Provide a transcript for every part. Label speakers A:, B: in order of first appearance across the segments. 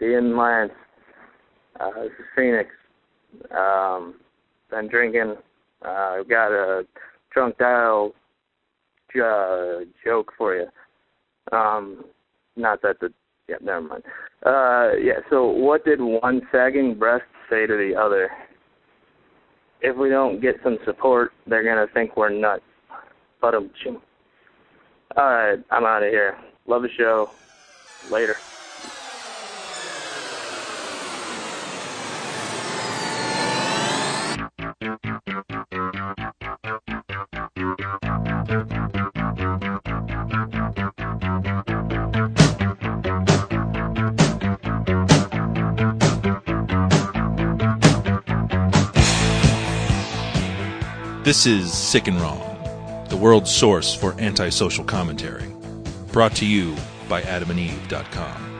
A: the inland uh, Phoenix. Um, been drinking. Uh, got a drunk dial uh, joke for you. Um, not that the yeah, never mind. Uh, yeah. So, what did one sagging breast say to the other? If we don't get some support, they're gonna think we're nuts. But um, all right, I'm out of here. Love the show. Later.
B: This is Sick and Wrong, the world's source for antisocial commentary. Brought to you by adamandeve.com.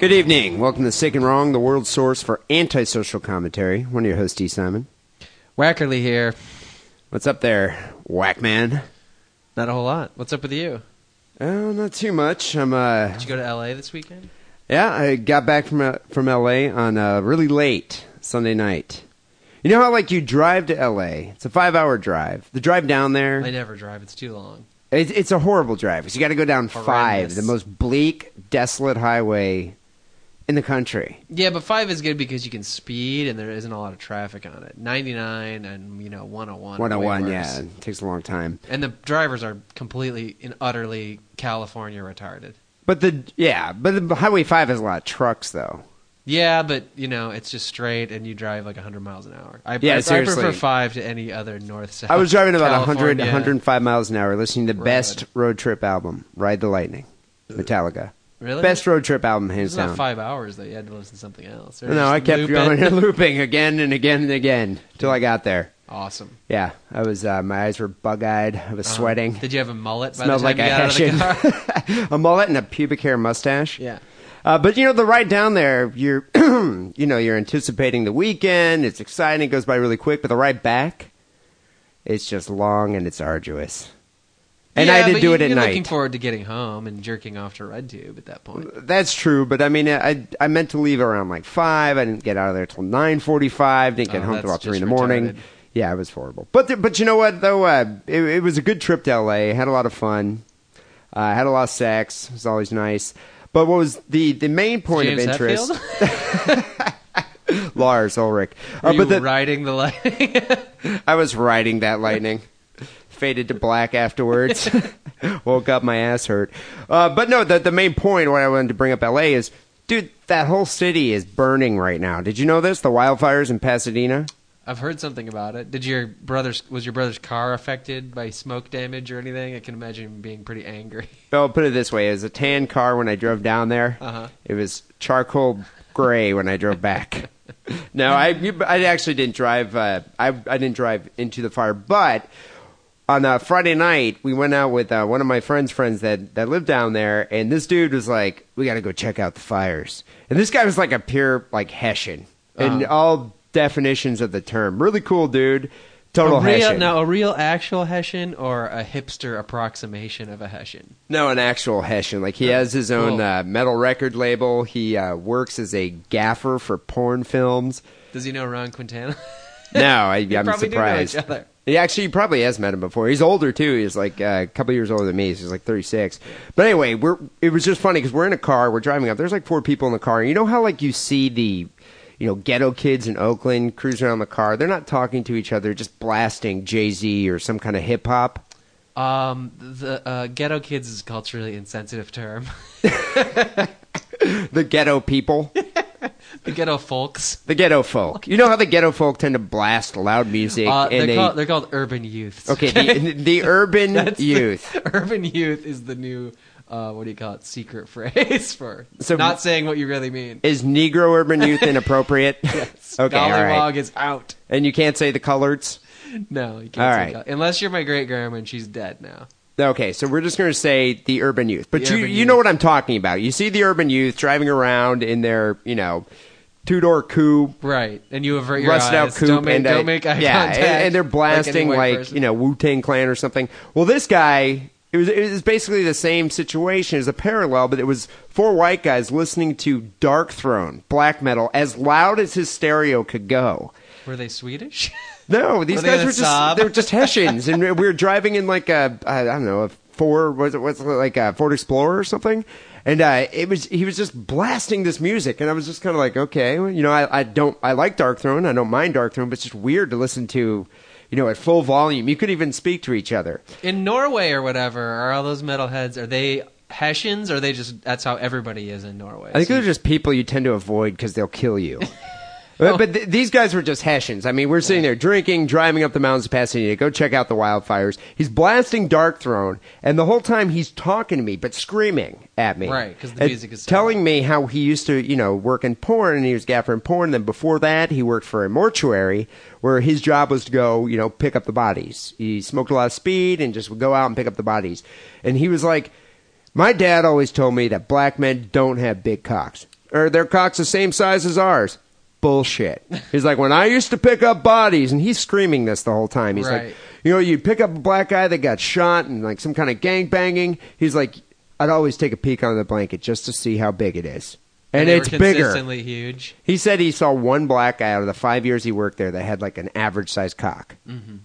C: Good evening. Welcome to Sick and Wrong, the world's source for antisocial commentary. One of your hosts, D. Simon.
D: Wackerly here.
C: What's up there, whack man?
D: Not a whole lot. What's up with you?
C: Oh, not too much. I'm uh,
D: Did you go to L.A. this weekend?
C: yeah. I got back from uh, from L.A. on uh, really late Sunday night. You know how like you drive to L.A. It's a five hour drive. The drive down there,
D: I never drive. It's too long.
C: It's, it's a horrible drive because you got to go down five,
D: Horrendous.
C: the most bleak, desolate highway in the country.
D: Yeah, but five is good because you can speed and there isn't a lot of traffic on it. Ninety nine and you know one hundred one.
C: One hundred one, yeah, it takes a long time.
D: And the drivers are completely and utterly California retarded.
C: But the yeah, but the Highway Five has a lot of trucks though.
D: Yeah, but you know it's just straight and you drive like hundred miles an hour. I,
C: Yeah,
D: I, I
C: seriously.
D: prefer five to any other north south.
C: I was driving about 100,
D: California.
C: 105 miles an hour, listening to the
D: Road.
C: best road trip album, "Ride the Lightning," Metallica.
D: Really?
C: Best road trip album, hands
D: It's not
C: down.
D: five hours though. You had to listen to something else. Or
C: No,
D: just
C: I kept
D: loop
C: going
D: it.
C: and looping again and again and again till I got there.
D: Awesome.
C: Yeah, I was. Uh, my eyes were bug-eyed. I was sweating.
D: Uh-huh. Did you have a mullet? By the
C: Smelled
D: time
C: like
D: you
C: a
D: got out of the car?
C: Hessian. a mullet and a pubic hair mustache.
D: Yeah.
C: Uh, but you know the ride down there, you're, you know, you're anticipating the weekend. It's exciting. It goes by really quick. But the ride back, it's just long and it's arduous. And I
D: Yeah,
C: had to
D: but
C: do
D: you-
C: it at
D: you're
C: night.
D: Looking forward to getting home and jerking off to Red Tube at that point.
C: That's true. But I mean, I I meant to leave around like five. I didn't get out of there till nine forty-five. Didn't get
D: Oh,
C: home
D: that's
C: till about three in
D: just
C: the morning.
D: retarded.
C: Yeah, it was horrible. But the, but you know what though, uh, it, it was a good trip to L.A. Had a lot of fun. Uh, had a lot of sex. It was always nice. But what was the the main point
D: James
C: of interest?
D: Hetfield?
C: Lars Ulrich.
D: Were
C: Uh,
D: you
C: but the,
D: riding the lightning?
C: I was riding that lightning. Faded to black afterwards. Woke up, my ass hurt. Uh, but no, the, the main point, what I wanted to bring up LA is dude, that whole city is burning right now. Did you know this? The wildfires in Pasadena?
D: I've heard something about it. Did your brother's was your brother's car affected by smoke damage or anything? I can imagine him being pretty angry.
C: Well, put it this way it was a tan car when I drove down there,
D: Uh-huh.
C: it was charcoal gray when I drove back. no, I, you- I actually didn't drive. Uh, I, I didn't drive into the fire, but on uh, Friday night, we went out with uh, one of my friend's friends that, that lived down there, and this dude was like, "We got to go check out the fires." And this guy was like a pure like Hessian in
D: Uh-huh.
C: all definitions of the term. Really cool dude. Total
D: a real,
C: Hessian.
D: now a real actual Hessian or a hipster approximation of a Hessian?
C: No, an actual Hessian. Like he
D: Oh.
C: has his own
D: Cool.
C: uh, metal record label. He uh, works as a gaffer for porn films.
D: Does he know Ron Quintana?
C: No, I,
D: You
C: I'm
D: probably do know each
C: surprised.
D: other.
C: He actually he probably has met him before. He's older too. He's like uh, a couple years older than me. He's like 36. But anyway, we're it was just funny because we're in a car. We're driving up. There's like four people in the car. You know how like you see the you know ghetto kids in Oakland cruising around the car. They're not talking to each other. Just blasting Jay Z or some kind of hip hop.
D: Um, the uh, ghetto kids is a culturally insensitive term.
C: The ghetto people.
D: the ghetto folks.
C: The ghetto folk. You know how the ghetto folk tend to blast loud music
D: Uh,
C: and
D: they're,
C: they.
D: called, they're called urban youths.
C: okay, the, the urban
D: That's the-
C: youth.
D: urban youth is the new, uh, what do you call it, secret phrase for
C: So-
D: not saying what you really mean.
C: Is Negro urban youth inappropriate? okay, all right.
D: Gollywog is out.
C: And you can't say the coloreds?
D: No, you can't
C: All
D: say
C: right.
D: Goll- Unless you're my great grandma and she's dead now.
C: Okay, so we're just going to say the urban youth. But
D: The
C: you,
D: urban
C: you know
D: youth.
C: what I'm talking about. You see the urban youth driving around in their, you know, two door coupe.
D: Right, and you avert your
C: Rusted out
D: eyes.
C: coupe
D: don't make,
C: and
D: don't
C: a-
D: make eye
C: yeah,
D: contact.
C: and, and they're
D: like any
C: blasting
D: white
C: like,
D: person.
C: you know Wu Tang Clan or something. Well, this guy It was it was basically the same situation as a parallel, but it was four white guys listening to Dark Throne black metal as loud as his stereo could go.
D: Were they Swedish?
C: No, these
D: Were they
C: guys
D: gonna
C: were just
D: sob?
C: they were just Hessians, and we were driving in like a I don't know a Ford was it was it like a Ford Explorer or something, and uh, it was he was just blasting this music, and I was just kind of like, okay, well, you know, I, I don't I like Dark Throne, I don't mind Dark Throne, but it's just weird to listen to, you know, at full volume. You could even speak to each other.
D: In Norway or whatever, are all those metalheads? Are they Hessians? Or are they just? That's how everybody is in Norway.
C: I think
D: So
C: they're just people you tend to avoid because they'll kill you. But, but th- these guys were just Hessians. I mean, we're sitting there drinking, driving up the mountains of Pasadena. Go check out the wildfires. He's blasting Dark Throne, and the whole time he's talking to me, but screaming at me.
D: Right, 'cause the
C: And
D: music is so
C: telling me how he used to, you know, work in porn, and he was gaffer in porn. Then before that, he worked for a mortuary where his job was to go, you know, pick up the bodies. He smoked a lot of speed and just would go out and pick up the bodies. And he was like, my dad always told me that black men don't have big cocks, or their cocks the same size as ours. Bullshit. He's like, when I used to pick up bodies, and he's screaming this the whole time. He's like,
D: Right.
C: you know, you pick up a black guy that got shot and like some kind of gang banging. He's like, I'd always take a peek under the blanket just to see how big it is, and,
D: they were
C: it's bigger.
D: consistently huge.
C: He said he saw one black guy out of the five years he worked there that had like an average sized cock.
D: Mhm.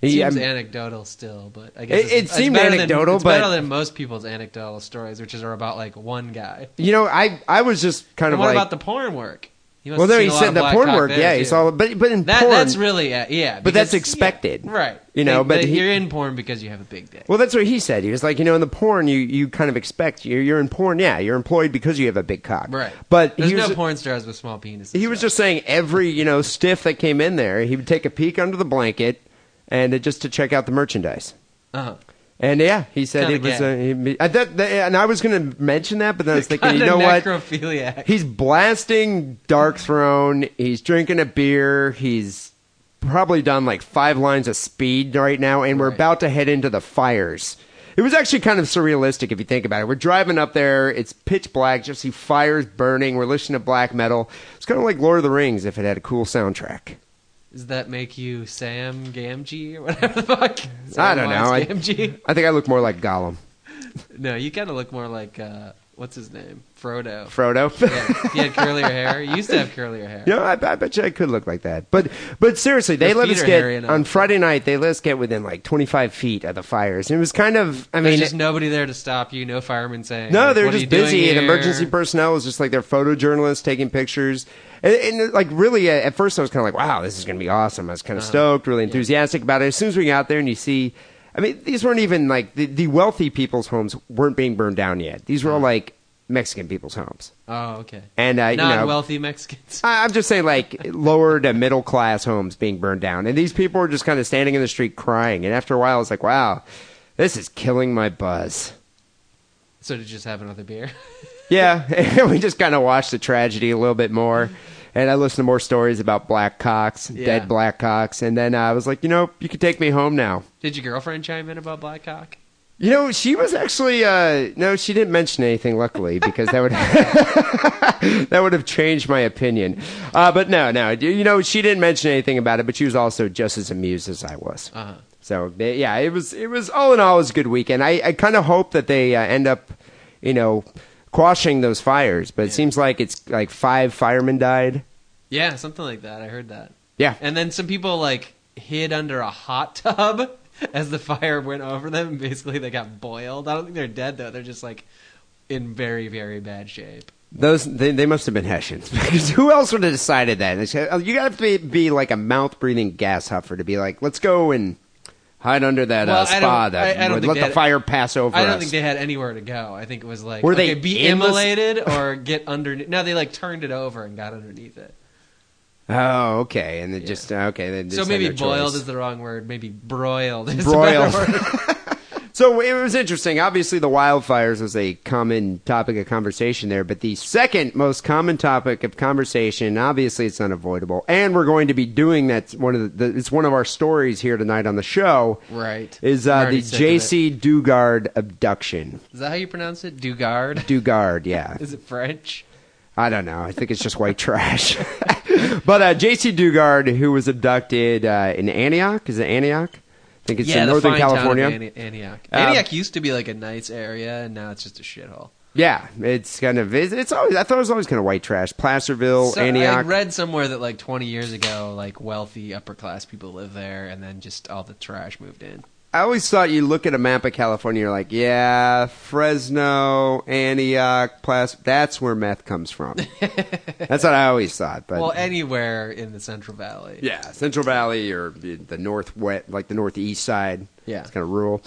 C: He- um,
D: Seems
C: I mean-
D: anecdotal still, but I guess
C: It-
D: it's-
C: it
D: it's
C: seemed
D: better than-
C: anecdotal,
D: it's
C: but-
D: better than most people's anecdotal stories, which is are about like one guy.
C: you know, I I was just kind
D: And
C: of
D: what
C: like,
D: about the porn work? He must
C: well,
D: have
C: no,
D: seen
C: he
D: a lot of
C: said the
D: black
C: porn
D: cock
C: work.
D: there,
C: yeah, he
D: too.
C: saw, but but in
D: that.
C: porn,
D: That's really uh, yeah,
C: But
D: because-
C: that's expected,
D: yeah, right?
C: you know,
D: They-
C: but
D: they-
C: he-
D: you're in porn because you have a big dick.
C: Well, that's what he said. He was like, you know, in the porn, you, you kind of expect you're, you're in porn. Yeah, you're employed because you have a big cock.
D: Right.
C: But
D: There's
C: he was,
D: no porn stars with small penises.
C: he was just saying every you know stiff that came in there, he would take a peek under the blanket and uh, just to check out the merchandise.
D: uh
C: And yeah, he said
D: Kinda
C: it was.
D: gay.
C: A, he, I, that, that, and I was going to mention that, but then I was thinking, you know what?
D: necrophiliac.
C: He's blasting Dark Throne. He's drinking a beer. He's probably done like five lines of speed right now, and we're
D: Right.
C: about to head into the fires. It was actually kind of surrealistic if you think about it. We're driving up there. It's pitch black. Just see fires burning. We're listening to black metal. It's kind of like Lord of the Rings if it had a cool soundtrack.
D: Does that make you Sam Gamgee or whatever the fuck?
C: I don't know. I-
D: Samwise Gamgee.
C: I think I look more like Gollum.
D: No, you kind of look more like uh, what's his name, Frodo.
C: Frodo.
D: yeah, he had curlier hair. You used to have curlier hair.
C: You know, I, I bet you I could look like that. But but seriously, they
D: Your
C: let
D: feet
C: us
D: are hairy
C: get
D: enough.
C: on Friday night. They let us get within like 25 feet of the fires. It was kind of I
D: There's
C: mean.
D: just nobody there to stop you. No firemen saying.
C: no,
D: like,
C: they're
D: "What are
C: just
D: you doing
C: busy, and
D: here?"
C: emergency personnel was just like their photojournalists taking pictures. And, and like, really, uh, at first I was kind of like, wow, this is going to be awesome. I was
D: Uh-huh.
C: kind of stoked, really enthusiastic about it. As soon as we got there and you see, I mean, these weren't even like the, the wealthy people's homes weren't being burned down yet. These
D: Uh-huh.
C: were all like Mexican people's homes.
D: Oh, okay.
C: And, uh, you know-
D: non-wealthy Mexicans.
C: I- I'm just saying, like lower to middle class homes being burned down, and these people are just kind of standing in the street crying. And after a while, I was like, "Wow, this is killing my buzz."
D: So did you just have another beer?
C: Yeah, we just kind of watched the tragedy a little bit more, and I listened to more stories about black cocks,
D: Yeah.
C: dead black cocks, and then uh, I was like, "You know, you can take me home now."
D: did your girlfriend chime in about Blackhawk?
C: You know, she was actually uh, no, she didn't mention anything. Luckily, because that would that would have changed my opinion. Uh, but no, no, you you know, she didn't mention anything about it. But she was also just as amused as I was.
D: Uh-huh.
C: So they- yeah, it was it was all in all it was a good weekend. I, I kind of hope that they uh, end up, you know, quashing those fires. But it seems like it's like five firemen died.
D: Yeah, something like that. I heard that.
C: Yeah,
D: And then some people like hid under a hot tub as the fire went over them. and Basically, they got boiled. I don't think they're dead though. They're just like in very, very bad shape.
C: Those they, they must have been Hessians because who else would have decided that? They said, oh, You got to be, be like a mouth breathing gas huffer to be like, let's go and hide under that
D: Well,
C: uh,
D: I
C: spa
D: don't- I- I
C: that
D: don't
C: would
D: think
C: let
D: they
C: the
D: had-
C: fire pass over
D: I don't
C: us.
D: think they had anywhere to go. I think it was like
C: Were they
D: okay, be
C: in the s-
D: immolated or get underneath. No, they like turned it over and got underneath it.
C: oh, okay, and they just okay. They just
D: so
C: had
D: maybe
C: no
D: boiled
C: choice.
D: is the wrong word. Maybe broiled is
C: Broiled.
D: the better word.
C: So it was interesting. Obviously, the wildfires was a common topic of conversation there, but the second most common topic of conversation, obviously, it's unavoidable, and we're going to be doing that. One of the, it's one of our stories here tonight on the show.
D: Right.
C: is
D: I'm
C: uh,
D: already
C: the
D: sick of it.
C: J.C. Dugard abduction.
D: Is that how you pronounce it? Dugard?
C: Dugard, yeah.
D: Is it French?
C: I don't know. I think it's just white trash. but uh, J.C. Dugard, who was abducted uh, in Antioch, is it Antioch? think it's
D: yeah,
C: in
D: the
C: Northern
D: fine town of
C: California.
D: Ani- Antioch.
C: Um,
D: Antioch used to be like a nice area, and now it's just a shithole.
C: Yeah, it's kind of it's, it's always. I thought it was always kind of white trash. Placerville,
D: So I
C: Oh, Antioch.
D: read somewhere that like 20 years ago, like wealthy upper class people lived there, and then just all the trash moved in.
C: I always thought you look at a map of California, you're like, yeah, Fresno, Antioch, Placer. That's where meth comes from. that's what I always thought. But
D: Well, anywhere in the Central Valley.
C: yeah, Central Valley or the the northwest, like the northeast side.
D: Yeah.
C: it's kind of rural.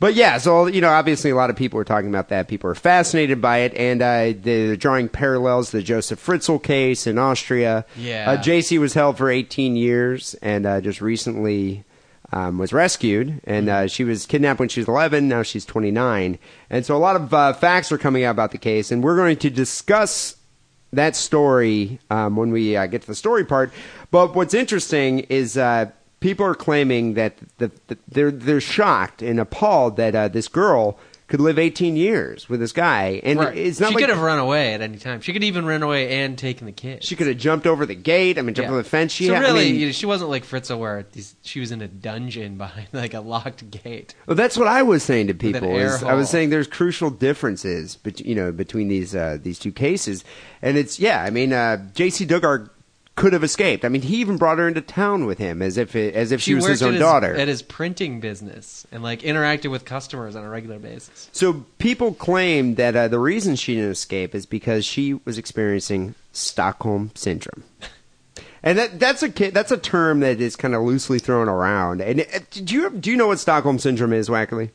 C: But yeah, so you know, obviously, a lot of people are talking about that. People are fascinated by it, and uh, they're drawing parallels to the Joseph Fritzl case in Austria.
D: Yeah.
C: uh, JC was held for 18 years, and uh, just recently um, was rescued. And uh, she was kidnapped when she was 11. Now she's 29, and so a lot of uh, facts are coming out about the case, and we're going to discuss that story um, when we uh, get to the story part. But what's interesting is uh, people are claiming that the, the, they're they're shocked and appalled that uh, this girl could live 18 years with this guy, and
D: Right.
C: it's not
D: she
C: like
D: could have run away at any time. She could even run away and taken the kid.
C: she could have jumped over the gate. I mean, jumped
D: Yeah.
C: over the fence. She
D: so
C: had- I
D: really,
C: mean-
D: you know, she wasn't like Fritzl, where these, she was in a dungeon behind like a locked gate.
C: Well, that's what I was saying to
D: an
C: people.
D: air
C: Is I was
D: hole.
C: saying there's crucial differences, bet- you know, between these uh, these two cases, and it's yeah. I mean, uh, J.C. Duggar could have escaped. I mean, he even brought her into town with him as if it, as if she, was
D: worked
C: his own
D: at
C: daughter.
D: at his printing business and like interacted with customers on a regular basis.
C: so people claim that uh, the reason she didn't escape is because she was experiencing Stockholm syndrome. And that, that's a ki- that's a term that is kind of loosely thrown around. And uh, do you do you know what Stockholm syndrome is, Wackerly?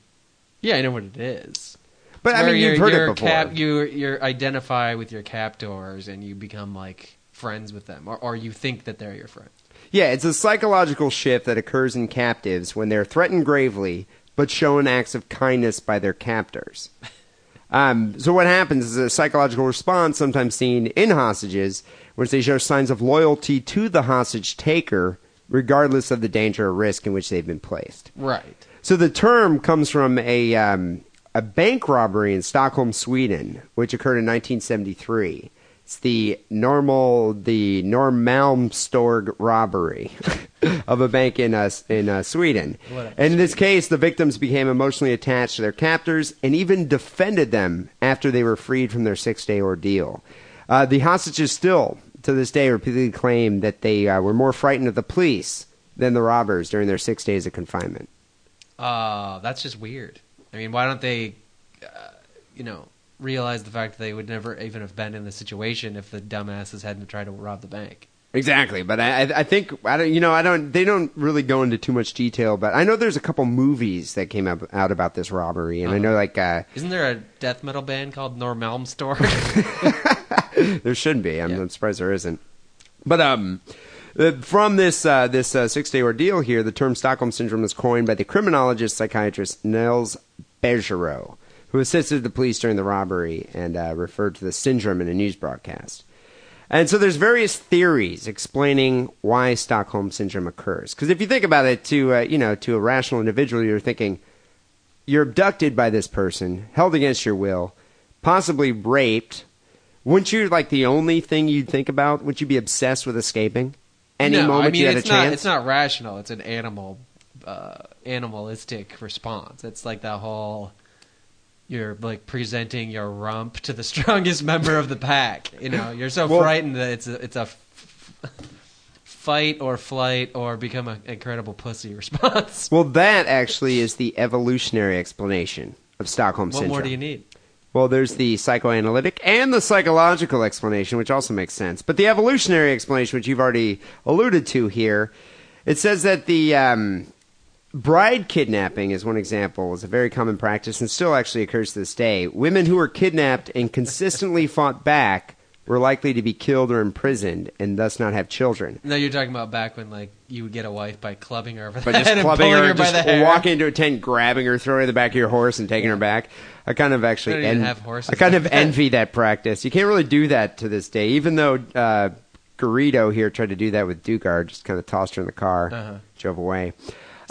D: Yeah, I know what it is.
C: But
D: It's
C: I
D: where
C: mean,
D: you're-
C: you've heard
D: you're
C: it before.
D: Cap, you you identify with your captors and you become like friends with them, or, or you think that they're your friend.
C: Yeah, it's a psychological shift that occurs in captives when they're threatened gravely but shown acts of kindness by their captors. Um, so what happens is a psychological response sometimes seen in hostages, which they show signs of loyalty to the hostage taker, regardless of the danger or risk in which they've been placed.
D: Right.
C: So the term comes from a um, a bank robbery in Stockholm, Sweden, which occurred in 1973. It's the normal the Normalmstorg robbery of a bank in uh, in uh, Sweden.
D: What a-
C: And in this case, the victims became emotionally attached to their captors and even defended them after they were freed from their six day ordeal. Uh, the hostages still, to this day, repeatedly claim that they uh, were more frightened of the police than the robbers during their six days of confinement.
D: Uh, that's just weird. I mean, why don't they, uh, you know, realize the fact that they would never even have been in this situation if the dumbasses hadn't tried to rob the bank?
C: Exactly, but I, I- I think I don't. You know, I don't. They don't really go into too much detail, but I know there's a couple movies that came up, out about this robbery, and I know like uh,
D: Isn't there a death metal band called Normalmstorm?
C: there should be. I'm,
D: Yeah.
C: I'm surprised there isn't. But um, uh, from this uh, this uh, six day ordeal here, the term Stockholm syndrome was coined by the criminologist psychiatrist Nels Bergerow, who assisted the police during the robbery and uh, referred to the syndrome in a news broadcast. And so there's various theories explaining why Stockholm syndrome occurs. Because if you think about it, to uh, you know, to a rational individual, you're thinking, you're abducted by this person, held against your will, possibly raped. Wouldn't you like the only thing you'd think about? Would you be obsessed with escaping? Any
D: No,
C: moment
D: I mean,
C: you had
D: it's
C: a
D: not,
C: chance.
D: It's not rational. It's an animal, uh, animalistic response. It's like the whole you're like presenting your rump to the strongest member of the pack. You know, you're so
C: Well-
D: frightened that it's a, it's a f- fight or flight or become an incredible pussy response.
C: Well, that actually is the evolutionary explanation of Stockholm
D: what
C: syndrome.
D: more do you need?
C: Well, there's the psychoanalytic and the psychological explanation, which also makes sense. But the evolutionary explanation, which you've already alluded to here, it says that the um, bride kidnapping is one example, is a very common practice and still actually occurs to this day. Women who were kidnapped and consistently fought back were likely to be killed or imprisoned and thus not have children.
D: No, you're talking about back when like you would get a wife by clubbing her over the
C: But
D: head
C: just
D: and
C: clubbing
D: pulling
C: her,
D: her, by
C: just
D: the hair.
C: walking into a tent, grabbing her, throwing her in the back of your horse, and taking her back. I kind of
D: I
C: actually
D: don't even
C: en-
D: have horses
C: I kind
D: like
C: of
D: that.
C: envy that practice. You can't really do that to this day, even though uh, Garrido here tried to do that with Dugard, just kind of tossed her in the car,
D: Uh-huh.
C: drove away.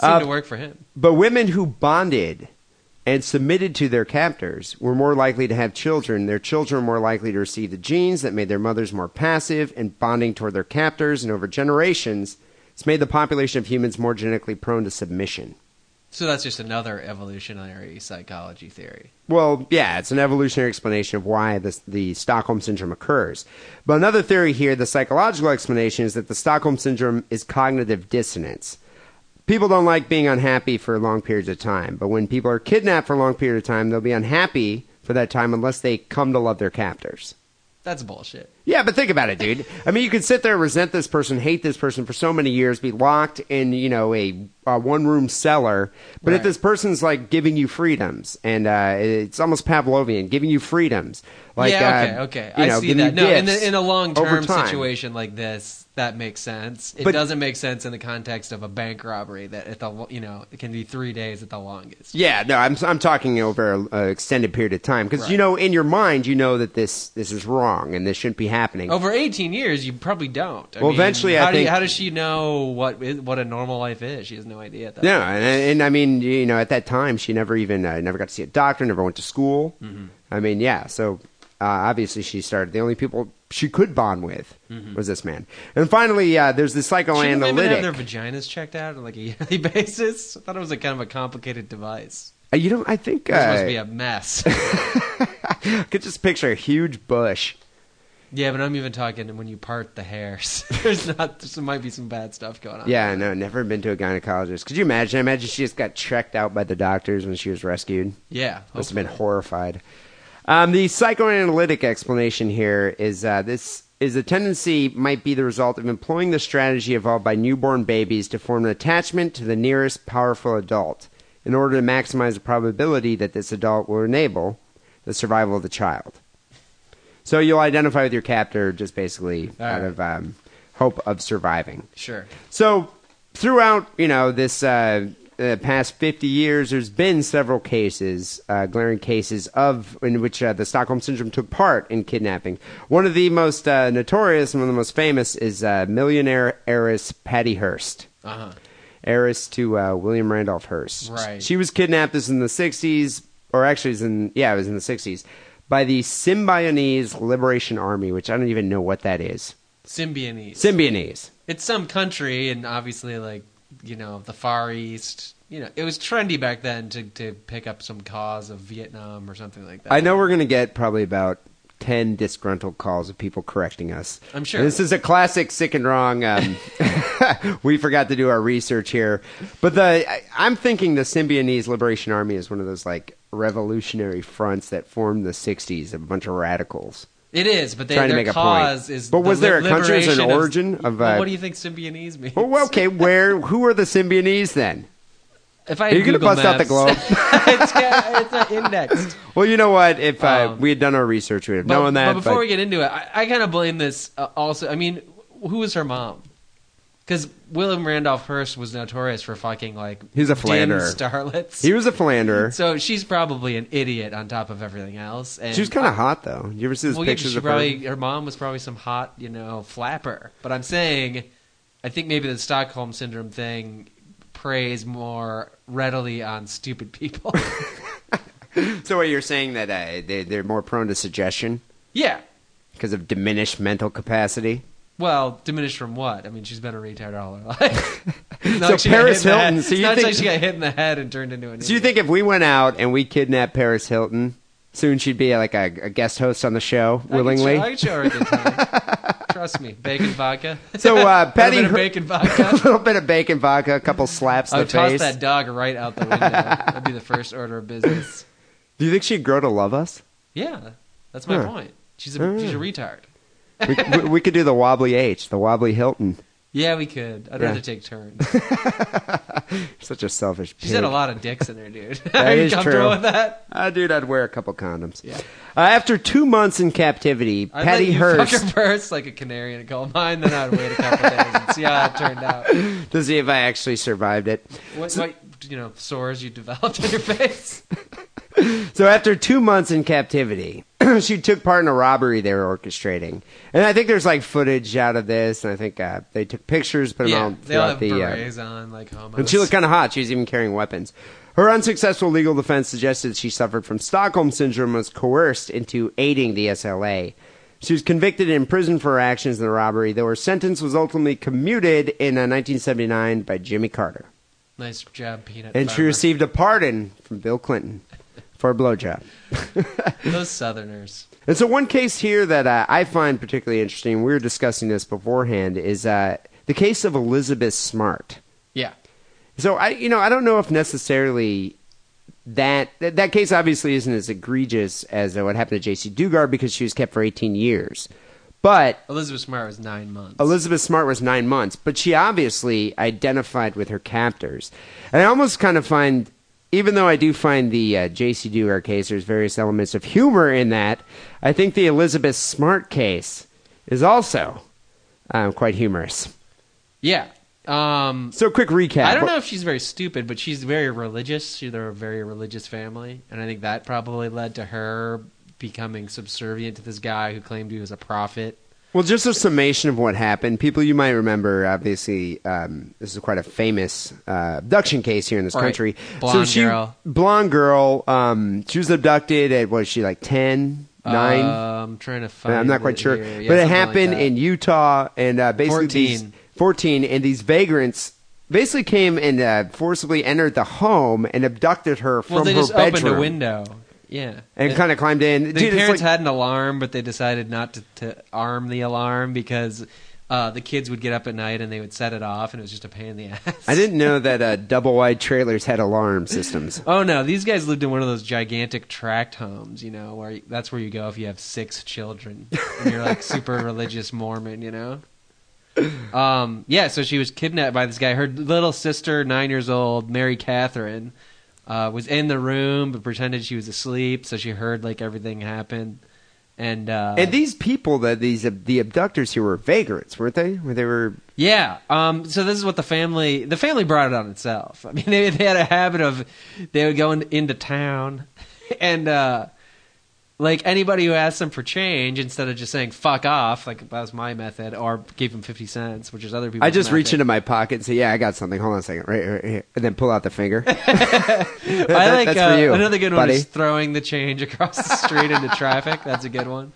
D: Seemed
C: Uh,
D: to work for him.
C: But women who bonded and submitted to their captors were more likely to have children. Their children were more likely to receive the genes that made their mothers more passive and bonding toward their captors, and over generations, it's made the population of humans more genetically prone to submission.
D: So that's just another evolutionary psychology theory.
C: Well, yeah, it's an evolutionary explanation of why this, the Stockholm syndrome occurs. But another theory here, the psychological explanation, is that the Stockholm syndrome is cognitive dissonance. People don't like being unhappy for long periods of time, but when people are kidnapped for a long period of time, they'll be unhappy for that time unless they come to love their captors.
D: That's bullshit.
C: Yeah, but think about it, dude. I mean, you can sit there and resent this person, hate this person for so many years, be locked in, you know, a, a one room cellar. But if
D: Right.
C: this person's like giving you freedoms, and uh, it's almost Pavlovian, giving you freedoms, like
D: yeah,
C: uh,
D: okay, okay.
C: you
D: I
C: know,
D: see
C: giving
D: that.
C: you
D: No, in,
C: gifts
D: the, in a long term
C: over time.
D: situation like this, that makes sense. It
C: But-
D: doesn't make sense in the context of a bank robbery that at the you know it can be three days at the longest.
C: Yeah, no, I'm I'm talking over an extended period of time because
D: Right.
C: you know, in your mind, you know that this this is wrong and this shouldn't be happening.
D: Over eighteen years, you probably don't. I
C: Well,
D: mean,
C: eventually, I
D: how do you-
C: think-
D: how does she know what is- what a normal life is? She has no idea. At that
C: Yeah,
D: point.
C: and, and I mean, you know, at that time, she never even uh, never got to see a doctor, never went to school.
D: Mm-hmm.
C: I mean, yeah. So uh, obviously, she started. The only people she could bond with
D: Mm-hmm.
C: was this man. And finally, uh, there's the
D: Shouldn't women have
C: psychoanalytic.
D: their vaginas checked out on like a yearly basis? I thought it was a kind of a complicated device.
C: Uh, you don't. I think
D: This must
C: uh,
D: be a mess.
C: I could just picture a huge bush.
D: yeah, but I'm even talking when you part the hairs. There's not. There might be some bad stuff going on.
C: Yeah, no, never been to a gynecologist. Could you imagine? Imagine she just got checked out by the doctors when she was rescued.
D: Yeah.
C: Must have been
D: hopefully.
C: horrified. Um, the psychoanalytic explanation here is uh, this is a tendency might be the result of employing the strategy evolved by newborn babies to form an attachment to the nearest powerful adult in order to maximize the probability that this adult will enable the survival of the child. So you'll identify with your captor just basically
D: All
C: out
D: right.
C: of um, hope of surviving.
D: Sure.
C: So throughout, you know, this uh, uh, past 50 years, there's been several cases, uh, glaring cases of in which uh, the Stockholm syndrome took part in kidnapping. One of the most uh, notorious and one of the most famous is uh, millionaire heiress Patty Hearst.
D: Uh huh.
C: Heiress to uh, William Randolph Hearst.
D: Right.
C: She was kidnapped. This is in the 60s, or actually, it was in yeah, it was in the 60s, by the Symbionese Liberation Army, which I don't even know what that is.
D: Symbionese.
C: Symbionese.
D: it's some country, and obviously, like you know, the Far East. You know, it was trendy back then to to pick up some cause of Vietnam or something like that.
C: I know we're going to get probably about 10 disgruntled calls of people correcting us.
D: I'm sure.
C: This is a classic sick and wrong. Um, we forgot to do our research here. But the I, I'm thinking the Symbionese Liberation Army is one of those like revolutionary fronts that formed the 60s, a bunch of radicals.
D: It is, but they,
C: Trying to
D: their
C: make a
D: cause
C: point.
D: is.
C: But
D: the
C: was there a country as an
D: liberation of-
C: origin of,
D: Well,
C: uh,
D: what do you think Symbionese means?
C: Well, okay, where who are the Symbionese then?
D: if I
C: Are you
D: going to
C: bust out the globe?
D: it's, yeah, it's not indexed.
C: well, you know what? If uh,
D: Um,
C: we had done our research, we'd have
D: But,
C: known that.
D: but before
C: but-
D: we get into it, I, I kind of blame this uh, also. I mean, wh- who was her mom? Because William Randolph Hearst was notorious for fucking like
C: He's a
D: dim
C: philanderer.
D: starlets.
C: he was a philanderer.
D: so she's probably an idiot on top of everything else. And
C: She was kind of hot, though. You ever see those
D: well, yeah,
C: pictures
D: she
C: of her?
D: probably her mom was probably some hot, you know, flapper. But I'm saying, I think maybe the Stockholm syndrome thing preys more readily on stupid people.
C: So, what you're saying that uh, they, they're more prone to suggestion
D: yeah.
C: because of diminished mental capacity?
D: Well, diminished from what? I mean, she's been a retard all her life. It's
C: So
D: not like she got
C: Paris
D: hit in the head-
C: Hilton, so
D: it's
C: you
D: not
C: think-
D: like she got hit in the head and turned into an.
C: So, you
D: idiot.
C: think if we went out and we kidnapped Paris Hilton, soon she'd be like a, a guest host on the show
D: I could
C: willingly?
D: show- I could show her a good time. Trust me, bacon vodka.
C: So, uh,
D: Little
C: Patty
D: bit of
C: Her-
D: bacon
C: a
D: vodka.
C: little bit of bacon vodka, a couple slaps to
D: I
C: the
D: would toss
C: face.
D: that dog right out the window. That'd be the first order of business.
C: Do you think she'd grow to love us?
D: Yeah, that's my
C: Huh.
D: point. She's a
C: Alright.
D: she's a retard.
C: We, we, we could do the wobbly H, the wobbly Hilton.
D: Yeah, we could. I'd
C: Yeah.
D: rather take turns.
C: Such a selfish.
D: She's had a
C: pig.
D: lot of dicks in her, dude.
C: That
D: Are you
C: is
D: comfortable
C: true.
D: with that?
C: Ah, dude, I'd wear a couple condoms.
D: Yeah.
C: Uh, after two months in captivity,
D: I'd
C: Patty
D: let you
C: Hearst.
D: fuck her first like a canary in a coal mine, then I'd wait a couple days and see how it turned out.
C: to see if I actually survived it.
D: What, what you know sores you developed in your face?
C: So after two months in captivity, she took part in a robbery they were orchestrating, and I think there's like footage out of this, and I think uh, they took pictures, put them
D: yeah,
C: out
D: they all
C: throughout
D: have
C: the. Uh,
D: berets on like homos.
C: and she looked kind of hot. She was even carrying weapons. Her unsuccessful legal defense suggested she suffered from Stockholm syndrome and was coerced into aiding the SLA. She was convicted and imprisoned for her actions in the robbery, though her sentence was ultimately commuted in uh, 1979 by Jimmy Carter.
D: Nice job, Peanut.
C: and she
D: Farmer.
C: received a pardon from Bill Clinton for a blowjob.
D: Those Southerners.
C: And so, one case here that uh, I find particularly interesting, we were discussing this beforehand, is uh, the case of Elizabeth Smart.
D: Yeah.
C: So I, you know, I don't know if necessarily that that, that case obviously isn't as egregious as what happened to J.C. Dugard because she was kept for 18 years, but
D: Elizabeth Smart was nine months.
C: Elizabeth Smart was nine months. But she obviously identified with her captors, and I almost kind of find. Even though I do find the uh, J.C. Dugard case, there's various elements of humor in that. I think the Elizabeth Smart case is also um, quite humorous.
D: yeah. Um,
C: So, quick recap.
D: I don't know if she's very stupid, but she's very religious. She's a very religious family, and I think that probably led to her becoming subservient to this guy who claimed he was a prophet.
C: Well, just a summation of what happened. People you might remember, obviously, um, this is quite a famous uh, abduction case here in this
D: Right.
C: country.
D: Blonde
C: she,
D: girl.
C: Blonde girl. Um, she was abducted at, was she like 10, 9?
D: Uh, I'm trying to find.
C: I'm not quite
D: it
C: sure.
D: here. Yeah,
C: but it
D: something like
C: happened
D: that.
C: in Utah and uh, basically
D: 14.
C: these 14 and these vagrants basically came and uh, forcibly entered the home and abducted her from
D: Well, they
C: her
D: just
C: bedroom
D: opened a window. Yeah.
C: and kind of climbed in.
D: The
C: Dude, it's
D: parents
C: like-
D: had an alarm, but they decided not to, to arm the alarm because uh, the kids would get up at night and they would set it off, and it was just a pain in the ass.
C: I didn't know that uh, double wide trailers had alarm systems.
D: Oh no, these guys lived in one of those gigantic tract homes, you know, where you, that's where you go if you have six children and you're like super religious Mormon, you know. Um, yeah, so she was kidnapped by this guy. Her little sister, nine years old, Mary Catherine, uh, was in the room but pretended she was asleep, so she heard like everything happen. And uh,
C: And these people, that these the abductors here were vagrants, weren't they? Where they were
D: Yeah. Um, so this is what the family the family brought it on itself. I mean, they, they had a habit of they would go in, into town and uh, like anybody who asked them for change, instead of just saying "fuck off," like that was my method, or gave them fifty cents, which is other people's.
C: I just
D: method.
C: reach into my pocket and say, "Yeah, I got something. Hold on a second, right, right here," and then pull out the finger.
D: I
C: That-
D: like
C: that's
D: uh,
C: for you,
D: another good one
C: buddy.
D: is throwing the change across the street into traffic. That's a good one.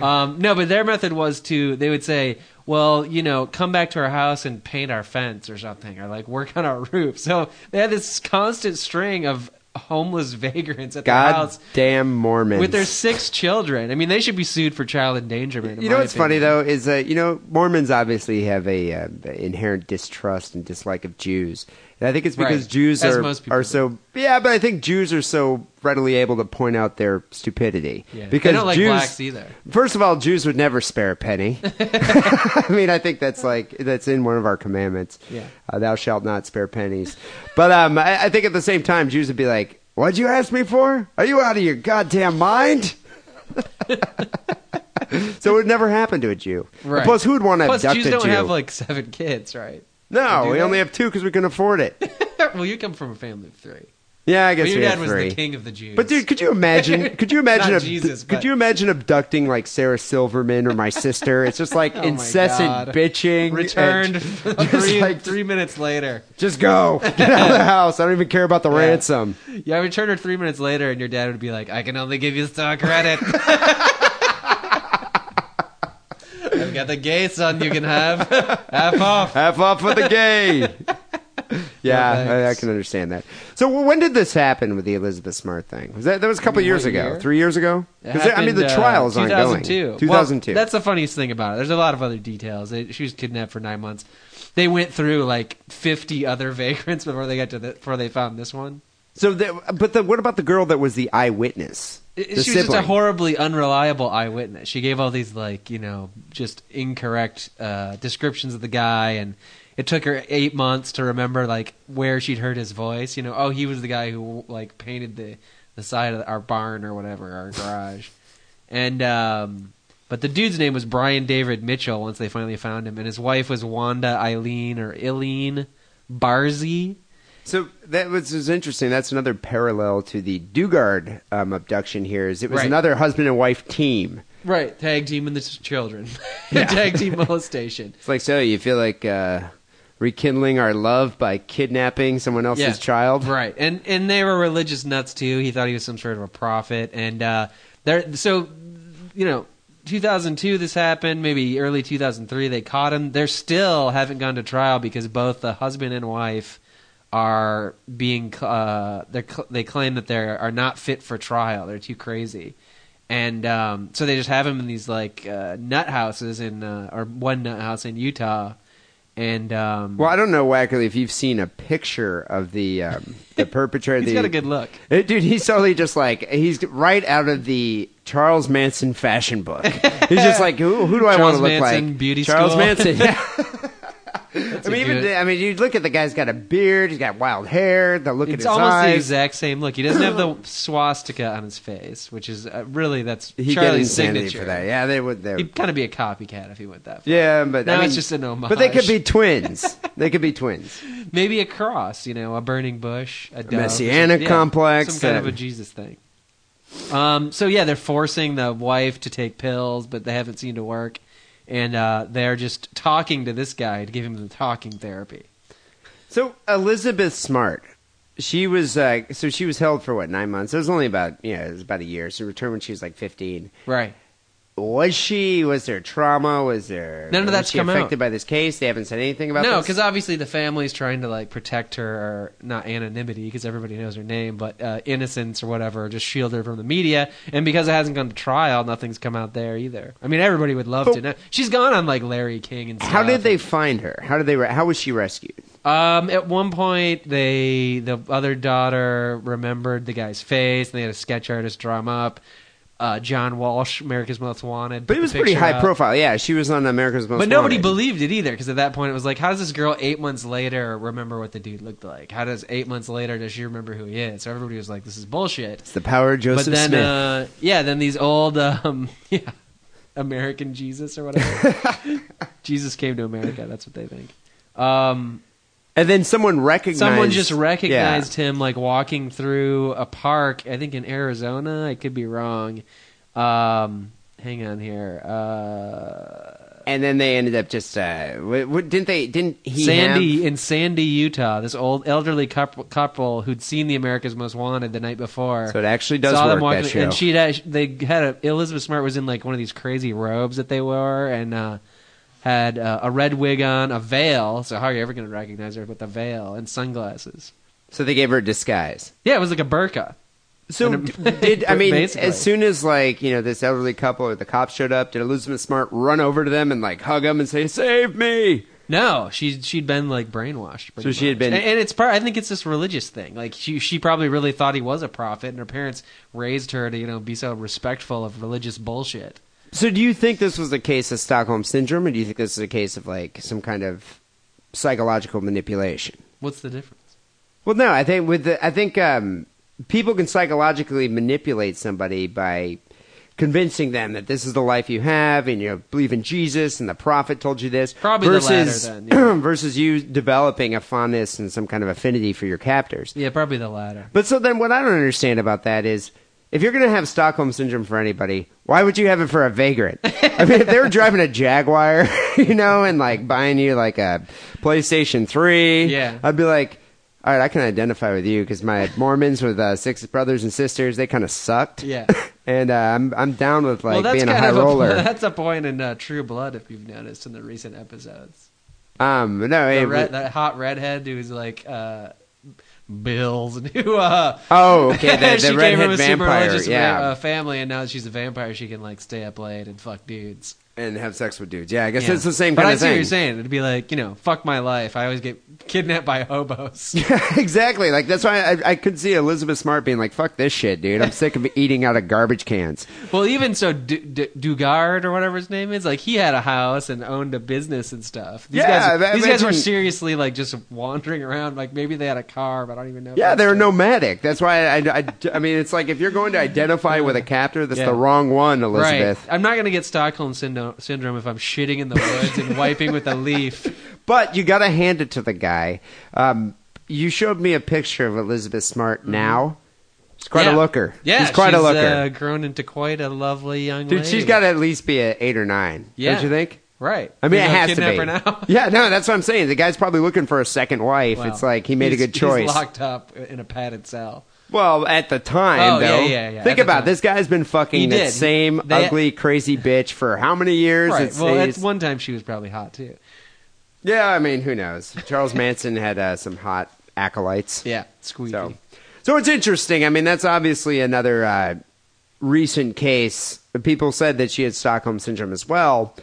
D: Um, no, but their method was to they would say, "Well, you know, come back to our house and paint our fence or something, or like work on our roof." So they had this constant string of homeless vagrants at their
C: God
D: house
C: damn Mormons.
D: with their six children. I mean, they should be sued for child endangerment. in
C: you know
D: my
C: what's funny
D: opinion.
C: though is that you know Mormons obviously have a uh, inherent distrust and dislike of Jews. And I think it's because
D: Right.
C: Jews
D: As
C: are
D: most people
C: are so yeah, but I think Jews are so readily able to point out their stupidity
D: Yeah. They
C: because
D: don't like
C: Jews,
D: blacks either.
C: First of all, Jews would never spare a penny. I mean, I think that's like that's in one of our commandments.
D: Yeah.
C: uh, thou shalt not spare pennies. But um, I, I think at the same time, Jews would be like, "What'd you ask me for? Are you out of your goddamn mind?" so it would never happen to a Jew.
D: Right.
C: Plus, who would want to
D: Plus,
C: abduct
D: Jews
C: a
D: don't
C: Jew?
D: have like seven kids, right?
C: no,
D: do
C: we
D: they?
C: only have two because we can afford it.
D: well, you come from a family of three.
C: Yeah, I
D: But
C: guess
D: your
C: we
D: dad
C: have
D: was
C: three.
D: the king of the Jews.
C: But dude, could you imagine? Could you imagine?
D: Not
C: abdu-
D: Jesus,
C: could
D: but-
C: you imagine abducting like Sarah Silverman or my sister? It's just like
D: Oh my God.
C: incessant bitching. and-
D: returned three,
C: like-
D: three minutes later.
C: Just go. Get out of the house. I don't even care about the ransom.
D: Yeah, I returned her three minutes later, and your dad would be like, "I can only give you stock credit. I've got the gay son you can have. Half off."
C: Half off with the gay. yeah,
D: No,
C: I, I
D: thanks.
C: can understand that. So w- when did this happen with the Elizabeth Smart thing? Was that that was a couple
D: What
C: years ago?
D: year?
C: Three years ago?
D: It
C: 'Cause I mean, the
D: happened, uh,
C: trial is ongoing.
D: 2002. Well,
C: 2002.
D: that's the funniest thing about it. There's a lot of other details. They, she was kidnapped for nine months. They went through like 50 other vagrants before they got to the, before they found this one.
C: so, the, but the, what about the girl that was the eyewitness? The
D: It- she was just a
C: sibling?
D: horribly unreliable eyewitness. She gave all these like you know just incorrect uh, descriptions of the guy, and it took her eight months to remember like where she'd heard his voice. You know, oh, he was the guy who like painted the the side of our barn or whatever, our garage, and um, but the dude's name was Brian David Mitchell. Once they finally found him, and his wife was Wanda Eileen or Eileen Barzy.
C: So that was, was interesting. That's another parallel to the Dugard um, abduction. Here is it was
D: Right.
C: another husband and wife team.
D: Right, tag team and the children,
C: Yeah.
D: tag team molestation.
C: It's like so you feel like uh, rekindling our love by kidnapping someone else's
D: Yeah.
C: child.
D: right? And and they were religious nuts too. He thought he was some sort of a prophet, and uh, there. So, you know, 2002 this happened. Maybe early 2003 they caught him. They're still haven't gone to trial because both the husband and wife are being uh, they're, cl- they claim that they are not fit for trial. They're too crazy, and um, so they just have him in these like uh, nut houses in uh, or one nut house in Utah, and um,
C: Well, I don't know, Wackerly, if you've seen a picture of the um, the perpetrator.
D: he's
C: the,
D: got a good look.
C: Eh, Dude, he's totally just like he's right out of the Charles Manson fashion book. He's just like, who, who do I want
D: Charles
C: to look
D: Manson,
C: like?
D: beauty
C: Charles
D: school.
C: Manson. Yeah. I
D: a
C: mean, even
D: good-
C: I mean, you look at the guy's got a beard, he's got wild hair, the look at
D: It's
C: his
D: almost the
C: eyes.
D: exact same look. He doesn't have the swastika on his face, which is uh, really that's
C: he get
D: Charlie's
C: insanity
D: signature.
C: for that. Yeah, they would. They,
D: He'd kind of be a copycat if he went that far.
C: yeah, but I
D: Now
C: mean,
D: it's just an homage.
C: But they could be twins. they could be twins.
D: Maybe a cross, you know, a burning bush, a, dove,
C: messianic
D: some-
C: complex,
D: some kind
C: uh,
D: of a Jesus thing. Um, so yeah, they're forcing the wife to take pills, but they haven't seemed to work, and uh, they're just talking to this guy to give him the talking therapy.
C: So Elizabeth Smart, she was uh, so she was held for what nine months. It was only about you know it was about a year. So returned when she was like fifteen.
D: Right.
C: Was she? Was there trauma? Was there
D: None of
C: was
D: that's
C: she
D: come out.
C: affected by this case? They haven't said anything about
D: no,
C: this?
D: because obviously the family's trying to like protect her, or not anonymity, because everybody knows her name, but uh, innocence or whatever, just shield her from the media. And because it hasn't gone to trial, nothing's come out there either. I mean, everybody would love
C: But-
D: to know. She's gone on like Larry King and stuff.
C: how did they
D: and-
C: find her? How did they? Re- how was she rescued?
D: Um, at one point, they the other daughter remembered the guy's face, and they had a sketch artist draw him up. Uh, John Walsh, America's Most Wanted,
C: But
D: put
C: it was
D: the
C: pretty
D: picture
C: high
D: up.
C: profile. Yeah, she was on America's Most.
D: But nobody
C: Wanted.
D: believed it either, because at that point it was like, how does this girl eight months later remember what the dude looked like? How does eight months later does she remember who he is? So everybody was like, this is bullshit.
C: It's the power of Joseph
D: but then,
C: Smith.
D: uh, yeah, then these old, um, yeah, American Jesus or whatever. Jesus came to America. That's what they think. Um,
C: and then someone recognized.
D: Someone just
C: yeah.
D: recognized him like walking through a park. I think in Arizona. I could be wrong. Um, hang on here. Uh,
C: And then they ended up just. Uh, w- w- didn't they? Didn't he?
D: Sandy
C: have-
D: in Sandy, Utah. This old elderly couple, couple who'd seen The America's Most Wanted the night before.
C: So it actually does
D: saw them
C: work,
D: walking,
C: that
D: and
C: show.
D: she had they had a, Elizabeth Smart was in like one of these crazy robes that they wore and. uh had uh, a red wig on, a veil. So how are you ever going to recognize her with a veil and sunglasses?
C: So they gave her a disguise.
D: Yeah, it was like a burqa.
C: So
D: And
C: d-
D: it-
C: did I mean
D: basically.
C: as soon as like you know this elderly couple or the cops showed up, did Elizabeth Smart run over to them and like hug them and say "Save me"?
D: No, she she'd been like brainwashed. pretty
C: So she had
D: much.
C: been-
D: and, and it's part. I think it's this religious thing. Like she she probably really thought he was a prophet, and her parents raised her to you know be so respectful of religious bullshit.
C: So do you think this was a case of Stockholm syndrome, or do you think this is a case of like some kind of psychological manipulation?
D: What's the difference?
C: Well, no, I think with the, I think um, people can psychologically manipulate somebody by convincing them that this is the life you have, and you know, believe in Jesus, and the prophet told you this.
D: Probably the latter,
C: versus
D: then, yeah.
C: versus you developing a fondness and some kind of affinity for your captors.
D: Yeah, probably the latter.
C: But so then, what I don't understand about that is, if you're going to have Stockholm syndrome for anybody, why would you have it for a vagrant? I mean, if they were driving a Jaguar, you know, and like buying you like a PlayStation Three,
D: Yeah.
C: I'd be like, all right, I can identify with you because my Mormons with uh, six brothers and sisters, they kind of sucked.
D: Yeah.
C: and uh, I'm I'm down with like
D: well, that's
C: being a
D: kind
C: high
D: of
C: roller.
D: A, that's a point in uh, True Blood if you've noticed in the recent episodes.
C: um, no,
D: The
C: it-
D: red, that hot redhead who's like uh, Bills and who. Uh,
C: oh, okay, the,
D: she
C: the
D: came from a
C: redhead
D: super
C: vampire,
D: religious
C: yeah,
D: va- uh, family, and now she's a vampire. She can like stay up late and fuck dudes.
C: and have sex with dudes. Yeah, I guess
D: Yeah.
C: it's the same
D: but
C: kind
D: I
C: of
D: see
C: thing.
D: what you're saying. It'd be like, you know, fuck my life. I always get kidnapped by hobos.
C: exactly. Like that's why I, I could see Elizabeth Smart being like, "Fuck this shit, dude. I'm sick of eating out of garbage cans."
D: well, even so, D- D- Dugard or whatever his name is, like he had a house and owned a business and stuff. These
C: Yeah,
D: guys,
C: I- I
D: these guys were
C: imagine-
D: seriously like just wandering around. Like maybe they had a car, but I don't even know. if
C: Yeah,
D: that's
C: they're
D: true.
C: nomadic. That's why I, I, I mean, it's like if you're going to identify with a captor, that's
D: Yeah.
C: the wrong one,
D: Right.
C: Elizabeth.
D: I'm not going to get Stockholm syndrome, syndrome if I'm shitting in the woods and wiping with a leaf.
C: But you got to hand it to the guy. Um, you showed me a picture of Elizabeth Smart now. She's quite a
D: Yeah.
C: looker.
D: Yeah,
C: Mm-hmm. she's quite a looker,
D: Uh, grown into quite a lovely young
C: dude.
D: lady.
C: She's got to at least be an eight or nine.
D: Yeah.
C: Don't you think?
D: right.
C: I mean,
D: You're
C: it
D: gonna
C: has to
D: kidnap
C: be.
D: her now.
C: Yeah, no, that's what I'm saying. The guy's probably looking for a second wife.
D: Wow.
C: It's like he made a
D: He's-
C: good choice.
D: He's locked up in a padded cell.
C: Well, at the time,
D: Oh, yeah,
C: though,
D: yeah, yeah, at
C: think
D: the
C: about
D: time.
C: it. this guy's been
D: He
C: fucking
D: did.
C: that same
D: They-
C: ugly, crazy bitch for how many years?
D: Right.
C: It's-
D: well, at
C: it's-
D: one time she was probably hot too.
C: yeah, I mean, who knows? Charles Manson had uh, some hot acolytes.
D: Yeah, squeaky.
C: So, so it's interesting. I mean, that's obviously another uh, recent case. People said that she had Stockholm syndrome as well.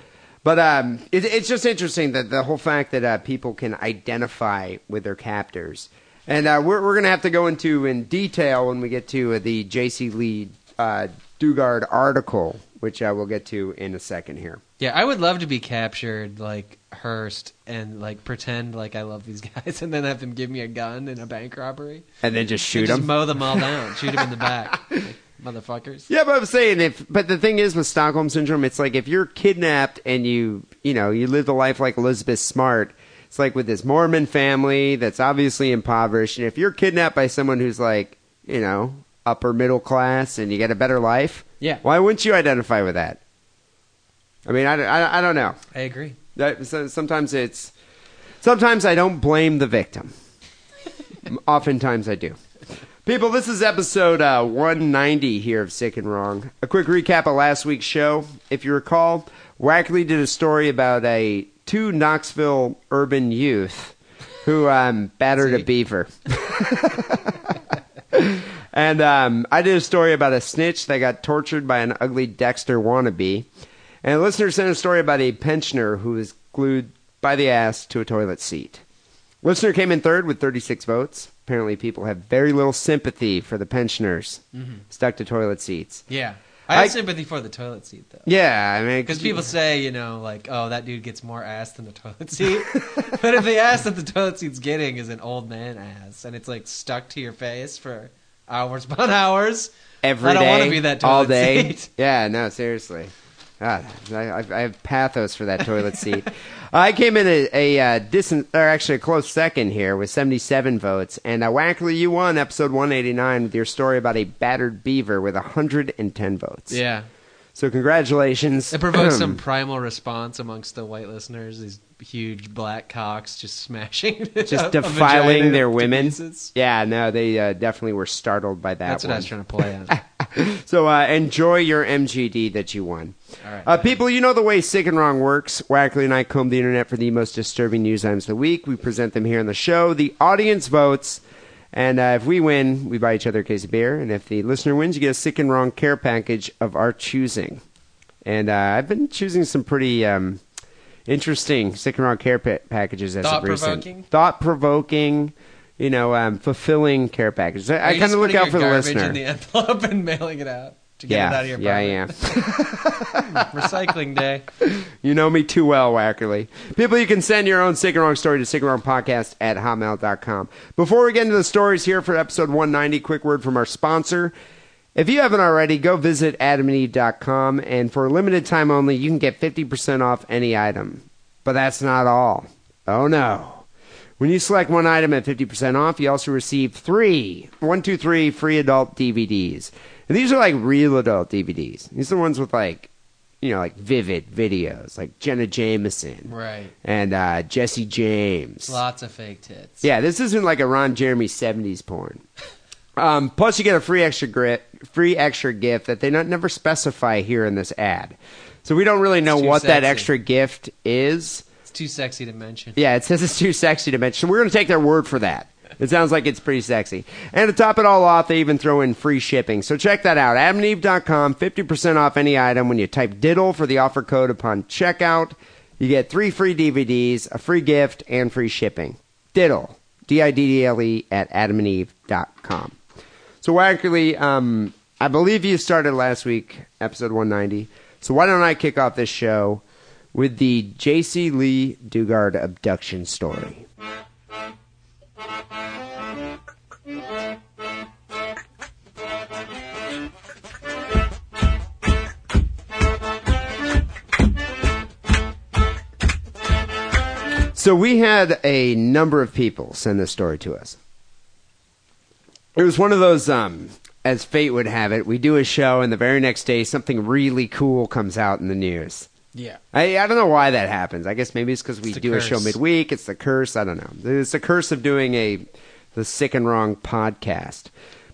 C: But um, it, it's just interesting that the whole fact that uh, people can identify with their captors. And uh, we're, we're going to have to go into in detail when we get to uh, the J.C. Lee uh, Dugard article, which uh, we'll get to in a second here.
D: Yeah, I would love to be captured like Hearst and like pretend like I love these guys, and then have them give me a gun in a bank robbery.
C: And then just
D: And
C: shoot
D: just
C: them.
D: mow them all down. Shoot them in the back, Like, motherfuckers.
C: Yeah, but I'm saying if but the thing is with Stockholm syndrome, it's like if you're kidnapped and you you know, you live a life like Elizabeth Smart, it's like with this Mormon family that's obviously impoverished, and if you're kidnapped by someone who's like, you know, upper middle class and you get a better life,
D: Yeah.
C: why wouldn't you identify with that? I mean, I, don't- I, I don't know.
D: I agree.
C: That, so, sometimes it's sometimes I don't blame the victim. Oftentimes I do. People, this is episode uh, 190 here of Sick and Wrong. A quick recap of last week's show. If you recall, Wackley did a story about a two Knoxville urban youth who um, battered a
D: See.
C: beaver. And um, I did a story about a snitch that got tortured by an ugly Dexter wannabe. And a listener sent a story about a pensioner who was glued by the ass to a toilet seat. Listener came in third with 36 votes. Apparently, people have very little sympathy for the pensioners
D: Mm-hmm.
C: stuck to toilet seats.
D: Yeah, I have
C: I-
D: sympathy for the toilet seat though.
C: Yeah, I mean,
D: Because people say, you know, like, oh, that dude gets more ass than the toilet seat. but if the ass that the toilet seat's getting is an old man ass, and it's like stuck to your face for hours upon hours,
C: every
D: I don't
C: day,
D: wanna be that toilet
C: all day.
D: seat.
C: Yeah, no, seriously. God, I, I I have pathos for that toilet seat. I came in a, a uh, distant, or actually a close second here with 77 votes, and uh, Wackley, you won episode 189 with your story about a battered beaver with 110 votes.
D: yeah,
C: So congratulations.
D: it provokes some primal response amongst the white listeners. These huge black cocks just smashing, a-
C: just
D: uh, a vagina
C: defiling their
D: to
C: women.
D: pieces.
C: Yeah, no, they uh, definitely were startled by that.
D: That's what I
C: one.
D: was trying to play on.
C: So uh, enjoy your MGD that you won.
D: All right.
C: uh, people, you know the way Sick and Wrong works. Wackley and I comb the internet for the most disturbing news items of the week. We present them here on the show. The audience votes. And uh, if we win, we buy each other a case of beer. And if the listener wins, you get a Sick and Wrong care package of our choosing. And uh, I've been choosing some pretty um, interesting Sick and Wrong care pa- packages as of
D: Thought-provoking?
C: recent. Thought provoking. You know, um, fulfilling care packages. I,
D: Are
C: I kind
D: you just
C: of look
D: putting
C: out
D: your
C: for the
D: garbage
C: listener.
D: in the envelope and mailing it out to get it out of your
C: yeah,
D: apartment.
C: yeah.
D: Recycling day.
C: You know me too well, Wackerly. People, you can send your own sick and wrong story to sickandwrongpodcast at hotmail.com. Before we get into the stories here for episode 190, quick word from our sponsor. If you haven't already, go visit adamandeve.com, and for a limited time only, you can get 50% off any item. But that's not all. Oh no. When you select one item at 50% off, you also receive three, one, two, three free adult DVDs. And these are like real adult DVDs. These are the ones with like, you know, like vivid videos, like Jenna Jameson
D: Right.
C: and uh, Jesse James.
D: Lots of fake tits.
C: Yeah, this isn't like a Ron Jeremy '70s porn. Um, plus, you get a free extra grit, free extra gift that they not, never specify here in this ad, so we don't really know
D: too
C: what that
D: sexy.
C: extra gift is.
D: It's too sexy to mention.
C: Yeah, it says it's too sexy to mention. So we're going to take their word for that. It sounds like it's pretty sexy. And to top it all off, they even throw in free shipping. So check that out. AdamandEve.com, 50% off any item when you type diddle for the offer code upon checkout. You get three free DVDs, a free gift, and free shipping. Diddle, D-I-D-D-L-E E at AdamandEve.com. So Wackerly, um, I believe you started last week, episode 190. So why don't I kick off this show with the J.C. Lee Dugard abduction story? So we had a number of people send this story to us. It was one of those, um, as fate would have it, we do a show and the very next day something really cool comes out in the news.
D: Yeah.
C: I, I don't know why that happens. I guess maybe it's because we
D: It's the
C: do a show
D: curse.
C: midweek. It's the curse. I don't know. It's the curse of doing a the sick and wrong podcast.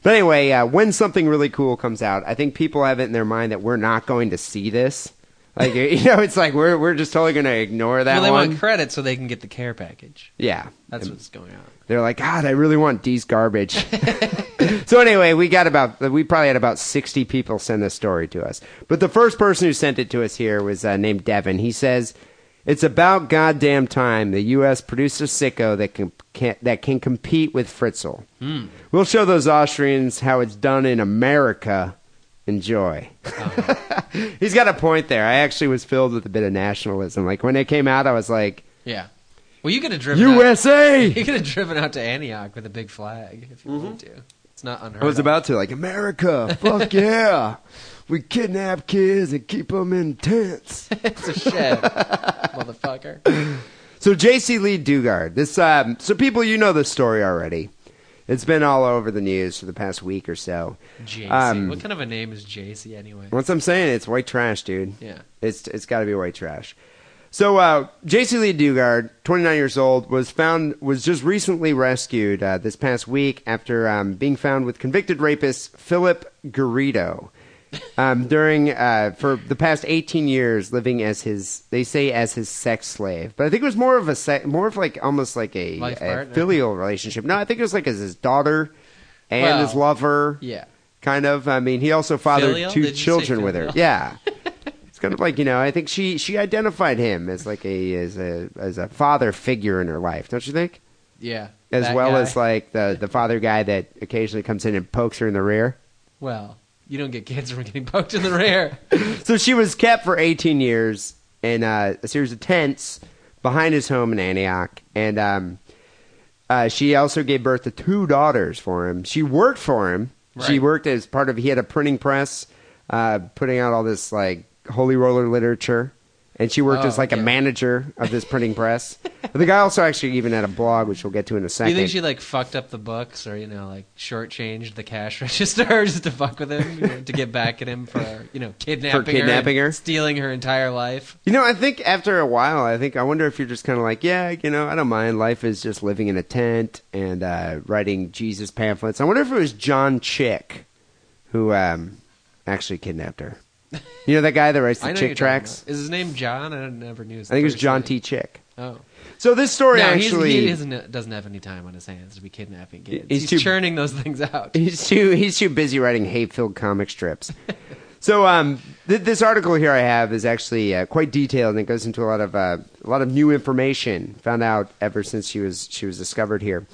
C: But anyway, uh, when something really cool comes out, I think people have it in their mind that we're not going to see this Like you know, it's like we're we're just totally gonna ignore that
D: well, they
C: one.
D: want credit so they can get the care package.
C: yeah,
D: That's what's going on.
C: they're like, God, I really want D's garbage. so anyway, we got about we probably had about sixty people send this story to us. But the first person who sent it to us here was uh, named Devin. He says. It's about goddamn time the U.S. produced a sicko that can, can that can compete with Fritzl. We'll show those Austrians how it's done in America. Enjoy. He's got a point there. I actually was filled with a bit of nationalism. Like when it came out, I was like,
D: Yeah. Well, you could have driven out-
C: USA.
D: You could have driven out to Antioch with a big flag if you wanted to. It's not unheard
C: Mm-hmm. I was
D: of.
C: about to like America, fuck yeah. We kidnap kids and keep them in tents.
D: It's a shed, motherfucker.
C: so J.C. Lee Dugard, this um, so people you know the story already. It's been all over the news for the past week or so.
D: JC.
C: Um,
D: what kind of a name is JC anyway?
C: Once I'm saying it's white trash, dude.
D: Yeah.
C: It's it's got to be white trash. So uh, J.C. Lee Dugard, 29 years old, was found was just recently rescued uh, this past week after um, being found with convicted rapist Philip Garrido. Um, during uh, for the past 18 years, living as his they say as his sex slave, but I think it was more of a se- more of like almost like a,
D: Life
C: a
D: partner.
C: filial relationship. No, I think it was like as his daughter and
D: Well,
C: his lover
D: Yeah.
C: kind of. I mean, he also fathered
D: Filial?
C: two
D: Did you say
C: children with her.
D: filial?
C: Yeah, it's kind of like you know. I think she she identified him as like a as a as a father figure in her life, don't you think?
D: Yeah.
C: As
D: that
C: well
D: guy.
C: as like the the father guy that occasionally comes in and pokes her in the rear.
D: Well, you don't get cancer from getting poked in the rear.
C: So she was kept for 18 years in uh, a series of tents behind his home in Antioch, and um, uh, she also gave birth to two daughters for him. She worked for him. She
D: Right.
C: worked as part of. He had a printing press, uh, putting out all this like holy roller literature, and she worked
D: Oh,
C: as like a
D: yeah.
C: manager of this printing press. The guy also actually even had a blog, which we'll get to in a
D: Do
C: second.
D: you think she like fucked up the books, or you know, like shortchanged the cash register just to fuck with him, you know, to get back at him for you know kidnapping, her and
C: kidnapping her?
D: stealing her entire life?
C: You know, I think after a while, I think I wonder if you're just kind of like, yeah, you know, I don't mind. Life is just living in a tent and uh, writing Jesus pamphlets. I wonder if it was John Chick who um, actually kidnapped her. You know that guy that writes
D: I
C: the
D: know you're
C: Chick
D: talking
C: tracks.
D: about- Is his name John? I never knew. His
C: I think it was
D: first
C: John
D: name.
C: T. Chick.
D: Oh,
C: So this story
D: no,
C: actually
D: he's, he isn't, doesn't have any time on his hands to be kidnapping kids.
C: He's
D: He's,
C: too-
D: churning those things out.
C: He's too he's too busy writing hate-filled comic strips. so um, th- this article here I have is actually uh, quite detailed and it goes into a lot of uh, a lot of new information found out ever since she was she was discovered here.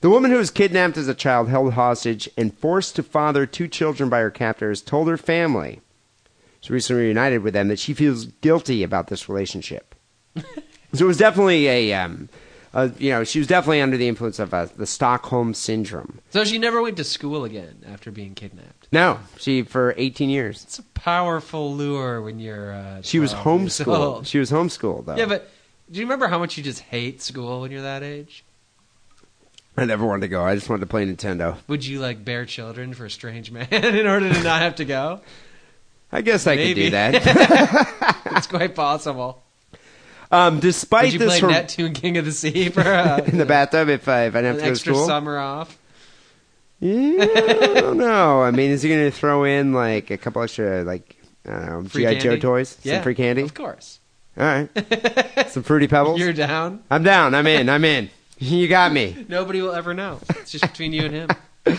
C: The woman who was kidnapped as a child, held hostage, and forced to father two children by her captors, told her family, she recently reunited with them, that she feels guilty about this relationship. so it was definitely a, um, a, you know, she was definitely under the influence of uh, the Stockholm syndrome.
D: So she never went to school again after being kidnapped.
C: No, she for 18 years.
D: It's a powerful lure when you're. Uh,
C: She was
D: 12 years
C: homeschooled.
D: old.
C: She was homeschooled though.
D: Yeah, but do you remember how much you just hate school when you're that age?
C: I never wanted to go. I just wanted to play Nintendo.
D: Would you like bear children for a strange man in order to not have to go?
C: I guess I
D: Maybe.
C: could do that.
D: It's quite possible.
C: um, despite
D: Would you
C: this
D: play
C: hor-
D: Neptune King of the Sea for uh,
C: in the bathtub, if I, if I didn't have to
D: an
C: go to
D: extra
C: school,
D: summer off?
C: yeah, I don't know. I mean, is he going to throw in like a couple extra like uh, I don't know
D: Free
C: GI Joe
D: candy?
C: toys,
D: Yeah,
C: some free candy?
D: Of course.
C: All right, some fruity pebbles.
D: You're down.
C: I'm down. I'm in. I'm in. You got me.
D: Nobody will ever know. It's just between you and him.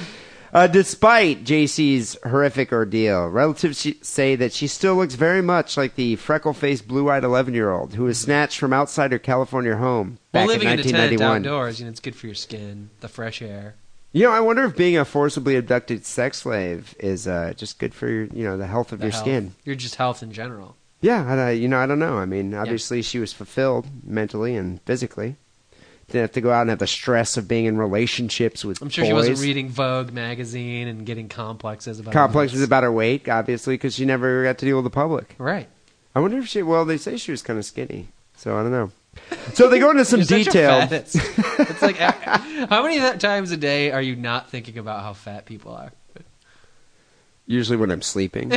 C: Uh, despite JC's horrific ordeal, relatives she- say that she still looks very much like the freckle faced, blue eyed 11 year old who was snatched from outside her California home back
D: well, living
C: in
D: in a tent
C: 1991.
D: outdoors, you know, it's good for your skin, the fresh air.
C: you know, I wonder if being a forcibly abducted sex slave is uh, just good for your, you know the health of
D: the
C: your
D: health.
C: skin.
D: You're just health in general.
C: Yeah, I, don't- you know, I don't know. I mean, obviously she was fulfilled mentally and physically. Didn't have to go out and have the stress of being in relationships with
D: I'm sure she
C: boys.
D: wasn't reading Vogue magazine and getting complexes about
C: Complexes
D: looks.
C: about her weight, obviously, because she never got to deal with the public.
D: right.
C: I wonder if she. Well, they say she was kind of skinny, so I don't know. So they go into some
D: You're such a
C: detail.
D: fattest. It's like how many th- times a day are you not thinking about how fat people are?
C: Usually when I'm sleeping.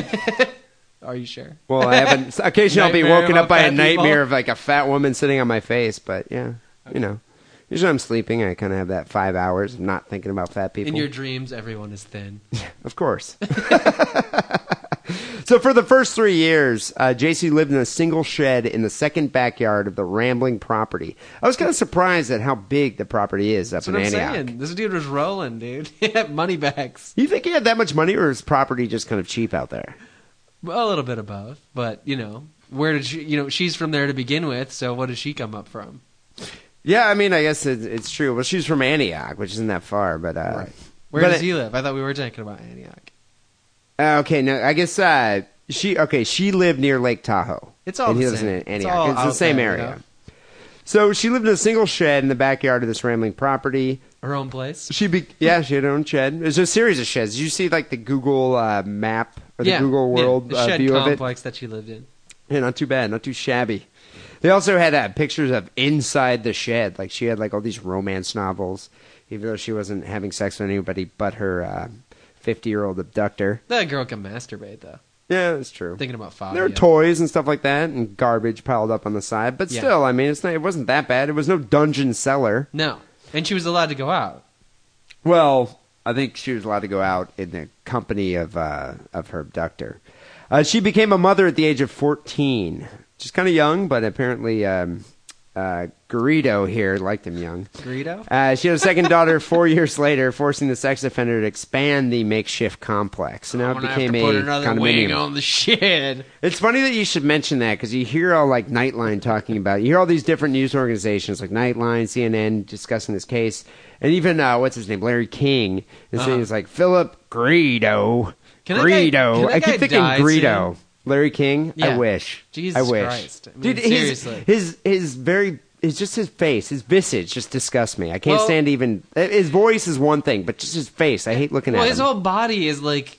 D: Are you sure?
C: Well, I haven't. Occasionally, I'll be
D: Nightmare
C: woken up
D: about
C: by a
D: fat
C: nightmare
D: people?
C: of like a fat woman sitting on my face. But yeah, you know. Usually, I'm sleeping. I kind of have that five hours of not thinking about fat people.
D: In your dreams, everyone is thin.
C: Of course. So for the first three years, uh, JC lived in a single shed in the second backyard of the Rambling property. I was kind of surprised at how big the property is up
D: That's what
C: in
D: I'm
C: Antioch.
D: saying. This dude was rolling, dude. He had money bags.
C: You think he had that much money, or is property just kind of cheap out there?
D: Well, a little bit of both, but you know, where did she? You know, she's from there to begin with. So what did she come up from?
C: Yeah, I mean, I guess it, it's true. Well, she's from Antioch, which isn't that far, but uh,
D: Right. Where
C: But
D: does
C: it-
D: he live? I thought we were talking about Antioch.
C: uh, okay, no, I guess uh, she okay. She lived near Lake Tahoe.
D: It's all
C: and
D: the
C: he lives
D: same.
C: in Antioch.
D: It's all
C: the
D: out
C: same
D: there, you
C: area.
D: know?
C: So she lived in a single shed in the backyard of this rambling property.
D: Her own place.
C: She be- yeah, she had her own shed. There's a series of sheds. Did you see like the Google uh, map or the
D: yeah,
C: Google
D: yeah,
C: World
D: the
C: uh,
D: shed
C: view of it?
D: complex that she lived in.
C: Yeah, not too bad, not too shabby. They also had uh, pictures of inside the shed. Like she had like all these romance novels, even though she wasn't having sex with anybody but her uh, fifty-year-old abductor.
D: That girl can masturbate though.
C: Yeah, that's true.
D: Thinking about Fabio.
C: There were toys and stuff like that, and garbage piled up on the side. But
D: Yeah.
C: still, I mean, it's not, it wasn't that bad. It was no dungeon cellar.
D: No, and she was allowed to go out.
C: Well, I think she was allowed to go out in the company of uh, of her abductor. Uh, she became a mother at the age of fourteen, just kind of young, but apparently um, uh, Garrido here liked him young.
D: Greedo.
C: Uh, she had a second daughter four years later, forcing the sex offender to expand the makeshift complex. So now it
D: I'm gonna
C: became
D: have to put
C: a
D: another wing
C: condominium.
D: on the shed.
C: It's funny that you should mention that because you hear all like Nightline talking about. You hear all these different news organizations like Nightline, CNN discussing this case, and even uh, what's his name, Larry King, is saying it's like Philip Greedo.
D: Uh-huh. Can that guy-
C: Greedo.
D: can that
C: I keep
D: guy
C: thinking
D: die
C: Greedo. Larry King. I
D: Yeah.
C: wish.
D: Jesus
C: I wish.
D: Christ. I mean,
C: Dude, his,
D: seriously.
C: his his very. It's just his face, his visage just disgusts me. I can't
D: Well-
C: stand even his voice is one thing, but just his face, I hate looking
D: Well,
C: at
D: his
C: him.
D: whole body is like,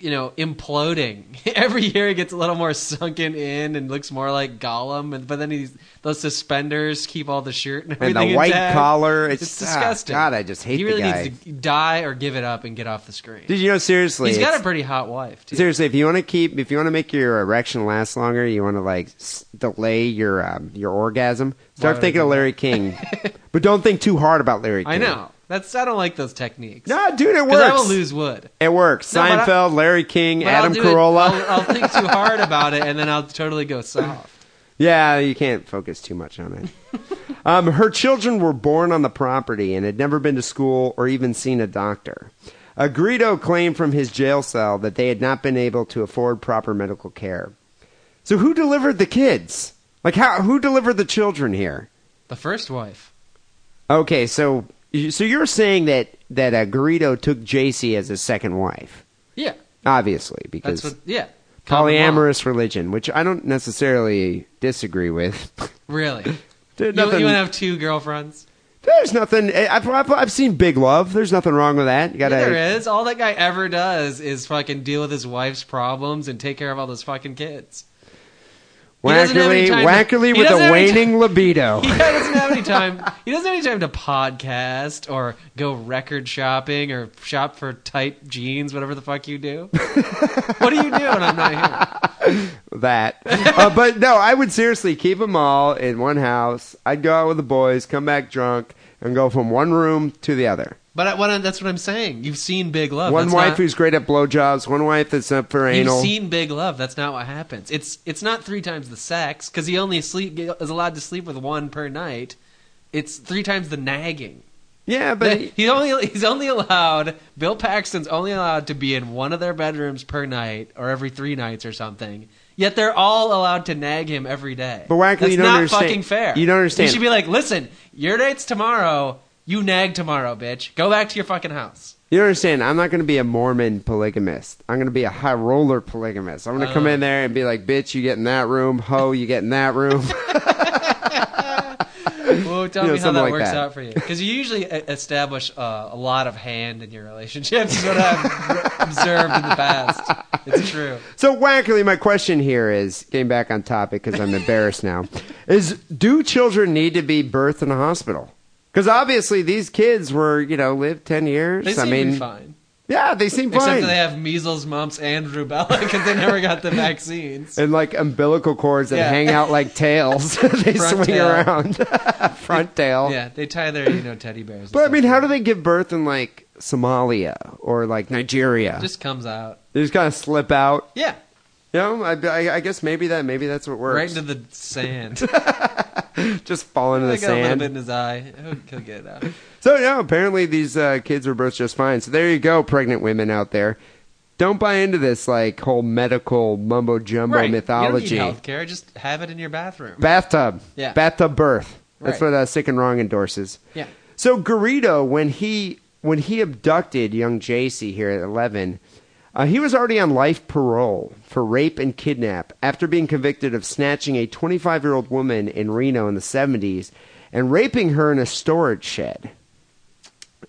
D: you know, imploding. Every year he gets a little more sunken in and looks more like Gollum. And but then he's those suspenders keep all the shirt and
C: and
D: everything.
C: the white
D: intact.
C: collar, it's,
D: It's
C: ah,
D: disgusting.
C: God, I just hate.
D: He really
C: the guy.
D: needs to die or give it up and get off the screen.
C: Did you know seriously?
D: He's
C: it's-
D: got a pretty hot wife. Too.
C: Seriously, if you want to keep, if you want to make your erection last longer, you want to like s- delay your um, your orgasm. Start
D: would I
C: thinking
D: do
C: of Larry King, but don't think too hard about Larry. King.
D: I know. That's I don't like those techniques.
C: No, dude, it
D: 'Cause I will
C: works.
D: lose wood.
C: It works.
D: No, but I-
C: Seinfeld, Larry King,
D: But
C: Adam
D: I'll do it-
C: Carolla.
D: I'll, I'll think too hard about it, and then I'll totally go soft.
C: Yeah, you can't focus too much on it. um, her children were born on the property and had never been to school or even seen a doctor. Agredo claimed from his jail cell that they had not been able to afford proper medical care. So who delivered the kids? Like how? Who delivered the children here?
D: The first wife.
C: Okay, so so you're saying that that Agredo took JC as his second wife,
D: Yeah,
C: obviously, because
D: that's what. Yeah, Common law.
C: polyamorous religion, which I don't necessarily disagree with.
D: Really.
C: Dude,
D: You, you want
C: nothing-
D: to have two girlfriends?
C: There's nothing. eh, I've, I've, I've seen Big Love. There's nothing wrong with that. You gotta,
D: there is. All that guy ever does is fucking deal with his wife's problems and take care of all those fucking kids. He doesn't have
C: Wackerly,
D: any time to-
C: Wackerly
D: he
C: with
D: doesn't
C: a
D: have any
C: waning libido.
D: He doesn't have any time. He doesn't have any time to podcast or go record shopping or shop for tight jeans, whatever the fuck you do. what do you do when I'm not here?
C: that. Uh, but no, I would seriously keep them all in one house. I'd go out with the boys, come back drunk, and go from one room to the other.
D: But I, what I, that's what I'm saying. You've seen Big Love.
C: one
D: Oh, That's
C: wife
D: not-
C: who's great at blowjobs, one wife that's up for
D: You've
C: anal.
D: seen Big Love. That's not what happens. It's it's not three times the sex because he only sleep is allowed to sleep with one per night. It's three times the nagging.
C: yeah,
D: But
C: but
D: he's only he's only allowed Bill Paxton's only allowed to be in one of their bedrooms per night or every three nights or something. Yet they're all allowed to nag him every day.
C: But Wackley,
D: That's
C: you don't
D: not
C: understand-
D: fucking fair.
C: you don't understand.
D: You should be like, listen, your date's tomorrow. You nag tomorrow, bitch. Go back to your fucking house.
C: you don't understand. I'm not going to be a Mormon polygamist. I'm going to be a high roller polygamist. I'm going to
D: Uh.
C: come in there and be like, bitch, you get in that room. Ho, you get in that room.
D: Well, tell
C: You know,
D: me how
C: something
D: that
C: like
D: works
C: that.
D: out for you, because you usually e- establish uh, a lot of hand in your relationships. Is what I've observed in the past. It's true.
C: So wackily, my question here is getting back on topic because I'm embarrassed now. Is do children need to be birthed in a hospital? Because obviously these kids were, you know, lived ten years.
D: They seem
C: I mean,
D: to be fine.
C: yeah, they seem
D: Except
C: fine.
D: that they have measles, mumps, and rubella because they never got the vaccines.
C: and like umbilical cords that
D: Yeah.
C: hang out like tails, they
D: Front
C: swing
D: tail.
C: around. Front tail.
D: Yeah, they tie their you know teddy bears. and
C: But I
D: stuff.
C: mean, how do they give birth in like Somalia or like Nigeria?
D: It just comes out?
C: they just kind of slip out.
D: Yeah,
C: You know, I, I, I guess maybe that maybe that's what
D: Right
C: works.
D: into the sand.
C: Just fall into
D: I
C: the
D: got a little bit
C: sand.
D: in his eye. He'll, he'll get it out.
C: So no, apparently these uh, kids were both just fine. So there you go, pregnant women out there. Don't buy into this like whole medical mumbo jumbo
D: Right.
C: mythology.
D: You don't need healthcare. Just have it in your bathroom.
C: Bathtub.
D: Yeah.
C: Bathtub birth. That's
D: Right.
C: what uh, Sick and Wrong endorses.
D: Yeah.
C: So Garrido, when he when he abducted young JC here at eleven, uh, he was already on life parole for rape and kidnap after being convicted of snatching a 25 year old woman in Reno in the 70s and raping her in a storage shed.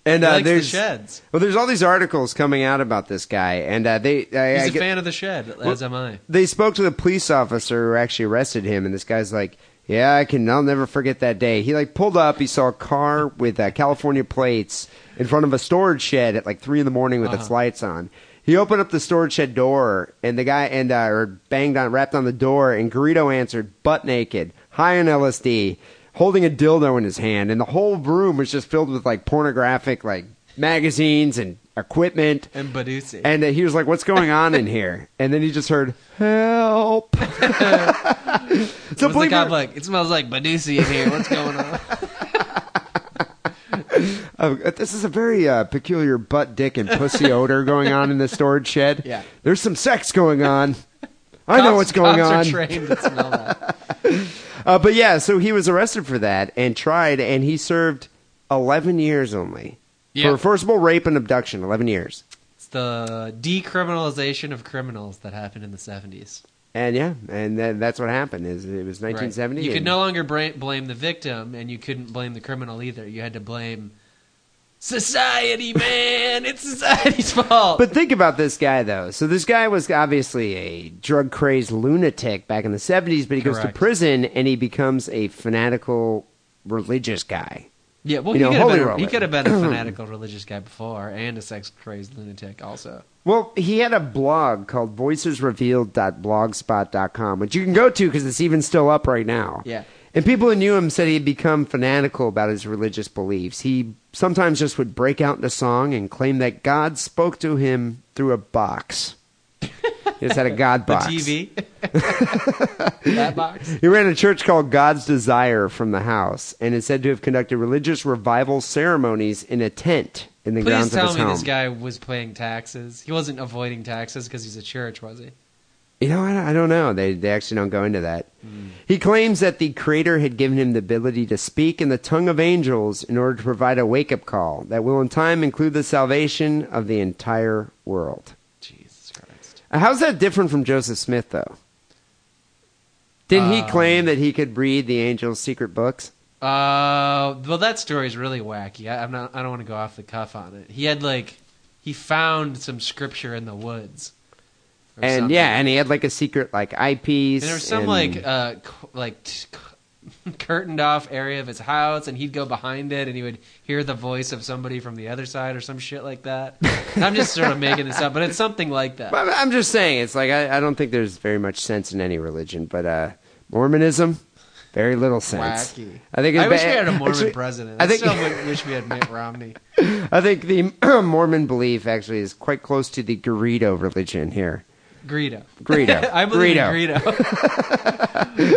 C: And
D: He
C: uh,
D: likes the
C: there's
D: sheds.
C: well, there's all these articles coming out about this guy, and uh, they I,
D: He's
C: I
D: a
C: get-
D: fan of the shed, as am I.
C: they spoke to the police officer who actually arrested him, and this guy's like, "Yeah, I can. I'll never forget that day." He like pulled up. He saw a car with uh, California plates in front of a storage shed at like three in the morning with its lights on. He opened up the storage shed door, and the guy and uh, or banged on, rapped on the door, and Garrido answered, butt naked, high on LSD, holding a dildo in his hand, and the whole room was just filled with like pornographic like magazines and equipment.
D: And Badusi.
C: And uh, he was like, "What's going on in here?" And then he just heard, "Help!" so
D: What's the
C: believe
D: cop
C: it-
D: like? It smells like Badusi in here. What's going on?
C: uh, this is a very uh, peculiar butt, dick, and pussy odor going on in the storage shed.
D: Yeah.
C: there's some sex going on. I know
D: Cops-
C: what's going
D: cops
C: on.
D: Are trained to smell that.
C: Uh, but yeah, so he was arrested for that and tried, and he served 11 years only
D: Yeah.
C: for forcible rape and abduction. 11 years.
D: It's the decriminalization of criminals that happened in the 70s.
C: And yeah, and that, that's what happened. Is it was 1970.
D: You could
C: and-
D: no longer bra- blame the victim, and you couldn't blame the criminal either. You had to blame society, man. it's society's fault.
C: But think about this guy, though. So this guy was obviously a drug crazed lunatic back in the seventies, but he goes to
D: Correct.
C: prison and he becomes a fanatical religious guy.
D: yeah, well,
C: you
D: he,
C: know,
D: could have
C: Holy
D: been, a-
C: Roller.
D: he could have been a fanatical religious guy before, and a sex crazed lunatic also.
C: Well, he had a blog called voicesrevealed.blogspot.com, which you can go to because it's even still up right now.
D: Yeah.
C: And people who knew him said he'd become fanatical about his religious beliefs. He sometimes just would break out into song and claim that God spoke to him through a box. he just had a God
D: The
C: box.
D: TV, that box.
C: He ran a church called God's Desire from the house and is said to have conducted religious revival ceremonies in a tent in the
D: Please
C: grounds of
D: tell
C: his
D: me
C: home.
D: this guy was paying taxes. He wasn't avoiding taxes because he's a church, was he?
C: You know, I don't, I don't know. They, they actually don't go into that.
D: Hmm.
C: He claims that the Creator had given him the ability to speak in the tongue of angels in order to provide a wake up call that will in time include the salvation of the entire world. Uh,
D: Jesus Christ.
C: How's that different from Joseph Smith, though? Didn't he
D: Um,
C: claim that he could read the angels' secret books?
D: Uh, well, that story's really wacky. I, I'm not. I don't want to go off the cuff on it. He had like, he found some scripture in the woods, or
C: And
D: something.
C: yeah, and he had like a secret like eyepiece.
D: and there was some
C: and-
D: like, uh, cu- like t- cu- curtained off area of his house, and he'd go behind it, and he would hear the voice of somebody from the other side or some shit like that. And I'm just sort of making this up, but it's something like that.
C: But I'm just saying, it's like I, I don't think there's very much sense in any religion, but uh, Mormonism, very little sense.
D: Wacky.
C: I think. It's
D: I wish
C: ba-
D: we had a Mormon
C: actually,
D: president. I,
C: I think.
D: still would- wish we had Mitt Romney.
C: I think the Mormon belief actually is quite close to the Garrido religion here.
D: Greedo.
C: Greedo.
D: I believe
C: Greedo.
D: in Greedo.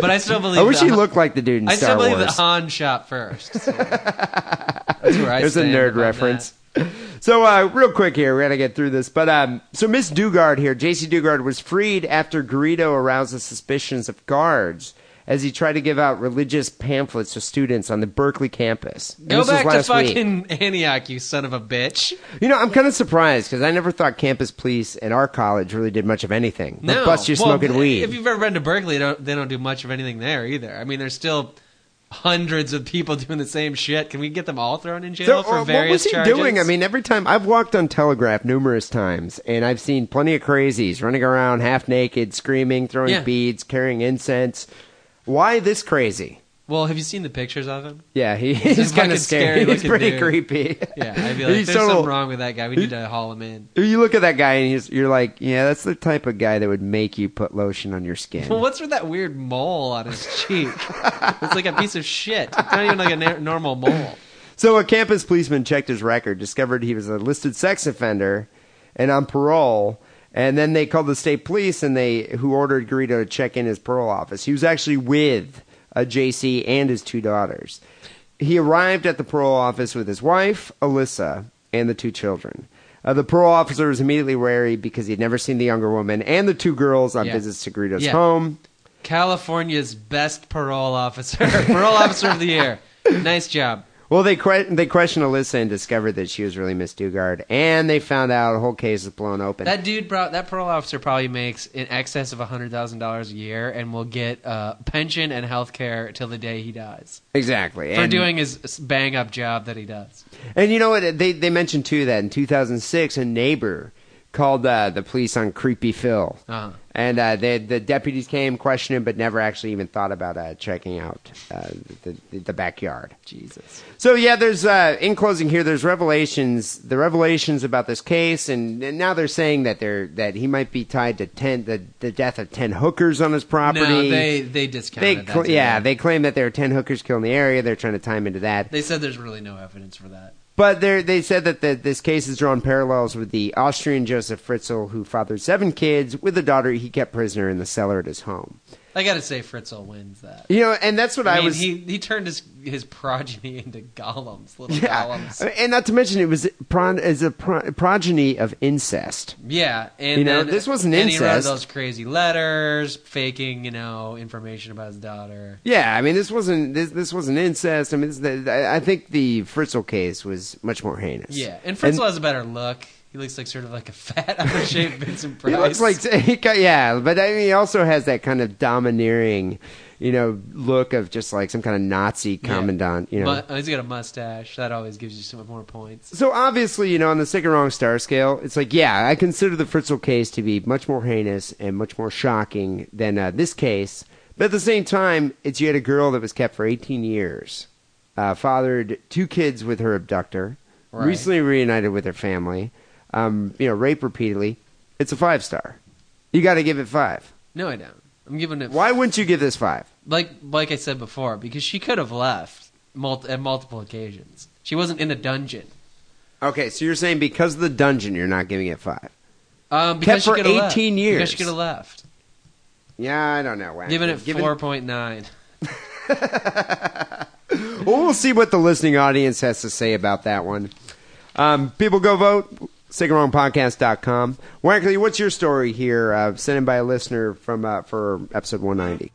D: but I still believe
C: I wish
D: that
C: he
D: Han-
C: looked like the dude in
D: I
C: Star
D: still believe that
C: Wars.
D: Han shot first. so That's where I
C: There's a
D: stand
C: nerd
D: on that.
C: reference. So uh, real quick here, we gotta get through this. But um, so Miss Dugard here, J.C. Dugard was freed after Garrido aroused the suspicions of guards as he tried to give out religious pamphlets to students on the Berkeley campus. And
D: Go
C: this was
D: back to
C: last week.
D: fucking Antioch, you son of a bitch.
C: You know, I'm kind of surprised because I never thought campus police at our college really did much of anything. They'll
D: No,
C: bust you
D: Well,
C: smoking weed.
D: If you've ever been to Berkeley, they don't, they don't do much of anything there either. I mean, there's still hundreds of people doing the same shit. Can we get them all thrown in
C: So,
D: jail
C: uh,
D: for
C: what was
D: various
C: he
D: charges?
C: doing? I mean, every time I've walked on Telegraph numerous times, and I've seen plenty of crazies running around half naked, screaming, throwing
D: Yeah.
C: beads, carrying incense. Why this crazy?
D: well, have you seen the pictures of him?
C: Yeah, he, he's
D: a
C: kind
D: fucking
C: of scary.
D: scary
C: He's
D: looking
C: pretty
D: dude.
C: creepy.
D: Yeah, I'd be like,
C: He's
D: there's
C: total-
D: something wrong with that guy. We need to haul him in.
C: You look at that guy, and he's, you're like, yeah, that's the type of guy that would make you put lotion on your skin.
D: Well, what's with that weird mole on his cheek? it's like a piece of shit. It's not even like a na- normal mole.
C: So a campus policeman checked his record, discovered he was a listed sex offender and on parole, And then they called the state police, and they who ordered Garrido to check in his parole office. He was actually with a JC and his two daughters. He arrived at the parole office with his wife, Alyssa, and the two children. Uh, the parole officer was immediately wary because he had never seen the younger woman and the two girls on
D: Yeah.
C: visits to Garrido's
D: Yeah.
C: home.
D: California's best parole officer, parole officer of the year. Nice job.
C: Well, they que- they questioned Alyssa and discovered that she was really Miss Dugard, and they found out a whole case is blown open.
D: That dude brought that parole officer probably makes in excess of hundred thousand dollars a year and will get uh, pension and health care till the day he dies
C: exactly
D: for
C: and,
D: doing his bang up job that he does.
C: And you know what? They they mentioned too that in 2006, a neighbor called uh, the police on creepy Phil,
D: Uh-huh.
C: and uh, they, the deputies came, questioned him, but never actually even thought about uh, checking out uh, the, the the backyard.
D: Jesus.
C: So yeah, there's uh, in closing here. There's revelations, the revelations about this case, and, and now they're saying that they're that he might be tied to ten the, the death of ten hookers on his property.
D: No, they they
C: They
D: discounted that.
C: cl-
D: today.
C: yeah, they claim that there are ten hookers killed in the area. They're trying to time into that,
D: They said there's really no evidence for that.
C: but they they said that the, this case has drawn parallels with the Austrian Joseph Fritzl, who fathered seven kids with a daughter he kept prisoner in the cellar at his home.
D: I got to say, Fritzl wins that.
C: You know, and that's what I,
D: I mean,
C: was.
D: he he turned his his progeny into golems, little golems.
C: and not to mention it was pro- is a pro- progeny of incest.
D: Yeah, and
C: You know,
D: then-
C: this wasn't
D: and He wrote
C: incest.
D: those crazy letters, faking you know information about his daughter.
C: Yeah, I mean, this wasn't this this wasn't incest. I mean, this, the, I- I think the Fritzl case was much more heinous.
D: Yeah, and Fritzl has a better look. He looks like sort of like a fat, out of shape Vincent Price.
C: He looks like he got- yeah, but I mean, he also has that kind of domineering, you know, look of just like some kind of Nazi
D: Yeah.
C: commandant. You know,
D: Mu- oh, he's got a mustache. That always gives you some more points.
C: so obviously, you know, on the sick and wrong star scale, it's like yeah, I consider the Fritzl case to be much more heinous and much more shocking than uh, this case. But at the same time, it's you had a girl that was kept for 18 years, uh, fathered two kids with her abductor,
D: Right.
C: recently reunited with her family, um, you know, raped repeatedly. It's a five star. You got to give it five.
D: No, I don't. I'm giving it
C: Why wouldn't you give this five?
D: like like I said before because she could have left mul- at multiple occasions. She wasn't in a dungeon.
C: Okay, so you're saying because of the dungeon, you're not giving it five?
D: Um, because
C: for
D: she coulda left.
C: 18 years.
D: Because she could have left.
C: Yeah, I don't know. Whack.
D: Giving it four point nine.
C: Well, we'll see what the listening audience has to say about that one. Um, people go vote. SickandWrongPodcast.com. Wackley, what's your story here? Uh, sent in by a listener from uh, for episode 190.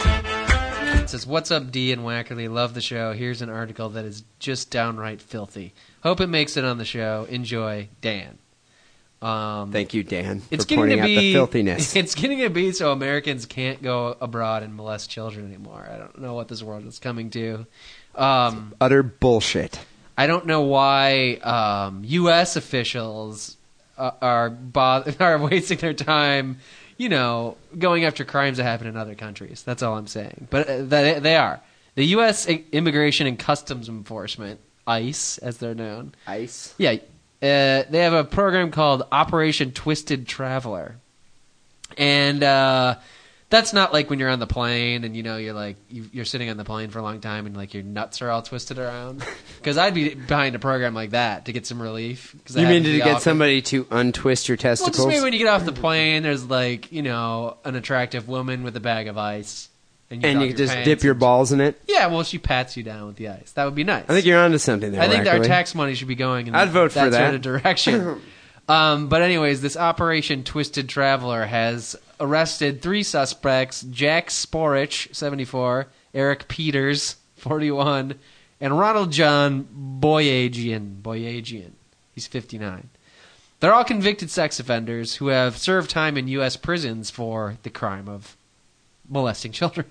D: It says, What's up, D and Wackerly? Love the show. Here's an article that is just downright filthy. Hope it makes it on the show. Enjoy, Dan. Um,
C: Thank you, Dan,
D: it's
C: for
D: getting
C: pointing
D: to
C: out
D: be
C: the filthiness.
D: It's getting to be so Americans can't go abroad and molest children anymore. I don't know what this world is coming to. Um,
C: Utter bullshit.
D: I don't know why um, U.S. officials uh, are bo- are wasting their time, you know, going after crimes that happen in other countries. That's all I'm saying. But uh, that they are the U.S. I- Immigration and Customs Enforcement (ICE) as they're known.
C: Ice.
D: Yeah, uh, they have a program called Operation Twisted Traveler, and uh, that's not like when you're on the plane and you know you're like you- you're sitting on the plane for a long time and like your nuts are all twisted around. Because I'd be behind a program like that to get some relief. 'cause I
C: You
D: had
C: mean
D: to
C: to
D: be
C: get
D: off-
C: somebody to untwist your
D: Well,
C: testicles?
D: just maybe when you get off the plane, there's like you know an attractive woman with a bag of ice, and you,
C: and
D: drop
C: you
D: your
C: just
D: pants.
C: dip your balls in it?
D: yeah. Well, she pats you down with the ice. That would be nice.
C: I think you're onto something there,
D: I think our
C: Wackerly.
D: tax money should be going in
C: I'd vote
D: that
C: for that.
D: sort of direction. um, but anyways, this Operation Twisted Traveler has arrested three suspects: Jack Sporich, seventy-four, Eric Peters, forty-one, and Ronald John Boyagian. Boyagian, he's fifty-nine. They're all convicted sex offenders who have served time in U.S. prisons for the crime of molesting children.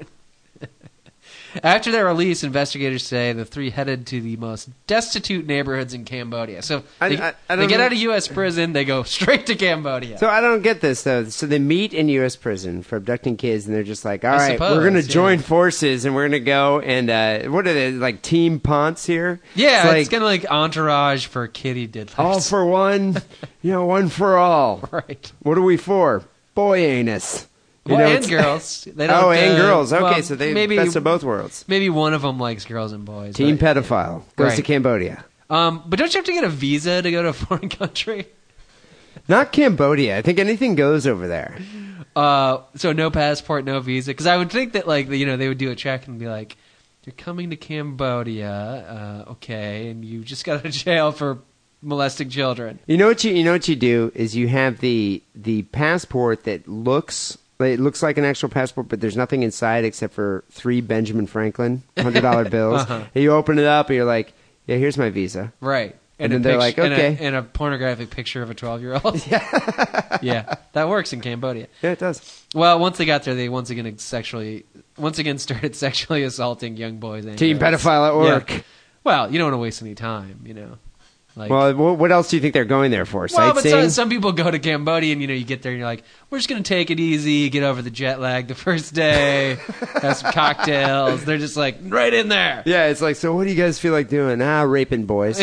D: After their release, investigators say the three headed to the most destitute neighborhoods in Cambodia. So
C: I-
D: they,
C: I- I
D: they
C: don't
D: get
C: know-
D: out of U.S. prison, they go straight to Cambodia.
C: So I don't get this though. So they meet in U.S. prison for abducting kids, and they're just like, "All
D: I
C: right,
D: suppose,
C: we're going to
D: yeah.
C: join forces, and we're going to go and uh, what are they like team ponts here?
D: yeah, it's,
C: like,
D: kind of like entourage for kitty diddlers.
C: all for one, you know, one for all.
D: right.
C: What are we for? Boy anus. You
D: Well,
C: know,
D: and
C: it's-
D: girls. They don't,
C: Oh, and
D: uh,
C: girls. Okay,
D: well,
C: so they
D: maybe
C: best of both worlds.
D: maybe one of them likes girls and boys.
C: Teen
D: but,
C: pedophile goes to
D: Right.
C: Cambodia.
D: um, but don't you have to get a visa to go to a foreign country?
C: Not Cambodia. I think anything goes over there.
D: Uh, so no passport, no visa. Because I would think that like you know they would do a check and be like, you're coming to Cambodia, uh, okay, and you just got out of jail for molesting children.
C: You know what you you know what you do is you have the the passport that looks it looks like an actual passport, but there's nothing inside except for three Benjamin Franklin hundred dollar bills. And you open it up and you're like, yeah, here's my visa.
D: Right.
C: And
D: a
C: then they're like,
D: and a-
C: okay.
D: And a, pornographic picture of a 12 year old. Yeah. yeah. That works in Cambodia.
C: Yeah, it does.
D: Well, once they got there, they once again sexually, once again started sexually assaulting young boys. And
C: Teen
D: girls.
C: pedophile at
D: Yeah.
C: work.
D: Well, you don't want to waste any time, you know. Like,
C: Well, wh- what else do you think they're going there for?
D: well, but
C: Sightseeing.
D: some, some people go to Cambodia and you know you get there and you're like, we're just gonna take it easy, get over the jet lag the first day, have some cocktails. They're just like right in there.
C: yeah, it's like, so what do you guys feel like doing? Ah, raping boys.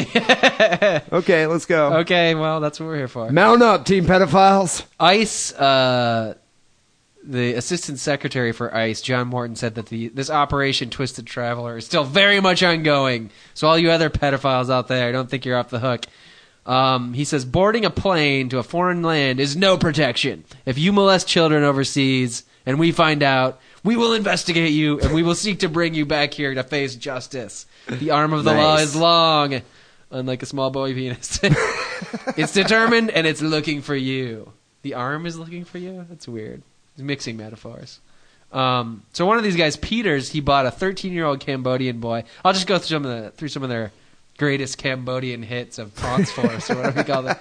C: okay, let's go.
D: Okay, well that's what we're here for.
C: Mount up, team pedophiles.
D: ICE, uh, the Assistant Secretary for ICE, John Morton, said that the this Operation Twisted Traveler is still very much ongoing. So all you other pedophiles out there, I don't think you're off the hook. Um, he says boarding a plane to a foreign land is no protection. If you molest children overseas and we find out, we will investigate you and we will seek to bring you back here to face justice. The arm of the law
C: Nice.
D: is long, unlike a small boy penis. it's determined and it's looking for you. The arm is looking for you? That's weird. He's mixing metaphors. Um, so one of these guys, Peters, he bought a 13 year old Cambodian boy. I'll just go through some of the through some of their greatest Cambodian hits of Bronx Force or whatever you call them.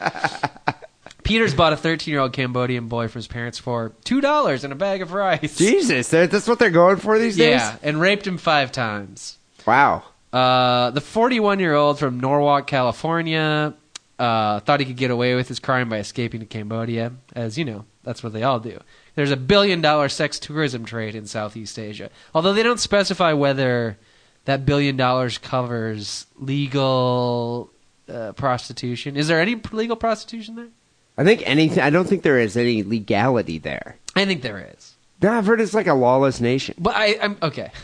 D: Peters bought a 13 year old Cambodian boy from his parents for two dollars and a bag of rice.
C: Jesus, they're- that's what they're going for these days.
D: yeah, and raped him five times.
C: Wow.
D: Uh, the 41 year old from Norwalk, California, uh, thought he could get away with his crime by escaping to Cambodia. As you know, that's what they all do. There's a billion dollar sex tourism trade in Southeast Asia. Although they don't specify whether that billion dollars covers legal uh, prostitution. Is there any legal prostitution there?
C: I think anything. I don't think there is any legality there.
D: I think there is.
C: No, I've heard it's like a lawless nation.
D: But I, I'm okay.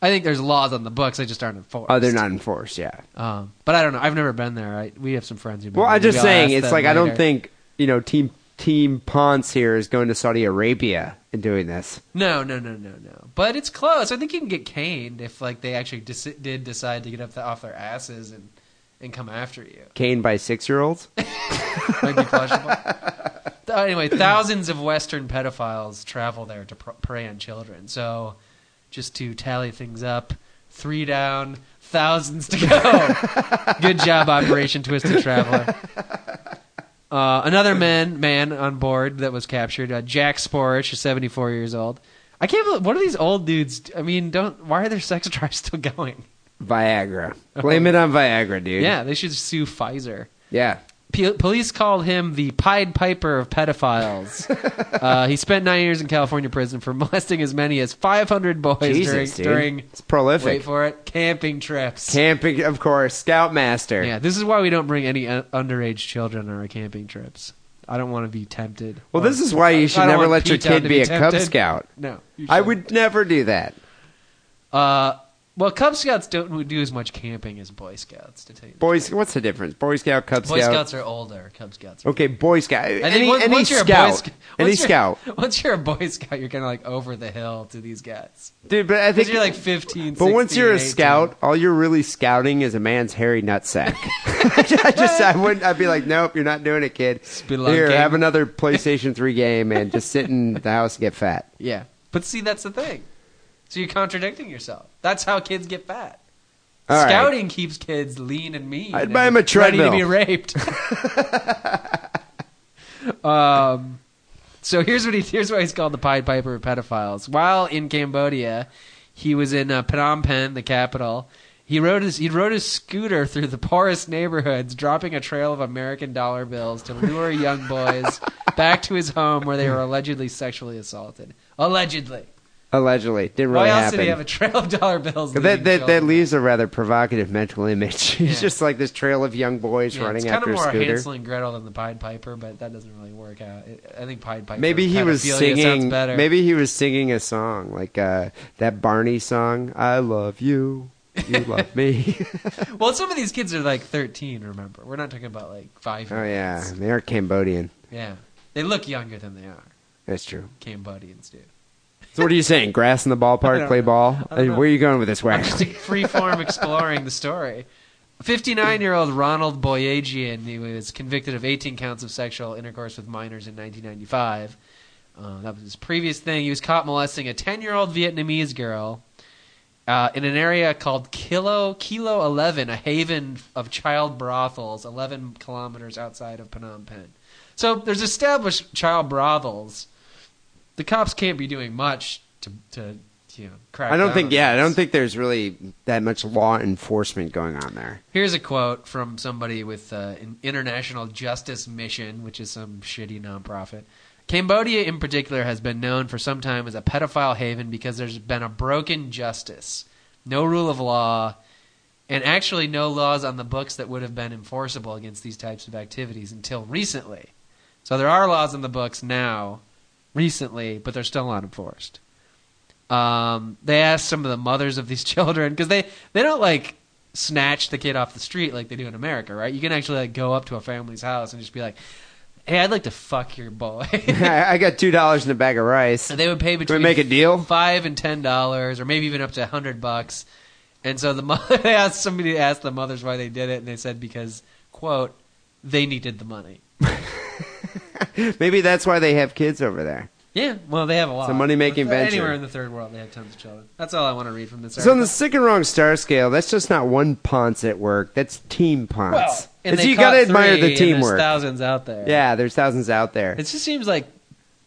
D: I think there's laws on the books. They just aren't enforced.
C: Oh, they're not enforced. Yeah.
D: Um, but I don't know. I've never been there. I, we have some friends who've been.
C: Well,
D: there.
C: I'm just
D: Maybe I'll
C: saying,
D: ask
C: it's
D: them
C: like I don't
D: later.
C: think you know team team Ponce here is going to Saudi Arabia and doing this.
D: No, no, no, no, no. But it's close. I think you can get caned if like they actually dis- did decide to get up the, off their asses and and come after you.
C: Caned by six year olds.
D: Might be pleasurable. Th- uh, anyway, thousands of Western pedophiles travel there to pr- prey on children. So, just to tally things up, three down, thousands to go. Good job, Operation Twisted Traveler. Uh, another man man on board that was captured, uh, Jack Sporich, 74 years old. I can't believe what are these old dudes? I mean, don't why are their sex drives still going?
C: Viagra. Blame it on Viagra, dude.
D: Yeah, they should sue Pfizer.
C: Yeah.
D: P- police called him the Pied Piper of pedophiles. uh, he spent nine years in California prison for molesting as many as 500 boys
C: Jesus, dude.
D: during, during
C: it's prolific.
D: wait for it camping trips.
C: Camping, of course. Scoutmaster.
D: yeah, this is why we don't bring any uh, underage children on our camping trips. I don't want to be tempted.
C: Well,
D: Or-
C: this is why
D: I-
C: you
D: I
C: should
D: don't
C: never
D: want
C: let your
D: P-Town
C: kid
D: to
C: be a Cub
D: tempted.
C: Scout.
D: No, you
C: I
D: shouldn't.
C: would never do that.
D: Uh, well, Cub Scouts don't do as much camping as Boy Scouts. To tell you, the
C: Boys, what's the difference? Boy Scout, Cub
D: truth. Boy
C: Scout.
D: Scouts are older. Cub Scouts. Are
C: Okay, Boy Scout.
D: I
C: Any,
D: think once,
C: any
D: once you're a boy
C: scout.
D: scout,
C: any
D: once you're-
C: scout.
D: Once you're a boy scout, you're kind of like over the hill to these guys.
C: Dude, but I think
D: Because you're like 15.
C: But once
D: 16,
C: you're a
D: 18.
C: scout, all you're really scouting is a man's hairy nutsack. I just, I wouldn't, I'd be like, nope, you're not doing it, kid.
D: Spelunking.
C: Here, have another PlayStation 3 game and just sit in the house and get fat.
D: yeah. But see, that's the thing. So you're contradicting yourself. That's how kids get fat.
C: All right.
D: Scouting keeps kids lean and mean.
C: I'd
D: and
C: buy 'em a treadmill.
D: Ready to be raped. um, so here's what he here's why he's called the Pied Piper of pedophiles. While in Cambodia, he was in uh, Phnom Penh, the capital. He rode his he rode his scooter through the poorest neighborhoods, dropping a trail of American dollar bills to lure young boys back to his home where they were allegedly sexually assaulted. Allegedly.
C: Allegedly, didn't really
D: Why else
C: happen.
D: did he have a trail of dollar bills?
C: that, that,
D: leading
C: that
D: children?
C: leaves a rather provocative mental image. He's
D: Yeah.
C: just like this trail of young boys
D: Yeah,
C: running
D: it's
C: after
D: kind of more
C: Scooter.
D: Hansel and Gretel than the Pied Piper, but that doesn't really work out. It, I think Pied Piper.
C: Maybe he was
D: pedophilia sounds
C: singing.
D: Better.
C: Maybe he was singing a song like uh, that Barney song. I love you. You love me.
D: Well, some of these kids are like 13. Remember, we're not talking about like five.
C: oh yeah, they are Cambodian.
D: yeah. They look younger than they are.
C: That's true.
D: Cambodians do.
C: So what are you saying? Grass in the
D: I
C: ballpark,
D: don't
C: play
D: know.
C: ball.
D: I don't
C: Uh,
D: know.
C: Where are you going with this,
D: I'm
C: Wax?
D: just freeform exploring the story. 59-year-old Ronald Boyajian he was convicted of 18 counts of sexual intercourse with minors in 1995. Uh, that was his previous thing. He was caught molesting a 10-year-old Vietnamese girl uh, in an area called Kilo Kilo 11, a haven of child brothels, 11 kilometers outside of Phnom Penh. So there's established child brothels. The cops can't be doing much to to you know crack.
C: I don't
D: down
C: think.
D: on
C: Yeah, I
D: this.
C: don't think there's really that much law enforcement going on there.
D: Here's a quote from somebody with uh, an International Justice Mission, which is some shitty nonprofit. Cambodia, in particular, has been known for some time as a pedophile haven because there's been a broken justice, no rule of law, and actually no laws on the books that would have been enforceable against these types of activities until recently. So there are laws on the books now, recently, but they're still not enforced. Um, they asked some of the mothers of these children because they they don't like snatch the kid off the street like they do in America, right? You can actually like go up to a family's house and just be like, "Hey, I'd like to fuck your boy."
C: I I got two dollars in a bag of rice.
D: And they would pay
C: Can
D: between
C: we make a deal?
D: five and ten dollars, or maybe even up to a hundred bucks. And so the mother they asked somebody asked the mothers why they did it, and they said because quote they needed the money.
C: Maybe that's why they have kids over there.
D: Yeah, well they have a lot.
C: It's a money-making
D: But
C: venture.
D: Anywhere in the third world, they have tons of children. That's all I want to read from this.
C: So on
D: article.
C: the sick and wrong star scale, that's just not one Ponce at work. That's team Ponce.
D: well, and
C: so
D: they
C: you gotta
D: caught
C: admire
D: three,
C: the
D: and there's
C: teamwork.
D: Thousands out there.
C: Yeah, there's thousands out there.
D: it just seems like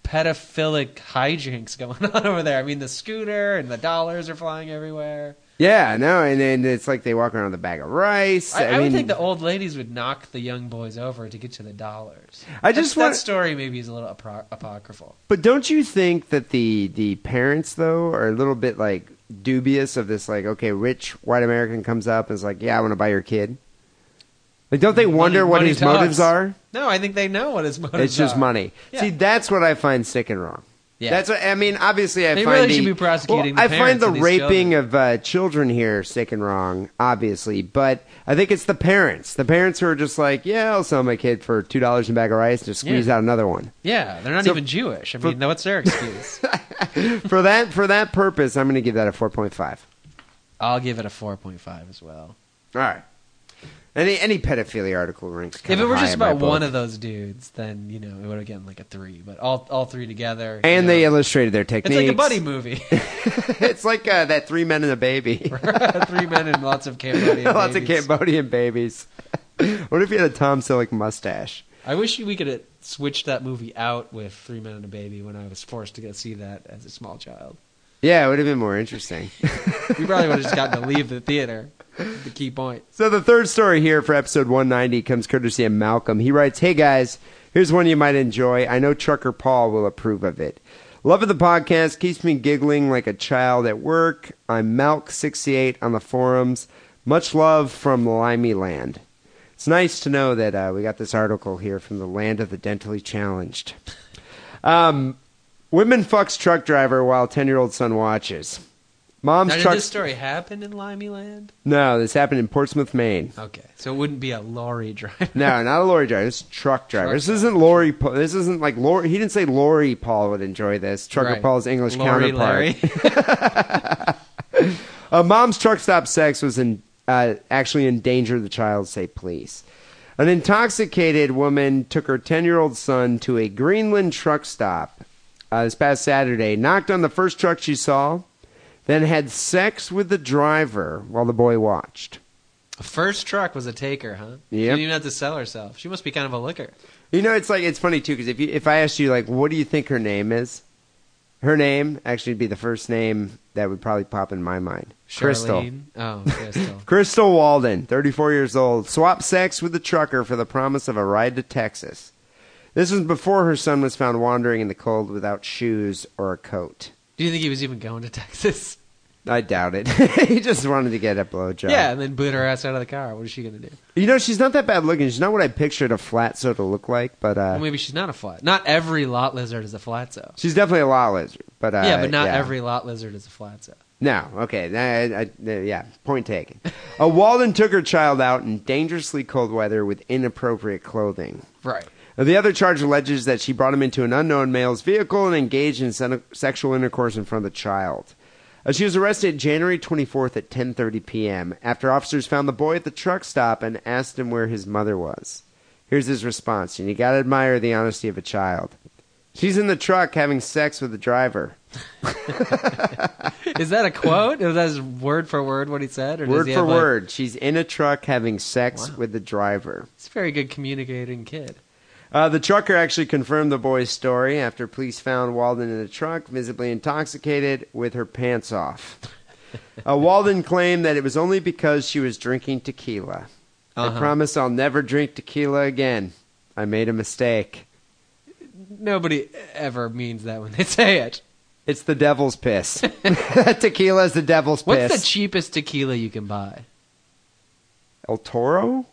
D: pedophilic hijinks going on over there. I mean, the scooter and the dollars are flying everywhere.
C: yeah, no, and then it's like they walk around with a bag of rice. I,
D: I, I would
C: mean,
D: think the old ladies would knock the young boys over to get to the dollars.
C: I just
D: That-
C: want-
D: that story maybe is a little apro- apocryphal.
C: but don't you think that the the parents though are a little bit like dubious of this? Like, okay, rich white American comes up and is like, "Yeah, I want to buy your kid." Like, don't they wonder
D: Money-
C: what
D: money
C: his
D: talks.
C: motives are?
D: No, I think they know what his motives.
C: It's just
D: are.
C: money.
D: Yeah.
C: See, that's what I find sick and wrong.
D: Yeah.
C: That's what I mean. Obviously, I
D: They
C: find
D: really
C: the,
D: should be prosecuting
C: Well,
D: the
C: I find
D: parents
C: the
D: of these
C: raping
D: children.
C: of uh, children here sick and wrong. Obviously, but I think it's the parents. The parents who are just like, yeah, I'll sell my kid for two dollars in a bag of rice to squeeze
D: Yeah.
C: out another one.
D: Yeah, they're not
C: So-
D: even Jewish. I mean, what's their excuse?
C: for that for that purpose, I'm going to give that a four point five.
D: I'll give it a four point five as well.
C: All right. Any any pedophilia article ranks.
D: If
C: kinda
D: it were
C: high
D: just
C: in my
D: about
C: book.
D: one of those dudes, then you know it would have gotten like a three. But all all three together, you
C: and they
D: know,
C: illustrated their
D: it's
C: techniques.
D: like a buddy movie.
C: it's like uh, that three men and a baby.
D: Three men and lots of Cambodian.
C: Lots of
D: babies.
C: Cambodian babies. what if you had a Tom Selleck mustache?
D: I wish we could have switched that movie out with Three Men and a Baby when I was forced to go see that as a small child.
C: Yeah, it would have been more interesting.
D: We probably would have just gotten to leave the theater. The key point.
C: so the third story here for episode 190 comes courtesy of Malcolm. He writes, "Hey guys, here's one you might enjoy. I know Trucker Paul will approve of it. Love of the podcast keeps me giggling like a child at work. I'm Malk68 on the forums. Much love from Limey Land." It's nice to know that uh, we got this article here from the land of the dentally challenged. Um, women fucks truck driver while 10 year old son watches. Mom's
D: Now, did
C: truck.
D: this story happen in Limey Land?
C: no, this happened in Portsmouth, Maine.
D: Okay, so it wouldn't be a lorry driver.
C: No, not a lorry driver. This is a truck driver.
D: Truck
C: this isn't Lori. Pa- this isn't like Lori. He didn't say Lori Paul would enjoy this. Trucker
D: Right.
C: Paul's English
D: Lorry
C: counterpart.
D: Larry.
C: A mom's truck stop sex was in, uh, actually endangered the child, say police. An intoxicated woman took her 10 year old son to a Greenland truck stop uh, this past Saturday, knocked on the first truck she saw, then had sex with the driver while the boy watched.
D: First truck was a taker, huh? She
C: Yep.
D: didn't even have to sell herself. She must be kind of a looker.
C: You know, it's like, it's funny too, because if, you- if I asked you, like, what do you think her name is? Her name actually would be the first name that would probably pop in my mind Crystal.
D: Charlene. Oh, Crystal.
C: Crystal Walden, 34 years old, swapped sex with the trucker for the promise of a ride to Texas. This was before her son was found wandering in the cold without shoes or a coat.
D: Do you think he was even going to Texas?
C: I doubt it. he just wanted to get a blowjob.
D: Yeah, and then boot her ass out of the car. What is she going to do?
C: You know, she's not that bad looking. She's not what I pictured a flatso to look like, but uh,
D: Well, maybe she's not a flat. Not every lot lizard is a flatzo.
C: she's definitely a lot lizard. But uh,
D: yeah, but not every lot lizard is a flatzo.
C: No, okay, I, I, I- yeah, point taken. a Walden took her child out in dangerously cold weather with inappropriate clothing.
D: Right.
C: The other charge alleges that she brought him into an unknown male's vehicle and engaged in sen- sexual intercourse in front of the child. Uh, she was arrested January 24th at 10:30 p.m. after officers found the boy at the truck stop and asked him where his mother was. Here's his response, and you gotta admire the honesty of a child. She's in the truck having sex with the driver.
D: Is that a quote? Is that his word for word what he said? Or does
C: Word
D: he
C: for
D: have, like-
C: word, she's in a truck having sex
D: Wow.
C: with the driver.
D: He's a very good communicating kid.
C: Uh, the trucker actually confirmed the boy's story after police found Walden in the truck, visibly intoxicated, with her pants off. Uh, Walden claimed that it was only because she was drinking tequila. I
D: Uh-huh.
C: promise I'll never drink tequila again. I made a mistake.
D: Nobody ever means that when they say it.
C: It's the devil's piss. tequila is the devil's
D: What's the
C: piss.
D: cheapest tequila you can buy?
C: El Toro?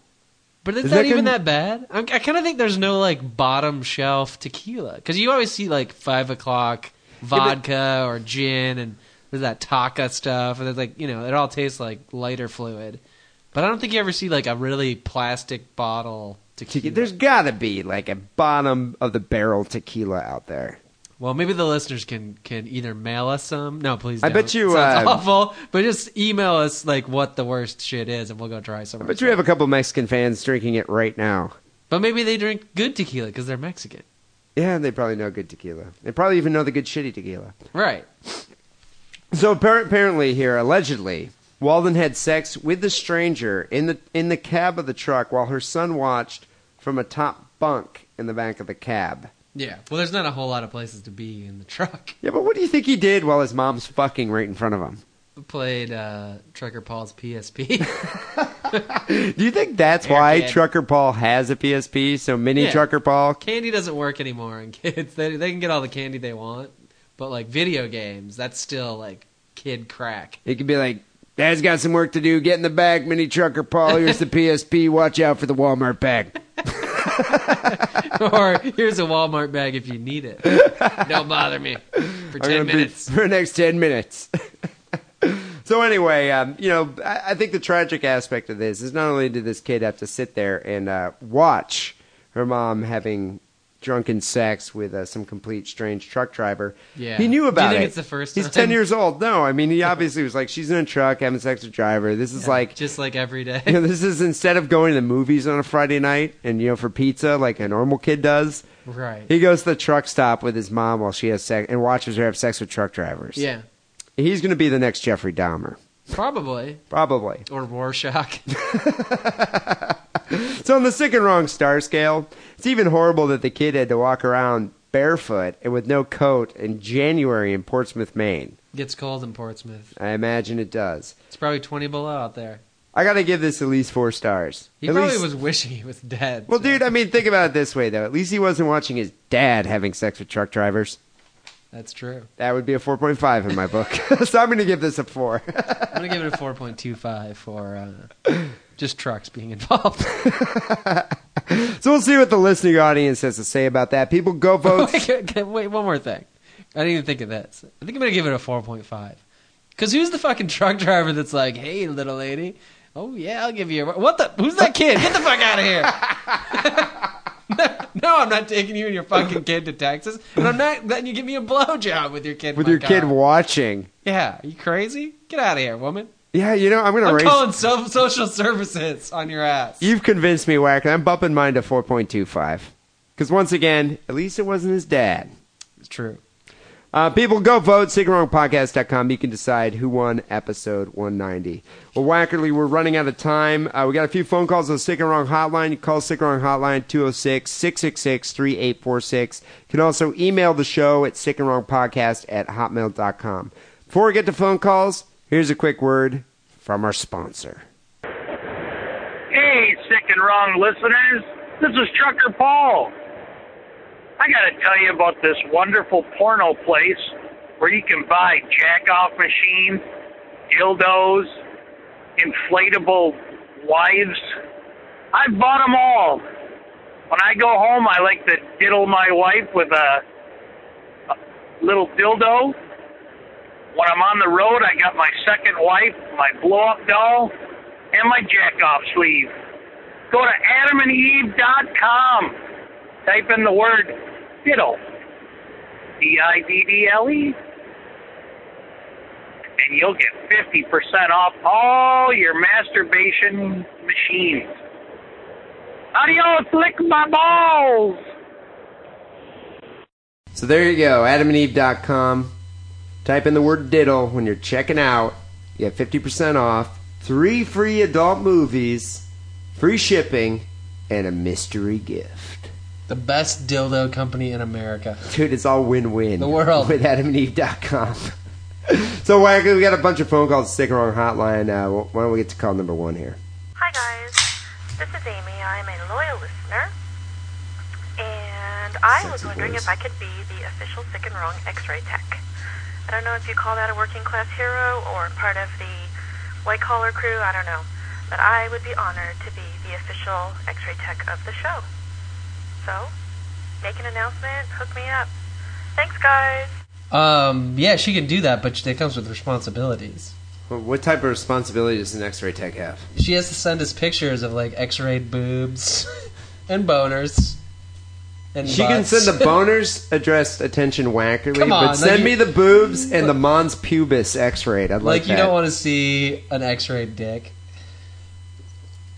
D: But it's
C: Is
D: not
C: that
D: even
C: gonna-
D: that bad. I'm, I kind of think there's no like bottom shelf tequila because you always see like five o'clock vodka or gin and there's that taka stuff and it's like you know it all tastes like lighter fluid. But I don't think you ever see like a really plastic bottle tequila.
C: Tequila. There's got to be like a bottom of the barrel tequila out there.
D: Well, maybe the listeners can can either mail us some. No, please.
C: I
D: Don't.
C: bet you,
D: Sounds
C: uh,
D: awful. But just email us like what the worst shit is, and we'll go try some.
C: But you have a couple Mexican fans drinking it right now.
D: But maybe they drink good tequila because they're Mexican,
C: Yeah, they probably know good tequila. They probably even know the good shitty tequila.
D: right?
C: So appar- apparently, here allegedly, Walden had sex with the stranger in the in the cab of the truck while her son watched from a top bunk in the back of the cab.
D: Yeah. Well, there's not a whole lot of places to be in the truck.
C: Yeah, but what do you think he did while his mom's fucking right in front of him?
D: Played uh, Trucker Paul's PSP.
C: Do you think that's why
D: Airhead.
C: Trucker Paul has a PSP? So mini
D: Yeah.
C: Trucker Paul.
D: candy doesn't work anymore on kids. They they can get all the candy they want, but like video games, that's still like kid crack.
C: He could be like, Dad's got some work to do. Get in the back, mini Trucker Paul. Here's the PSP. Watch out for the Walmart bag.
D: or here's a Walmart bag if you need it. Don't bother me for
C: I'm
D: ten
C: gonna be-
D: minutes.
C: for the next 10 minutes. so, anyway, um, you know, I, I think the tragic aspect of this is not only did this kid have to sit there and uh, watch her mom having drunken sex with uh, some complete strange truck driver.
D: Yeah.
C: He
D: Do
C: knew
D: you
C: about
D: think
C: it.
D: it's the first
C: He's
D: time?
C: 10 years old. No, I mean, he obviously was like, she's in a truck having sex with a driver. This is like.
D: just like every day.
C: you know, this is instead of going to the movies on a Friday night and you know for pizza like a normal kid does.
D: Right.
C: He goes to the truck stop with his mom while she has sex and watches her have sex with truck drivers.
D: yeah,
C: He's going to be the next Jeffrey Dahmer.
D: probably
C: Probably.
D: or Rorschach.
C: So on the sick and wrong star scale, it's even horrible that the kid had to walk around barefoot and with no coat in January in Portsmouth, Maine.
D: Gets cold in Portsmouth.
C: I imagine it does.
D: It's probably twenty below out there.
C: I got to give this at least four stars.
D: He
C: at
D: probably
C: least,
D: was wishing he was dead.
C: Well, dude, I mean, think about it this way though. At least he wasn't watching his dad having sex with truck drivers.
D: that's true.
C: That would be a 4.5 in my book. so I'm going to give this a 4.
D: I'm gonna give it a four point two five for uh, just trucks being involved.
C: So we'll see what the listening audience has to say about that. People go
D: Oh
C: vote.
D: Wait, wait, one more thing. I didn't even think of this. I think I'm gonna give it a four point five. Cause who's the fucking truck driver that's like, "Hey, little lady, oh yeah, I'll give you a what the? Who's that kid? Get the fuck out of here!" no, I'm not taking you and your fucking kid to Texas, and I'm not letting you give me a blowjob with your kid. in
C: with
D: my
C: your kid
D: car.
C: watching.
D: yeah, you crazy? Get out of here, woman!
C: Yeah, you know, I'm going to
D: I'm
C: raise.
D: calling so- social services on your ass.
C: You've convinced me, Wack. I'm bumping mine to 4.25. Because once again, at least it wasn't his dad.
D: it's true.
C: Uh, people, go vote. SickandWrongPodcast.com. You can decide who won episode 190. Well, Wackerly, we're running out of time. Uh, we got a few phone calls on the Sick and Wrong Hotline. You call Sick and Wrong Hotline 206 666 3846. You can also email the show at sickandwrongpodcast at hotmail.com. Before we get to phone calls, here's a quick word from our sponsor.
E: Hey, sick and wrong listeners. This is Trucker Paul. I got to tell you about this wonderful porno place where you can buy jack off machines, dildos, inflatable wives. I bought them all. When I go home, I like to diddle my wife with a, a little dildo. When I'm on the road, I got my second wife, my blow up doll, and my jack off sleeve. Go to adamandeve.com. Type in the word diddle. D I D D L E. And you'll get 50% off all your masturbation machines. Adios, lick my balls!
C: So there you go, adamandeve.com. Type in the word diddle when you're checking out. You get 50% off, three free adult movies, free shipping, and a mystery gift.
D: The best dildo company in America.
C: Dude, it's all win win.
D: The world.
C: With adamandeve.com. so, Wagner, we got a bunch of phone calls to stick around hotline. Uh, why don't we get to call number one here?
F: Hi, guys. This is Amy. I'm a loyal listener. And I was wondering if I could be the official Sick and Wrong X ray tech. I don't know if you call that a working class hero or part of the white collar crew. I don't know. But I would be honored to be the official X ray tech of the show. So, make an announcement, hook me up. Thanks, guys.
D: Um, yeah, she can do that, but it comes with responsibilities.
C: Well, What type of responsibility does an x ray tech have?
D: She has to send us pictures of like X-rayed boobs and boners. And
C: She can
D: butts.
C: send the boners addressed attention wackerly,
D: Come on,
C: but send
D: like
C: me
D: you-
C: the boobs and the mons pubis x-rayed. I'd like,
D: like you
C: that.
D: don't want to see an X-rayed dick.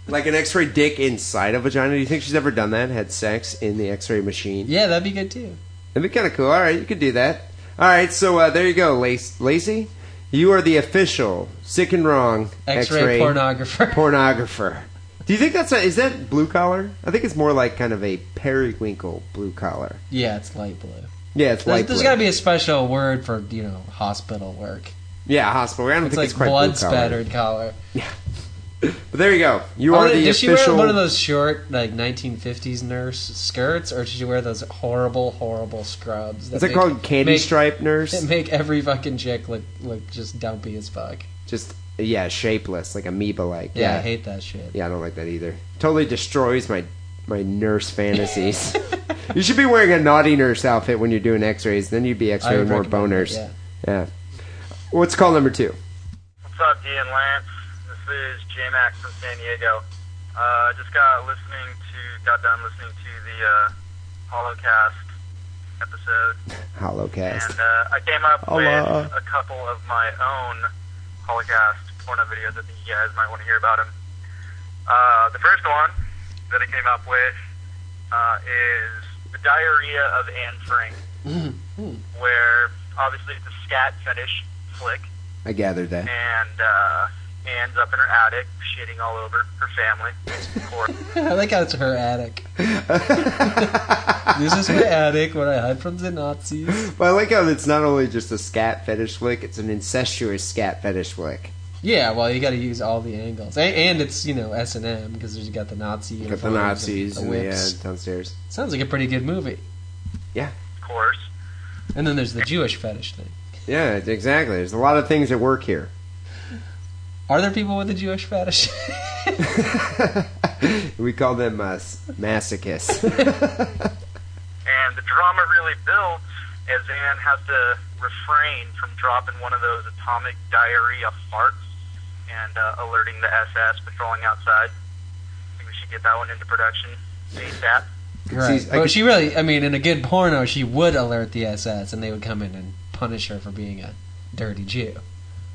C: like an x-ray dick inside a vagina. Do you think she's ever done that? Had sex in the x-ray machine?
D: Yeah, that'd be good too.
C: That'd be kind of cool. All right, you could do that. All right, so uh, there you go, Lace- Lacey. You are the official sick and wrong
D: X-ray, pornographer.
C: pornographer. Do you think that's a, is that blue collar? I think it's more like kind of a periwinkle blue collar.
D: yeah, it's light blue.
C: Yeah, it's
D: There's,
C: like
D: there's got to be a special word for you know hospital work.
C: yeah hospital. I don't
D: It's
C: think
D: like
C: it's quite
D: blood
C: blue collar.
D: spattered collar.
C: But there you go. You
D: Oh,
C: are the
D: did she wear
C: official.
D: one of those short like 1950s nurse skirts, or did she wear those horrible, horrible scrubs? that
C: Is it
D: make-
C: called candy
D: make-
C: stripe
D: that
C: nurse?
D: make every fucking chick look look just dumpy as fuck.
C: Just yeah, shapeless, like amoeba like.
D: Yeah, I
C: yeah,
D: hate that shit.
C: Yeah, I don't like that either. Totally destroys my my nurse fantasies. you should be wearing a naughty nurse outfit when you're doing X-rays. Then you'd be
D: I
C: X-raying
D: would
C: more
D: recommend it,
C: boners.
D: yeah.
C: yeah. What's call number two?
G: What's up, D and Lance? This is J Max from San Diego. Uh, just got listening to, got done listening to the uh, Holocast episode, and
C: Holocast.
G: uh, I came up
C: Hola.
G: with a couple of my own Holocast porno videos. I think you guys might want to hear about them. Uh, the first one that I came up with uh, is the Diarrhea of Anne Frank, where obviously it's a scat fetish flick
C: I gathered that.
G: and uh, Anne's up in her attic, shitting all over her family. Poor-
D: I like how it's her attic. this is my attic where I hide from the Nazis.
C: Well, I like how it's not only just a scat fetish flick; it's an incestuous scat fetish flick.
D: Yeah, well, you got to use all the angles, and, and it's you know S and M because there's you got the Nazi,
C: Got the
D: uniforms and
C: Nazis
D: the
C: and the uh,
D: whips.
C: downstairs.
D: Sounds like a pretty good movie.
G: Of course.
D: And then there's the Jewish fetish thing.
C: Yeah, exactly. There's a lot of things at work here.
D: Are there people with a Jewish fetish?
C: we call them uh, masochists.
G: And the drama really builds as Anne has to refrain from dropping one of those atomic diarrhea farts and uh, alerting the SS patrolling outside. I think we should get that one into production ASAP.
D: right.
C: See, I
D: But
C: could-
D: she really, I mean, in a good porno, she would alert the SS, and they would come in and punish her for being a dirty Jew.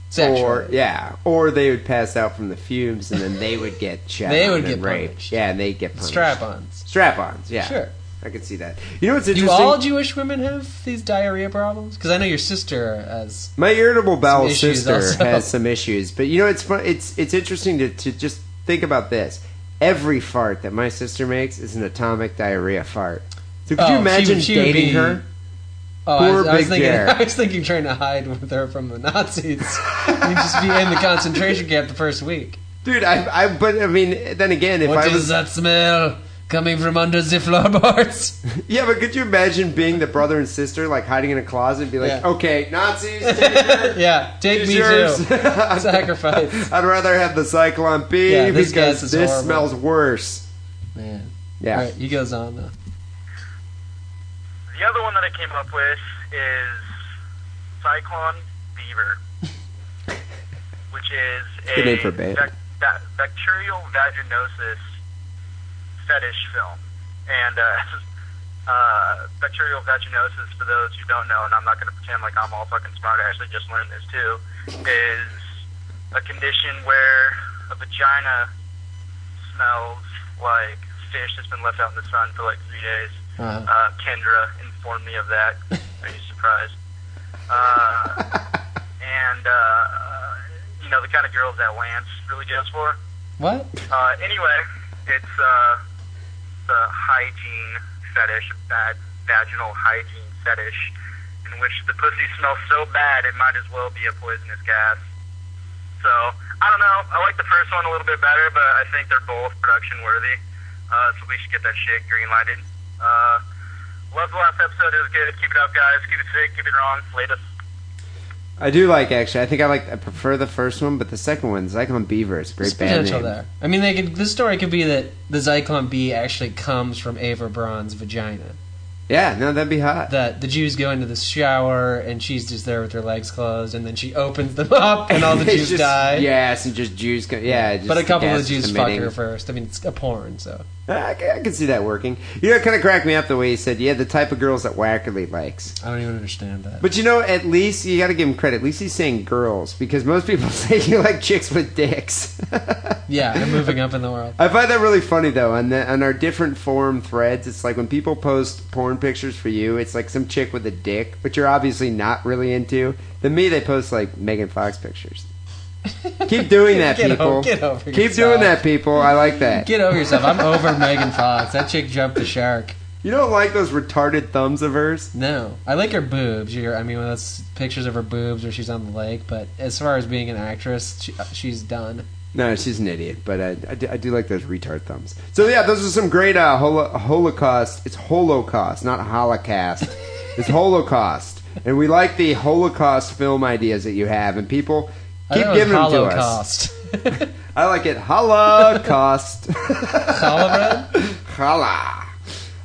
D: Sexually.
C: or yeah, or they would pass out from the fumes, and then they would get shot.
D: They would
C: and
D: get
C: raped.
D: punished.
C: Yeah, and they would get punished.
D: strap-ons.
C: Strap-ons. Yeah,
D: Sure.
C: I could see that. You know what's
D: Do
C: interesting?
D: all Jewish women have these diarrhea problems? Because I know your sister has.
C: My irritable bowel
D: issues
C: sister
D: also.
C: has some issues, but you know it's fun. It's it's interesting to to just think about this. Every fart that my sister makes is an atomic diarrhea fart. So could
D: Oh, she
C: you
D: would-
C: imagine
D: she would
C: dating
D: be-
C: her?
D: Oh, I was,
C: Poor
D: I was
C: Big
D: thinking.
C: Jer.
D: I was thinking trying to hide with her from the Nazis. You'd just be in the concentration camp the first week.
C: Dude, I, I, but I mean, then again, if
D: What
C: I
D: is
C: was,
D: that smell? coming from under the floorboards.
C: Yeah, but could you imagine being the brother and sister, like hiding in a closet and be like,
D: Yeah.
C: okay, Nazis, take your-
D: yeah, take
C: here's
D: me
C: yours."
D: too. Sacrifice.
C: I'd rather have the Cyclone B
D: Yeah, this gas
C: because
D: is
C: this
D: horrible.
C: smells worse.
D: Man.
C: Yeah.
D: All right, he goes on though.
G: The other one that I came up with is Cyclone Beaver, which is a
C: Good name for a band.
G: bac- ba- bacterial vaginosis fetish film. And uh, uh, bacterial vaginosis, for those who don't know, and I'm not going to pretend like I'm all fucking smart, I actually just learned this too, is a condition where a vagina smells like fish that's been left out in the sun for like three days.
D: Uh,
G: Uh, Kendra informed me of that. Are you surprised? Uh, and, uh, you know, the kind of girls that Lance really goes for.
D: what?
G: Uh, anyway, it's uh, the hygiene fetish, bad vaginal hygiene fetish, in which the pussy smells so bad it might as well be a poisonous gas. So I don't know. I like the first one a little bit better, but I think they're both production worthy. Uh, so we should get that shit green lighted. Uh, love the last episode. It was good. Keep it up, guys. Keep it sick. Keep it wrong. Latest.
C: I do like actually. I think I like. I prefer the first one, but the second one, Cyclone Beaver, it's a
D: There's
C: great band
D: potential
C: name.
D: there. I mean, they could. The story could be that the Zyklon B actually comes from Ava Braun's vagina.
C: Yeah, no, that'd be hot.
D: That the Jews go into the shower and she's just there with her legs closed, and then she opens them up and all the
C: It's
D: Jews
C: just-
D: die.
C: Yes, and just Jews. Go, yeah, just
D: but a couple
C: gas
D: of the Jews fuck
C: emitting. Ah,
D: her first. I mean, it's a porn, so
C: I, c- I can see that working. You know, it kind of cracked me up the way he said, "Yeah, the type of girls that Wackerly likes."
D: I don't even understand that.
C: But you know, at least you got to give him credit. At least he's saying girls because most people say you like chicks with dicks.
D: yeah, they're moving up in the world.
C: I find that really funny though. On the, on our different forum threads, it's like when people post porn pictures for you, it's like some chick with a dick, but you're obviously not really into. Then me, they post like Megan Fox pictures. Keep doing that,
D: Get o-
C: people.
D: get over
C: Keep
D: yourself.
C: doing that, people. I like that.
D: Get over yourself. I'm over Megan Fox. That chick jumped the shark.
C: You don't like those retarded thumbs of hers.
D: No, I like her boobs. You're, I mean, well, that's pictures of her boobs where she's on the lake. But as far as being an actress, she, uh, she's done.
C: No, she's an idiot, but I, I, do, I do like those retard thumbs. So yeah, those are some great uh, holo- Holocaust. It's Holocaust, not Holocaust. it's Holocaust, and we like the Holocaust film ideas that you have, and people
D: I
C: keep
D: thought it was
C: giving them to us.
D: Holocaust.
C: I like it. Holocaust.
D: Holla,
C: Holla.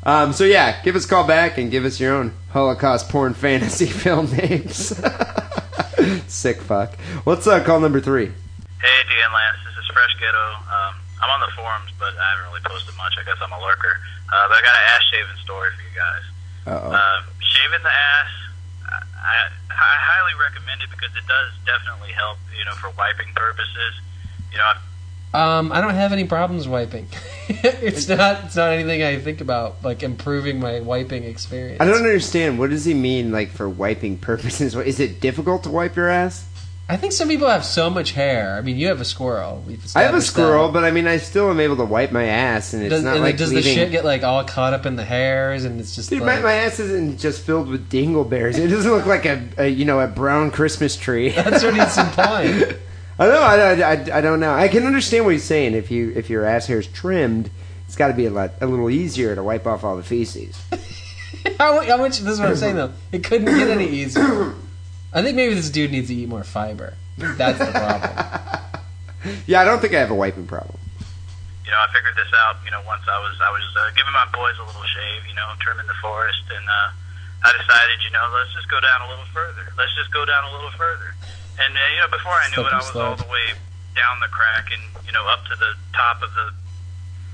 C: Um, so yeah, give us a call back and give us your own Holocaust porn fantasy film names. Sick fuck. What's uh, call number three?
G: Hey, Dan Lance. This is Fresh Ghetto. Um, I'm on the forums, but I haven't really posted much. I guess I'm a lurker. Uh, but I got an ass shaving story for you guys.
C: Uh oh.
G: Um, shaving the ass, I, I, I highly recommend it because it does definitely help, you know, for wiping purposes. You know, I've
D: Um, I don't have any problems wiping. it's not. It's not anything I think about like improving my wiping experience.
C: I don't understand. What does he mean, like, for wiping purposes? What- Is it difficult to wipe your ass?
D: I think some people have so much hair. I mean, you have a squirrel. We've
C: I have a
D: established that.
C: squirrel, but I mean, I still am able to wipe my ass, and it's
D: Does,
C: not
D: and
C: like
D: does
C: leaving.
D: the shit get like all caught up in the hairs and it's just
C: Dude, my,
D: like,
C: my ass isn't just filled with dingleberries. It doesn't look like a, a you know a brown Christmas tree.
D: that's what it's implying.
C: I know. I, I, I- I don't know. I can understand what he's saying. If you if your ass hair is trimmed, it's got to be a lot a little easier to wipe off all the feces.
D: How, how much? This is what I'm saying though. It couldn't get any easier. I think maybe this dude needs to eat more fiber. That's the problem.
C: Yeah, I don't think I have a wiping problem.
G: you know, I figured this out. You know, once I was I was uh, giving my boys a little shave, you know, trimming the forest, and uh, I decided, you know, let's just go down a little further. Let's just go down a little further. And uh, you know, before I knew
D: Slip
G: it,
D: and
G: I was all
D: slide.
G: the way down the crack and you know up to the top of the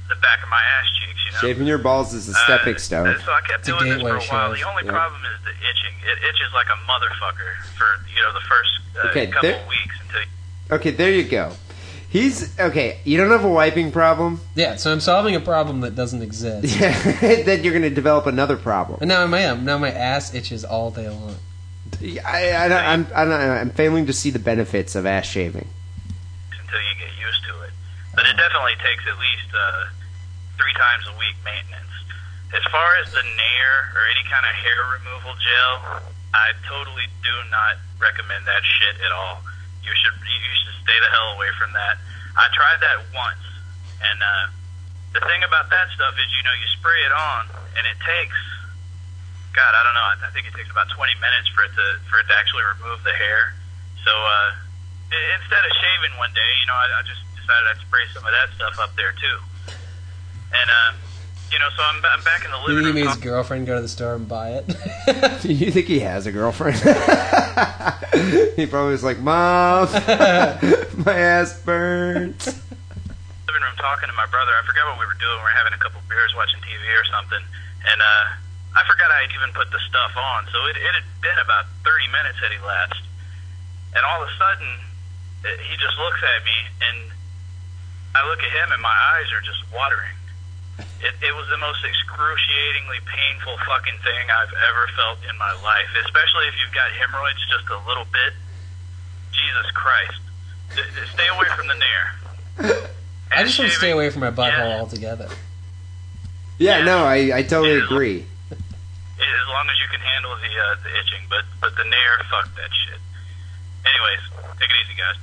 G: the back of my ass cheeks. You know,
C: Shaving your balls is a
G: Uh,
C: stepping stone.
G: So I
D: It's
G: kept
D: a
G: doing this for
D: gateway
G: a while.
D: shave,
G: The only
C: yeah.
G: problem is the itching. It itches like a motherfucker for you know the first uh,
C: Okay,
G: couple
C: there-
G: of weeks until you
C: Okay, there you go. He's okay. You don't have a wiping problem.
D: Yeah, so I'm solving a problem that doesn't exist.
C: Yeah, then you're going to develop another problem.
D: And now I am. Now my ass itches all day long.
C: I, I, don't- I'm, I don't- I'm failing to see the benefits of ass shaving.
G: until you get used to it. But it definitely takes at least uh, three times a week maintenance. As far as the Nair or any kind of hair removal gel, I totally do not recommend that shit at all. You should you should stay the hell away from that. I tried that once, and uh, The thing about that stuff is, you know, you spray it on, and it takes. God, I don't know. I, I think it takes about 20 minutes for it to for it to actually remove the hair. So uh, i- instead of shaving one day, you know, I, I just decided I'd spray some of that stuff up there too. And uh, you know, so I'm, I'm back in the
D: You think
G: living room.
D: he made his girlfriend go to the store and buy it?
C: Do you think he has a girlfriend? he probably was like, Mom, my ass burns.
G: living room talking to my brother. I forgot what we were doing. We were having a couple beers, watching TV or something, and uh, I forgot I had even put the stuff on. So it, it had been about 30 minutes that he lapsed, and all of a sudden, eh, he just looks at me, and I look at him, and my eyes are just watering. It, it was the most excruciatingly painful fucking thing I've ever felt in my life, especially if you've got hemorrhoids just a little bit. Jesus Christ. D- d- Stay away from the nair.
D: I just want to stay away from my butthole
G: Yeah.
D: altogether.
C: Yeah, no, I, I totally agree.
G: as long as you can handle the uh, the itching, but but the nair, fuck that shit. Anyways, take it easy, guys.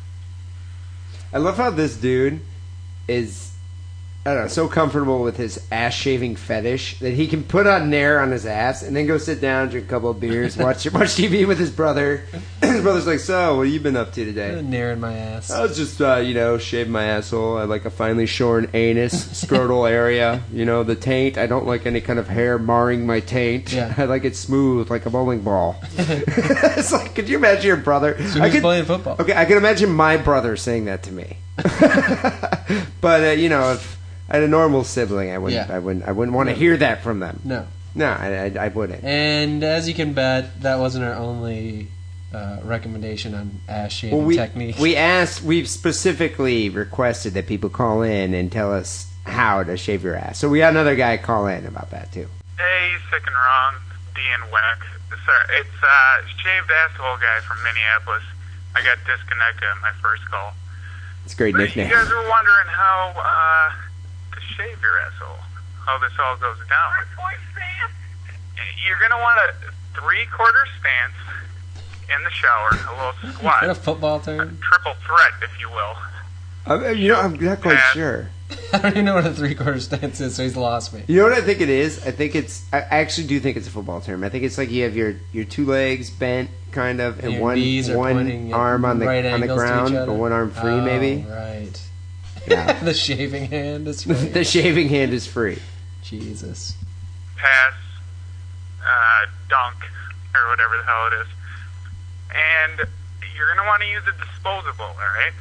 C: I love how this dude is, I don't know, so comfortable with his ass shaving fetish that he can put on Nair on his ass and then go sit down, drink a couple of beers, watch watch TV with his brother. his brother's like, so, what have you been up to today?
D: Nair in my ass.
C: I was just, uh, you know, shave my asshole. I like a finely shorn anus, scrotal area. You know, the taint. I don't like any kind of hair marring my taint.
D: Yeah.
C: I like it smooth, like a bowling ball. it's like, could you imagine your brother?
D: So
C: I
D: he's
C: could,
D: playing football.
C: okay, I can imagine my brother saying that to me. but uh, you know, if I had a normal sibling, I wouldn't.
D: Yeah.
C: I wouldn't. I wouldn't want to hear that from them.
D: No.
C: No, I, I, I wouldn't.
D: And as you can bet, that wasn't our only uh, recommendation on ass shaving
C: Well, we,
D: technique.
C: We asked, we've specifically requested that people call in and tell us how to shave your ass. So we had another guy call in about that too.
H: Hey, sick and wrong, Dean Weck. Sir, it's uh, shaved asshole guy from Minneapolis. I got disconnected on my first call.
C: It's a great
H: But you
C: nickname.
H: guys were wondering how uh, to shave your asshole, how this all goes down. You're gonna want a three-quarter stance in the shower, a little
D: Is that a
H: squat,
D: football term?
H: triple threat, if you will.
C: I'm, you know, I'm not quite
H: Uh,
C: sure.
D: I don't even know what a three quarter stance is, so he's lost me.
C: You know what I think it is? I think it's. I actually do think it's a football term. I think it's like you have your your two legs bent, kind of, and
D: Your
C: one
D: knees are
C: one
D: pointing at
C: arm on the
D: right
C: on the
D: angles to each
C: ground,
D: other.
C: but one arm free,
D: Oh,
C: maybe.
D: Right.
C: Yeah.
D: the shaving hand is free.
C: the shaving hand is free.
D: Jesus.
H: pass, uh, dunk, or whatever the hell it is. And you're going to want to use a disposable, alright?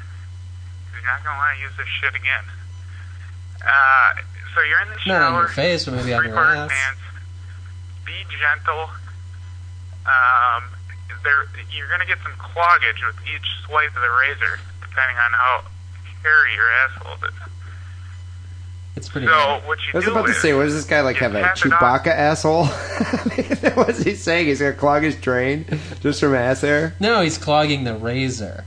H: You're not going to want to use this shit again. Uh, so you're in the
D: Not
H: shower.
D: on your face, but maybe on your
H: three-quarter
D: ass.
H: stance. Be gentle. Um, there, you're going to get some cloggage with each swipe of the razor, depending on how hairy your asshole is.
D: It's pretty
H: So
D: bad.
H: what you
C: I was
H: do
C: about to
H: is,
C: say, what does this guy like have a
H: Pass it on.
C: Chewbacca asshole? what is he saying? He's gonna clog his drain just from ass air?
D: No, he's clogging the razor.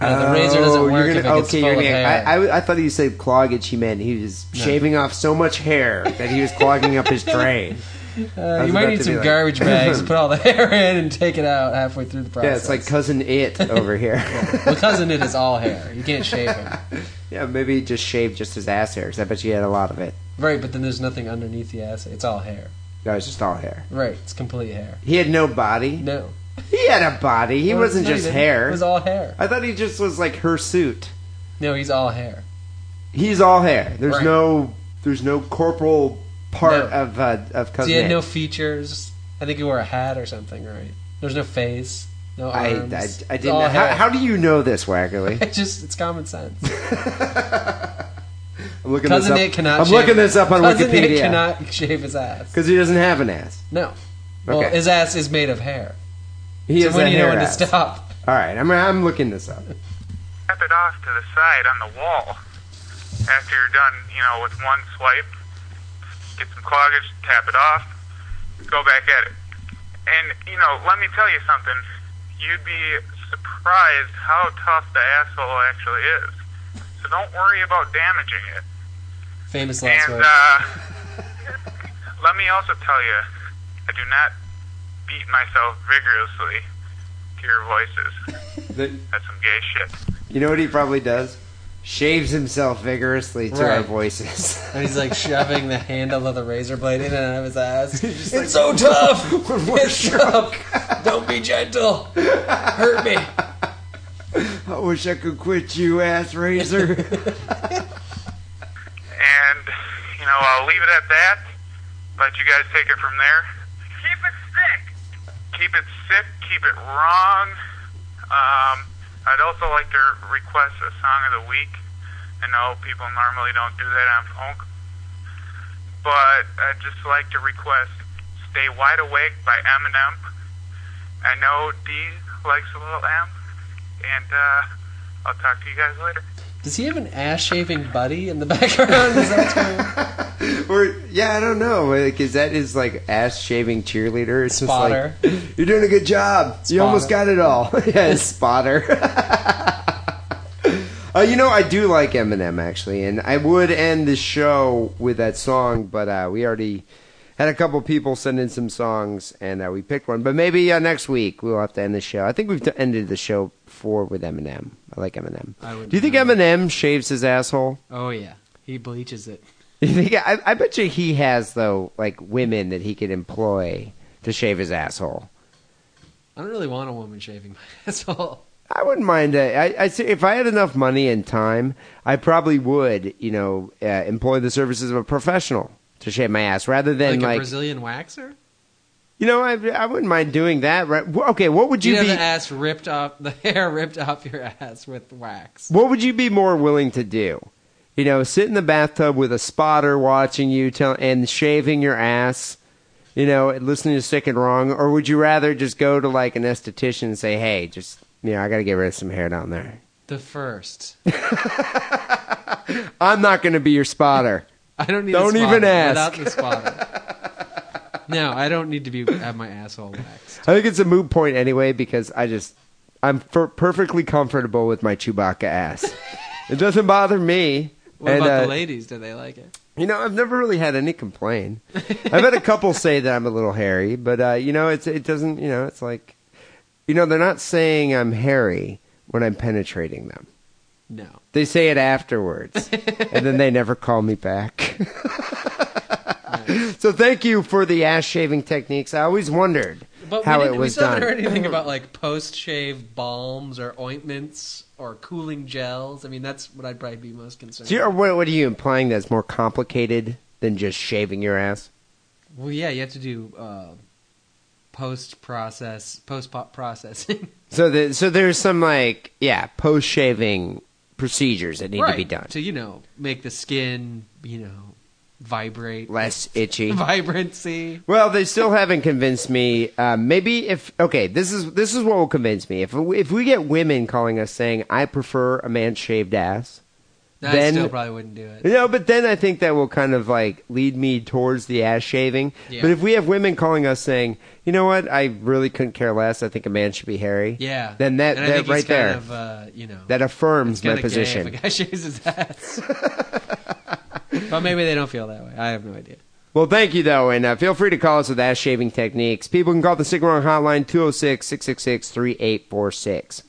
D: No, Uh, the razor doesn't
C: Oh, you're
D: work if it
C: gonna-
D: gets full of
C: gonna-
D: hair.
C: I, I, I thought he said cloggage. He meant he was shaving off so much hair that he was clogging up his drain.
D: Uh,
C: was
D: you might
C: about
D: need
C: to
D: some
C: be like-
D: garbage bags, put all the hair in, and take it out halfway through the process.
C: Yeah, it's like cousin it over here.
D: well, cousin, it is all hair. You can't shave it.
C: yeah, maybe he just shaved just his ass hair. 'cause I bet you he had a lot of it.
D: Right, but then there's nothing underneath the ass. It's all hair.
C: No, it's just all hair.
D: Right, it's complete hair.
C: He had no body.
D: No,
C: He had a body. He
D: No,
C: wasn't
D: no,
C: just
D: didn't.
C: hair.
D: It was all hair.
C: I thought he just was like her suit.
D: No, he's all hair.
C: He's all hair. There's
D: Right.
C: no there's no corporal part
D: No.
C: of uh, of
D: So
C: cousin.
D: he had
C: Ed.
D: no features. I think he wore a hat or something. Right? There's no face. No
C: I, I,
D: arms.
C: I
D: It's
C: didn't.
D: all
C: Know. How,
D: hair.
C: how do you know this, Wackerly?
D: It's just it's common sense.
C: I'm looking
D: Cousin
C: this
D: Nate
C: up.
D: cannot.
C: I'm
D: shave.
C: looking this up on
D: cousin Nate
C: Wikipedia
D: cannot shave his ass.
C: because he doesn't have an ass.
D: No. Well,
C: Okay.
D: his ass is made of hair.
C: He
D: so
C: is
D: when
C: a
D: do you know
C: hair
D: when
C: ass.
D: to stop?
C: All right, I'm I'm looking this up.
H: tap it off to the side on the wall. After you're done, you know, with one swipe, get some cloggage, tap it off, go back at it. And, you know, let me tell you something. You'd be surprised how tough the asshole actually is. So don't worry about damaging it.
D: Famous last
H: And
D: word.
H: uh, let me also tell you, I do not beat myself vigorously to your voices.
C: The-
H: That's some gay shit.
C: you know what he probably does? shaves himself vigorously to
D: Right.
C: our voices.
D: And he's like shoving the handle of the razor blade in and out of his ass. It's so tough. it's tough. Don't be gentle. Hurt me.
C: I wish I could quit you, ass razor.
H: And, you know, I'll leave it at that. Let you guys take it from there. Keep it sick. Keep it sick. Keep it wrong. Um, I'd also like to request a song of the week. I know people normally don't do that on funk, but I'd just like to request "Stay Wide Awake" by Eminem. I know D likes a little M, and uh, I'll talk to you guys later.
D: Does he have an ass shaving buddy in the background? Is that what's going on?
C: or yeah, I don't know, like is that his like ass shaving cheerleader? It's
D: Spotter.
C: just like you're doing a good job. You almost got it all. yeah, it's spotter. Uh, you know, I do like Eminem actually, and I would end the show with that song, but uh, we already had a couple people send in some songs, and uh, we picked one. But maybe uh, next week we'll have to end the show. I think we've t- ended the show before with Eminem. I like Eminem.
D: I would-
C: do you think Eminem shaves his asshole?
D: Oh yeah, he bleaches it.
C: You think- I, I bet you he has though, like women that he could employ to shave his asshole.
D: I don't really want a woman shaving my asshole.
C: I wouldn't mind. Uh, I, I see- if I had enough money and time, I probably would, you know, uh, employ the services of a professional to shave my ass rather
D: Like
C: than
D: a
C: like,
D: Brazilian waxer.
C: you know, I, I wouldn't mind doing that. Right? Wh- Okay, what would
D: You
C: you
D: have
C: be?
D: the ass ripped off, the hair ripped off your ass with wax.
C: What would you be more willing to do? You know, sit in the bathtub with a spotter watching you tell, and shaving your ass, you know, and listening to Sick and Wrong, or would you rather just go to like an esthetician and say, hey, just, you know, I got to get rid of some hair down there?
D: The first.
C: I'm not going to be your spotter.
D: I don't need.
C: Don't
D: a
C: even
D: spotter
C: ask.
D: without the spotter. no, I don't need to be have my asshole waxed.
C: I think it's a moot point anyway because I just, I'm fer- perfectly comfortable with my Chewbacca ass. it doesn't bother me.
D: What
C: And,
D: about
C: uh,
D: the ladies? Do they like it?
C: You know, I've never really had any complaint. I've had a couple say that I'm a little hairy, but uh, you know, it's it doesn't. You know, it's like, you know, they're not saying I'm hairy when I'm penetrating them.
D: No.
C: They say it afterwards, and then they never call me back. so thank you for the ass shaving techniques. I always wondered
D: But
C: how
D: we,
C: it
D: didn't, we
C: was
D: still
C: done.
D: haven't heard anything about like post-shave balms or ointments or cooling gels. I mean, that's what I'd probably be most concerned.
C: Do you, or
D: about.
C: what, what are you implying? That's more complicated than just shaving your ass.
D: Well, yeah, you have to do uh, post-process, post-pop processing.
C: So, the, so there's some like yeah, post shaving procedures that need to be done.
D: to you know make the skin you know vibrate,
C: less itchy.
D: vibrancy.
C: Well, they still haven't convinced me. Uh, maybe if okay, this is this is what will convince me. If we- if we get women calling us saying I prefer a man shaved ass,
D: I
C: Then-
D: still probably wouldn't do it.
C: you know, but then I think that will kind of like lead me towards the ass shaving.
D: Yeah.
C: But if we have women calling us saying, you know what, I really couldn't care less. I think a man should be hairy.
D: Yeah.
C: Then that
D: and I
C: that
D: think
C: right
D: he's kind
C: there
D: of, uh, you know,
C: that affirms
D: it's kinda
C: my
D: gay
C: position.
D: If a guy shaves his ass. but maybe they don't feel that way. I have no idea.
C: Well, thank you, though, and uh, feel free to call us with ass shaving techniques. People can call the Sigmarong hotline 206 666 3846.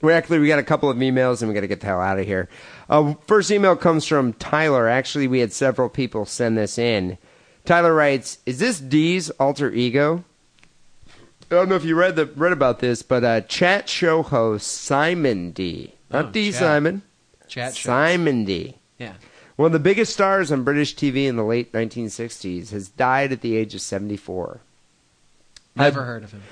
C: We actually we got a couple of emails and we got to get the hell out of here. Uh, first email comes from Tyler. Actually, we had several people send this in. Tyler writes, "Is this D's alter ego?" I don't know if you read the read about this, but uh, chat show host Simon D, not
D: Oh,
C: D
D: chat.
C: Simon,
D: Chat show.
C: Simon D.
D: Yeah.
C: One of the biggest stars on British TV in the late 1960s has died at the age of 74.
D: Never heard of him.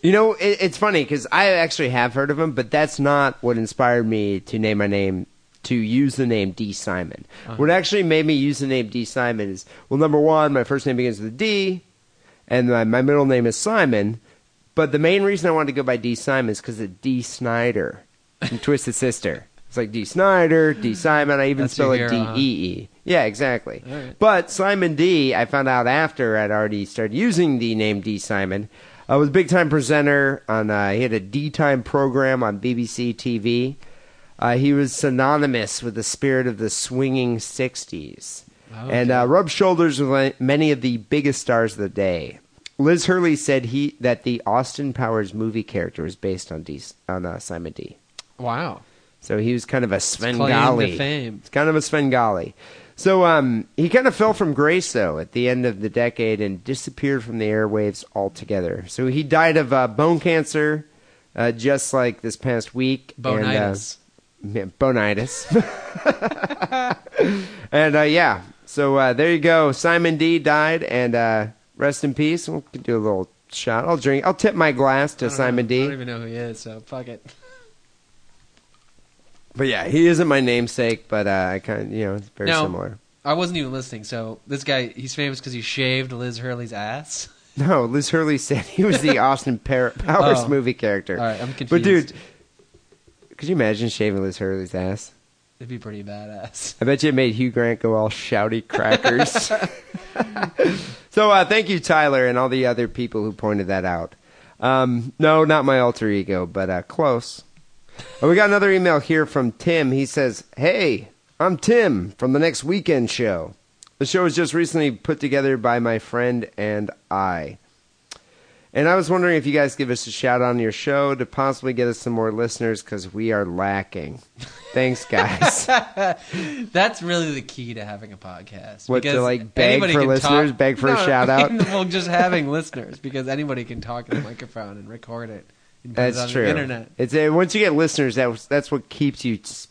C: You know, it, it's funny because I actually have heard of him, but that's not what inspired me to name my name to use the name D Simon.
D: Uh-huh.
C: What actually made me use the name D Simon is well, number one, my first name begins with a D, and my, my middle name is Simon. But the main reason I wanted to go by D Simon is because of D Snyder from Twisted Sister. It's like D Snyder, D Simon. I even
D: That's
C: spell
D: your
C: it D
D: hero, huh?
C: E E. Yeah, exactly.
D: All right.
C: But Simon D, I found out after I'd already started using the name D Simon. I was a big time presenter on. Uh, he had a D time program on BBC TV. Uh, he was synonymous with the spirit of the swinging '60s,
D: Okay.
C: and uh, rubbed shoulders with like, many of the biggest stars of the day. Liz Hurley said he that the Austin Powers movie character was based on D, on uh, Simon D.
D: Wow.
C: So he was kind of a
D: claim to
C: Svengali.
D: fame.
C: It's kind of a Svengali. So um, he kind of fell from grace though at the end of the decade and disappeared from the airwaves altogether. So he died of uh, bone cancer, uh, just like this past week. And, uh,
D: Bonitis.
C: yeah, bonitis. and uh, yeah, so uh, there you go. Simon D died, and uh, rest in peace. We'll do a little shot. I'll drink. I'll tip my glass to Simon
D: I
C: D.
D: don't even know who he is, so fuck it.
C: But yeah, he isn't my namesake, but uh, I kind of you know it's very
D: No.
C: similar.
D: I wasn't even listening. So this guy, he's famous because he shaved Liz Hurley's ass.
C: No, Liz Hurley said he was the Austin Par- Powers
D: Oh.
C: movie character.
D: All right, I'm confused.
C: But dude, could you imagine shaving Liz Hurley's ass?
D: it'd be pretty badass.
C: I bet you it made Hugh Grant go all shouty crackers. so uh, thank you, Tyler, and all the other people who pointed that out. Um, no, not my alter ego, but uh, close. Oh, we got another email here from Tim. He says, Hey, I'm Tim from the next weekend show. The show was just recently put together by my friend and I. And I was wondering if you guys give us a shout on your show to possibly get us some more listeners because we are lacking. Thanks, guys.
D: That's really the key to having a podcast.
C: What, to,
D: because
C: like, beg
D: anybody
C: for
D: can
C: listeners, beg for a
D: No,
C: shout
D: I mean,
C: out?
D: well, just having listeners because anybody can talk in a microphone and record it. And put it on
C: That's true.
D: The internet.
C: It's uh, once you get listeners, that's that's what keeps you s-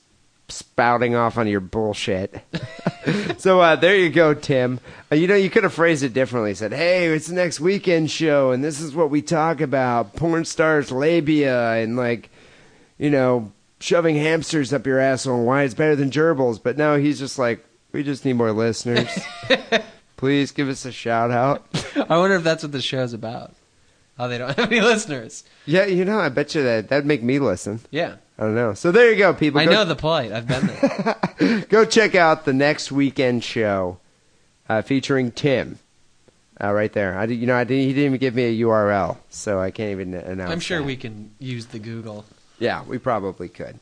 C: spouting off on your bullshit. so uh, there you go, Tim. Uh, you know you could have phrased it differently. Said, "Hey, it's the next weekend show, and this is what we talk about: porn stars, labia, and like, you know, shoving hamsters up your asshole, and why it's better than gerbils." But no, he's just like, we just need more listeners. Please give us a shout out.
D: I wonder if that's what the show's about. How they don't have any listeners.
C: Yeah, you know, I bet you that that'd make me listen.
D: Yeah,
C: I don't know. So there you go, people.
D: I
C: Go
D: know the plight. I've been there.
C: go check out the next weekend show uh, featuring Tim. Uh, right there. I did, you know, I didn't, he didn't even give me a URL, so I can't even announce.
D: I'm sure
C: that.
D: we can use the Google.
C: Yeah, we probably could.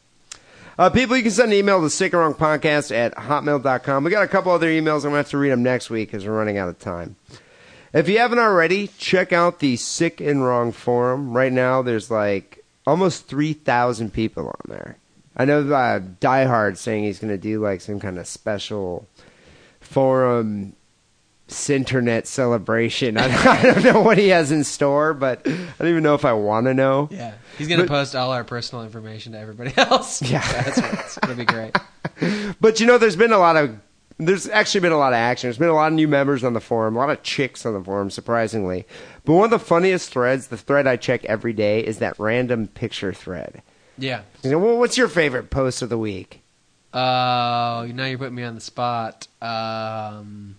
C: Uh, people, you can send an email to sickandwrongpodcast at hotmail.com. We got a couple other emails. I'm going to have to read them next week because we're running out of time. If you haven't already, check out the Sick and Wrong forum. Right now, there's like almost 3,000 people on there. I know uh, Die Hard saying he's going to do like some kind of special forum internet celebration. I, I don't know what he has in store, but I don't even know if I want to know.
D: Yeah, he's gonna
C: But-
D: post all our personal information to everybody else.
C: Yeah.
D: that's what it's gonna be great.
C: But you know, there's been a lot of there's actually been a lot of action. There's been a lot of new members on the forum, a lot of chicks on the forum, surprisingly. But one of the funniest threads, the thread I check every day, is that random picture thread.
D: Yeah.
C: You know, well, what's your favorite post of the week?
D: Oh, now you're putting me on the spot. Um,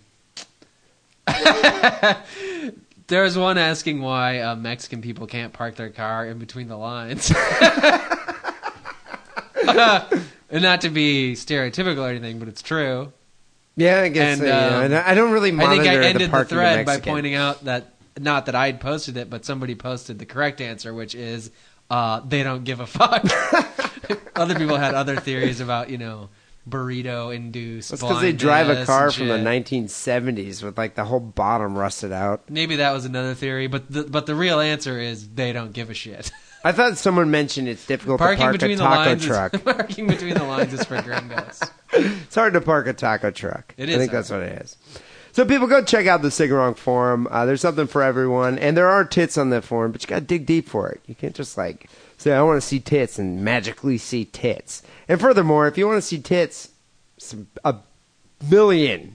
D: there was one asking why uh, Mexican people can't park their car in between the lines. and not to be stereotypical or anything, but it's true.
C: Yeah, I guess.
D: And,
C: uh, yeah,
D: um,
C: and I I don't really
D: I
C: monitor
D: think I ended
C: the
D: the,
C: parking of
D: thread by
C: Mexican.
D: pointing out that not that I had posted it, but somebody posted the correct answer, which is uh, they don't give a fuck. other people had other theories about you know burrito induced.
C: That's because they drive a car from the
D: night.
C: 1970s with like the whole bottom rusted out.
D: Maybe that was another theory, but the, but the real answer is they don't give a shit.
C: I thought someone mentioned it's difficult to
D: Parking
C: park a
D: between the
C: taco
D: lines,
C: truck.
D: Is, parking between the lines is for gringos.
C: It's hard to park a taco truck.
D: It
C: I
D: is
C: think
D: hard.
C: that's what it is. So people go check out the Sigarong forum. Uh, there's something for everyone, and there are tits on that forum, but you got to dig deep for it. You can't just like say I want to see tits and magically see tits. And furthermore, if you want to see tits, it's a million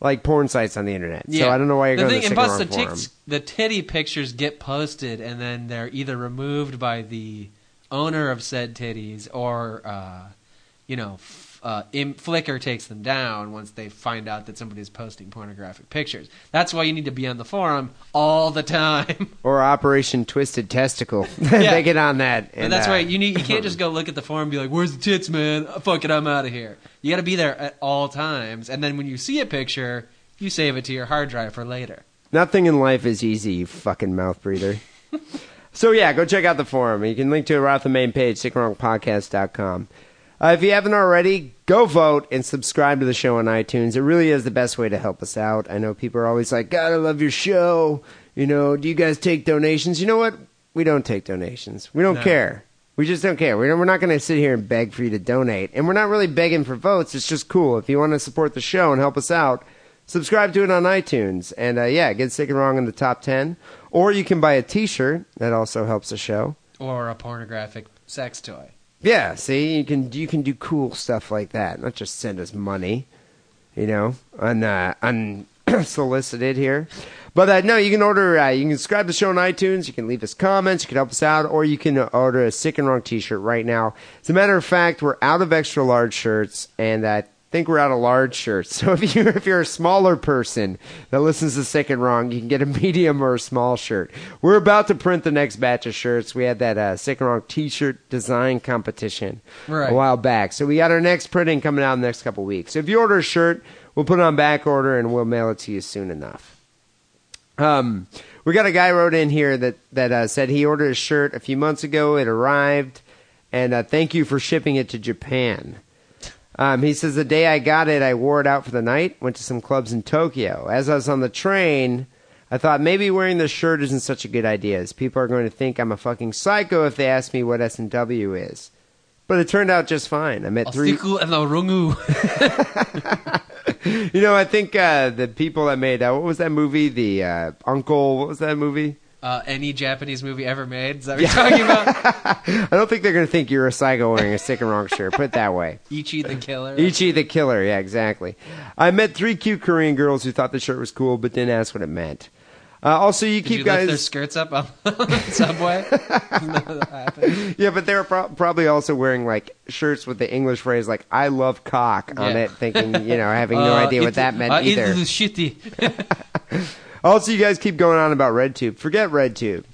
C: like porn sites on the internet. So I don't know why you're
D: the
C: going
D: thing,
C: to the
D: and plus the,
C: Sigarong forum.
D: tits- the titty pictures get posted, and then they're either removed by the owner of said titties, or uh, you know, f- uh, Im- Flickr takes them down once they find out that somebody's posting pornographic pictures. That's why you need to be on the forum all the time.
C: or Operation Twisted Testicle. they get on that. uh,
D: And that's right. You need you can't just go look at the form and be like, "Where's the tits, man? Uh, Fuck it, I'm out of here." You got to be there at all times. And then when you see a picture, you save it to your hard drive for later.
C: Nothing in life is easy, you fucking mouth breather. so yeah, go check out the forum. You can link to it right off the main page, sickandwrongpodcast.com. Uh, if you haven't already, go vote and subscribe to the show on iTunes. It really is the best way to help us out. I know people are always like, God, I love your show. You know, do you guys take donations? You know what? We don't take donations. We don't
D: No.
C: care. We just don't care. We're we're not going to sit here and beg for you to donate. And we're not really begging for votes. It's just cool. If you want to support the show and help us out, subscribe to it on iTunes. And uh, yeah, get Sick and Wrong in the top 10. Or you can buy a t shirt. That also helps the show.
D: or a pornographic sex toy.
C: Yeah, see, you can you can do cool stuff like that. Not just send us money, you know, un, uh, unsolicited here. But uh, no, you can order. Uh, you can subscribe to the show on iTunes. You can leave us comments. You can help us out, or you can order a sick and wrong T-shirt right now. As a matter of fact, we're out of extra large shirts, and I think we're out of large shirts. So if you if you're a smaller person that listens to sick and wrong, you can get a medium or a small shirt. We're about to print the next batch of shirts. We had that uh, sick and wrong T-shirt design competition
D: Right.
C: a while back, so we got our next printing coming out in the next couple weeks. So if you order a shirt, we'll put it on back order and we'll mail it to you soon enough. Um, we got a guy wrote in here that that uh, said he ordered a shirt a few months ago. It arrived, and uh, thank you for shipping it to Japan. Um, he says the day I got it, I wore it out for the night. Went to some clubs in Tokyo. As I was on the train, I thought maybe wearing this shirt isn't such a good idea, as people are going to think I'm a fucking psycho if they ask me what S and W is. But it turned out just fine. I
D: Oh,
C: met three.
D: Ostiku and the rungu.
C: You know, I think uh, the people that made uh, what was that movie? The uh, Uncle. What was that movie?
D: Uh, any Japanese movie ever made? Is that what you're talking about?
C: I don't think they're going to think you're a psycho wearing a sick and wrong shirt. Put it that way.
D: Ichi the Killer.
C: Ichi the Killer. Yeah, exactly. I met three cute Korean girls who thought the shirt was cool, but didn't ask what it meant. Uh, also, you
D: Did
C: keep
D: you lift their
C: guys.
D: skirts up on the subway? No, that happened.
C: Yeah, but they were pro- probably also wearing like shirts with the English phrase like "I love cock" on
D: Yeah.
C: it, thinking you know having no
D: Uh,
C: idea
D: it-
C: what that meant
D: uh,
C: either.
D: It is shitty.
C: Also, you guys keep going on about RedTube. Forget RedTube.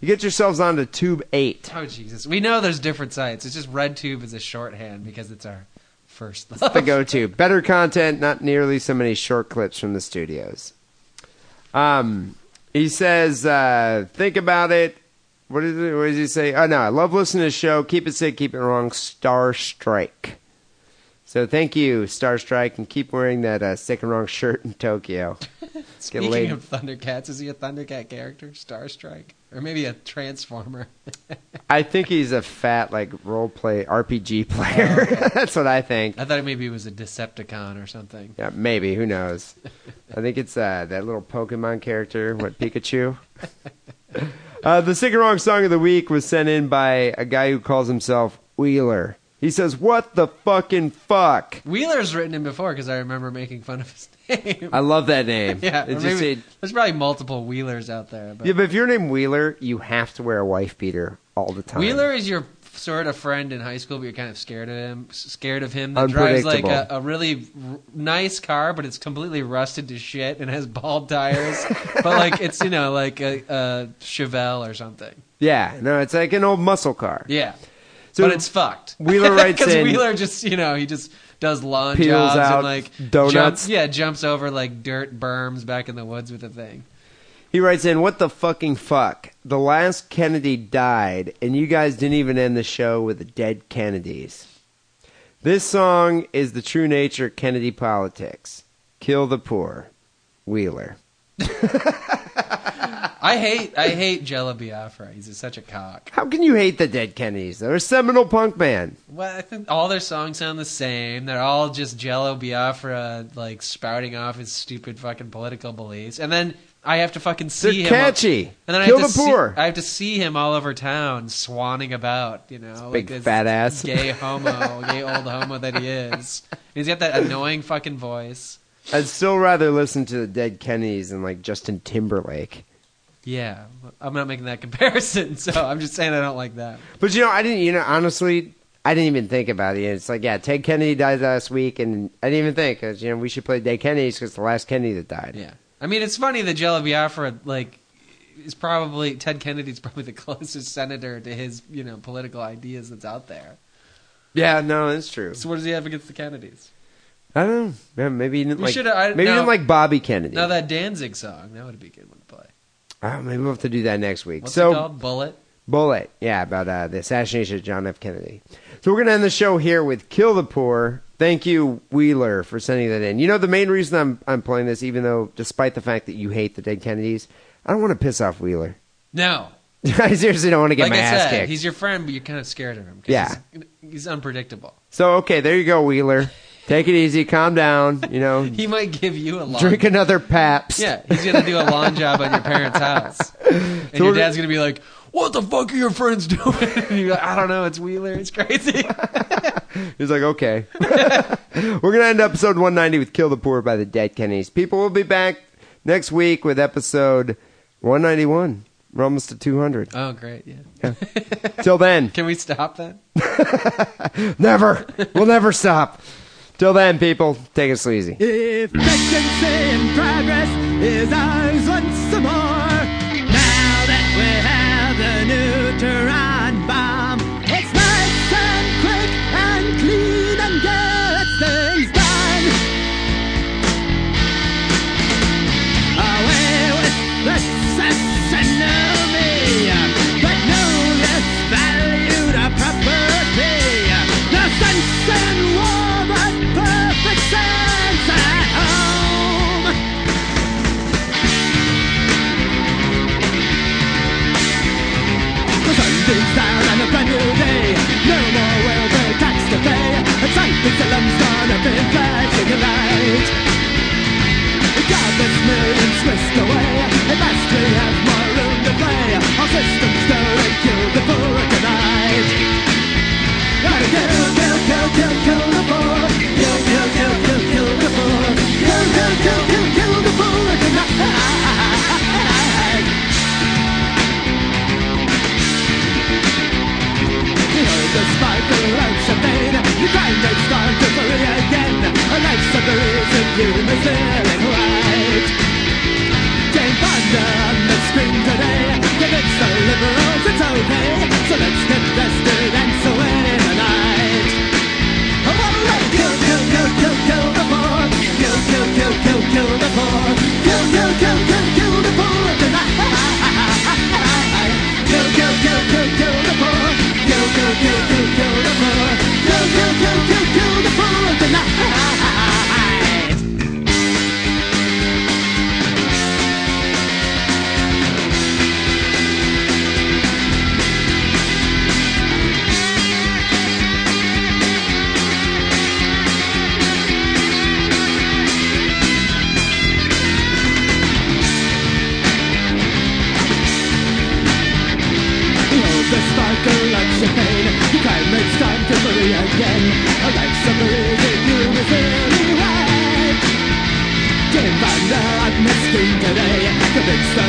C: You get yourselves onto Tube Eight.
D: Oh Jesus! We know there's different sites. It's just RedTube is a shorthand because it's our first love.
C: the go-to. Better content, not nearly so many short clips from the studios. Um, he says, uh, think about it. What is it? What does he say? Oh no, I love listening to the show. Keep it sick, keep it wrong. Star Strike. So thank you, Star Strike, and keep wearing that uh, sick and wrong shirt in Tokyo. get
D: Speaking
C: laid.
D: of Thundercats, is he a Thundercat character? Starstrike, or maybe a Transformer?
C: I think he's a fat like role play RPG player. That's what I think.
D: I thought maybe he was a Decepticon or something.
C: Yeah, maybe. Who knows? I think it's uh, that little Pokemon character, what Pikachu. uh, the sick and wrong song of the week was sent in by a guy who calls himself Wheeler. He says, "What the fucking fuck."
D: Wheeler's written him before because I remember making fun of his name.
C: I love that name.
D: yeah,
C: It
D: or
C: just-
D: maybe-
C: it-
D: there's probably multiple Wheelers out there. But
C: yeah, but if you're named Wheeler, you have to wear a wife beater all the time.
D: Wheeler is your sort of friend in high school, but you're kind of scared of him. Scared of him that drives like a,
C: Unpredictable.
D: a really r- nice car, but it's completely rusted to shit and has bald tires. but like it's you know like a, a Chevelle or something.
C: Yeah, no, it's like an old muscle car.
D: Yeah.
C: So-
D: but it's fucked.
C: Wheeler writes
D: because
C: in-
D: Wheeler just you know he just does lawn
C: Peels
D: jobs
C: out
D: and like
C: donuts.
D: jumps- yeah, jumps over like dirt berms back in the woods with a thing.
C: He writes in, "What the fucking fuck? The last Kennedy died, and you guys didn't even end the show with the dead Kennedys. This song is the true nature of Kennedy politics. Kill the poor, Wheeler.
D: I hate I hate Jello Biafra. He's such a cock.
C: How can you hate the dead Kennedys? They're a seminal punk band.
D: Well, I think all their songs sound the same. They're all just Jello Biafra like spouting off his stupid fucking political beliefs, and then I have to fucking
C: They're
D: see him.
C: catchy.
D: And then
C: Kill
D: I have
C: the
D: to see-
C: poor.
D: I have to see him all over town swanning about, you know,
C: Big
D: this
C: fat ass.
D: gay homo, gay old homo that he is. And he's got that annoying fucking voice.
C: I'd still rather listen to the dead Kennedys than like Justin Timberlake."
D: Yeah, I'm not making that comparison, so I'm just saying I don't like that.
C: But you know, I didn't. You know, honestly, I didn't even think about it. It's like, yeah, Ted Kennedy died last week, and I didn't even think 'cause, you know we should play Dead Kennedys because the last Kennedy that died.
D: Yeah, I mean it's funny that Jello Biafra like is probably Ted Kennedy's probably the closest senator to his you know political ideas that's out there.
C: Yeah, no, that's true.
D: So what does he have against the Kennedys?
C: I don't know. Yeah, maybe you didn't
D: We
C: like.
D: should've- I-
C: maybe you
D: no.
C: didn't like Bobby Kennedy.
D: Now that Danzig song, that would be a good one to play.
C: Ah, maybe we'll have to do that next week.
D: What's
C: so
D: it called? Bullet.
C: bullet, yeah, about uh, the assassination of John F. Kennedy. So we're gonna end the show here with "Kill the Poor." Thank you, Wheeler, for sending that in. You know, the main reason I'm I'm playing this, even though, despite the fact that you hate the dead Kennedys, I don't want to piss off Wheeler.
D: No,
C: I seriously don't want to get
D: like
C: my
D: I
C: ass
D: said,
C: kicked.
D: he's your friend, but you're kind of scared of him. 'cause
C: Yeah.
D: he's, he's unpredictable.
C: So okay, there you go, Wheeler. Take it easy, calm down. You know,
D: He might give you a long
C: drink another Pabst.
D: Yeah, he's gonna do a lawn job at your parents' house, and your
C: we're-
D: dad's gonna be like, "What the fuck are your friends doing?" And you're like, "I don't know. It's Wheeler. It's crazy."
C: He's like, okay. We're gonna end episode 190 with "Kill the Poor" by the Dead Kennedys. People will be back next week with episode 191. We're almost to 200.
D: oh, great. Yeah.
C: Till then,
D: Can we stop that?
C: never. We'll never stop. Till then, people, take it sleazy.
I: If efficiency and progress is ours once more. Now that we have the neutron bomb, it's nice and quick and clean and gets things done. Away with the socionomy, but no less valued a property. No sense in war, but perfect sense at home. The sun beats down on a brand new day. No more will the tax to pay. A something's a lump sum of flashing a light. Godless millions whisked away. At last we have more room to play. Our systems to kill the poor tonight. Gotta kill, kill, kill, kill, kill the poor. Kill, kill, kill, kill, kill the poor. Kill, kill, kill, kill, kill the poor tonight. You know the spark of life's a pain You grind and start to worry again A life's a reason you miss feeling right Jane Fonda on the screen today Convince the liberals it's okay So let's get vested and so in the night Oh, alright, kill, kill, kill, kill, kill the poor Kill, kill, kill, kill, kill the poor Kill, kill, kill, kill, kill the poor tonight Kill, kill, kill, kill, kill the poor Kill, kill, kill, kill, kill the poor Kill, kill, kill, kill, kill the poor tonight Behold the sparkle of champagne You climb, it's time to hurry again A life's a breezy, you is really right Jane Fonda on the screen today Convinced the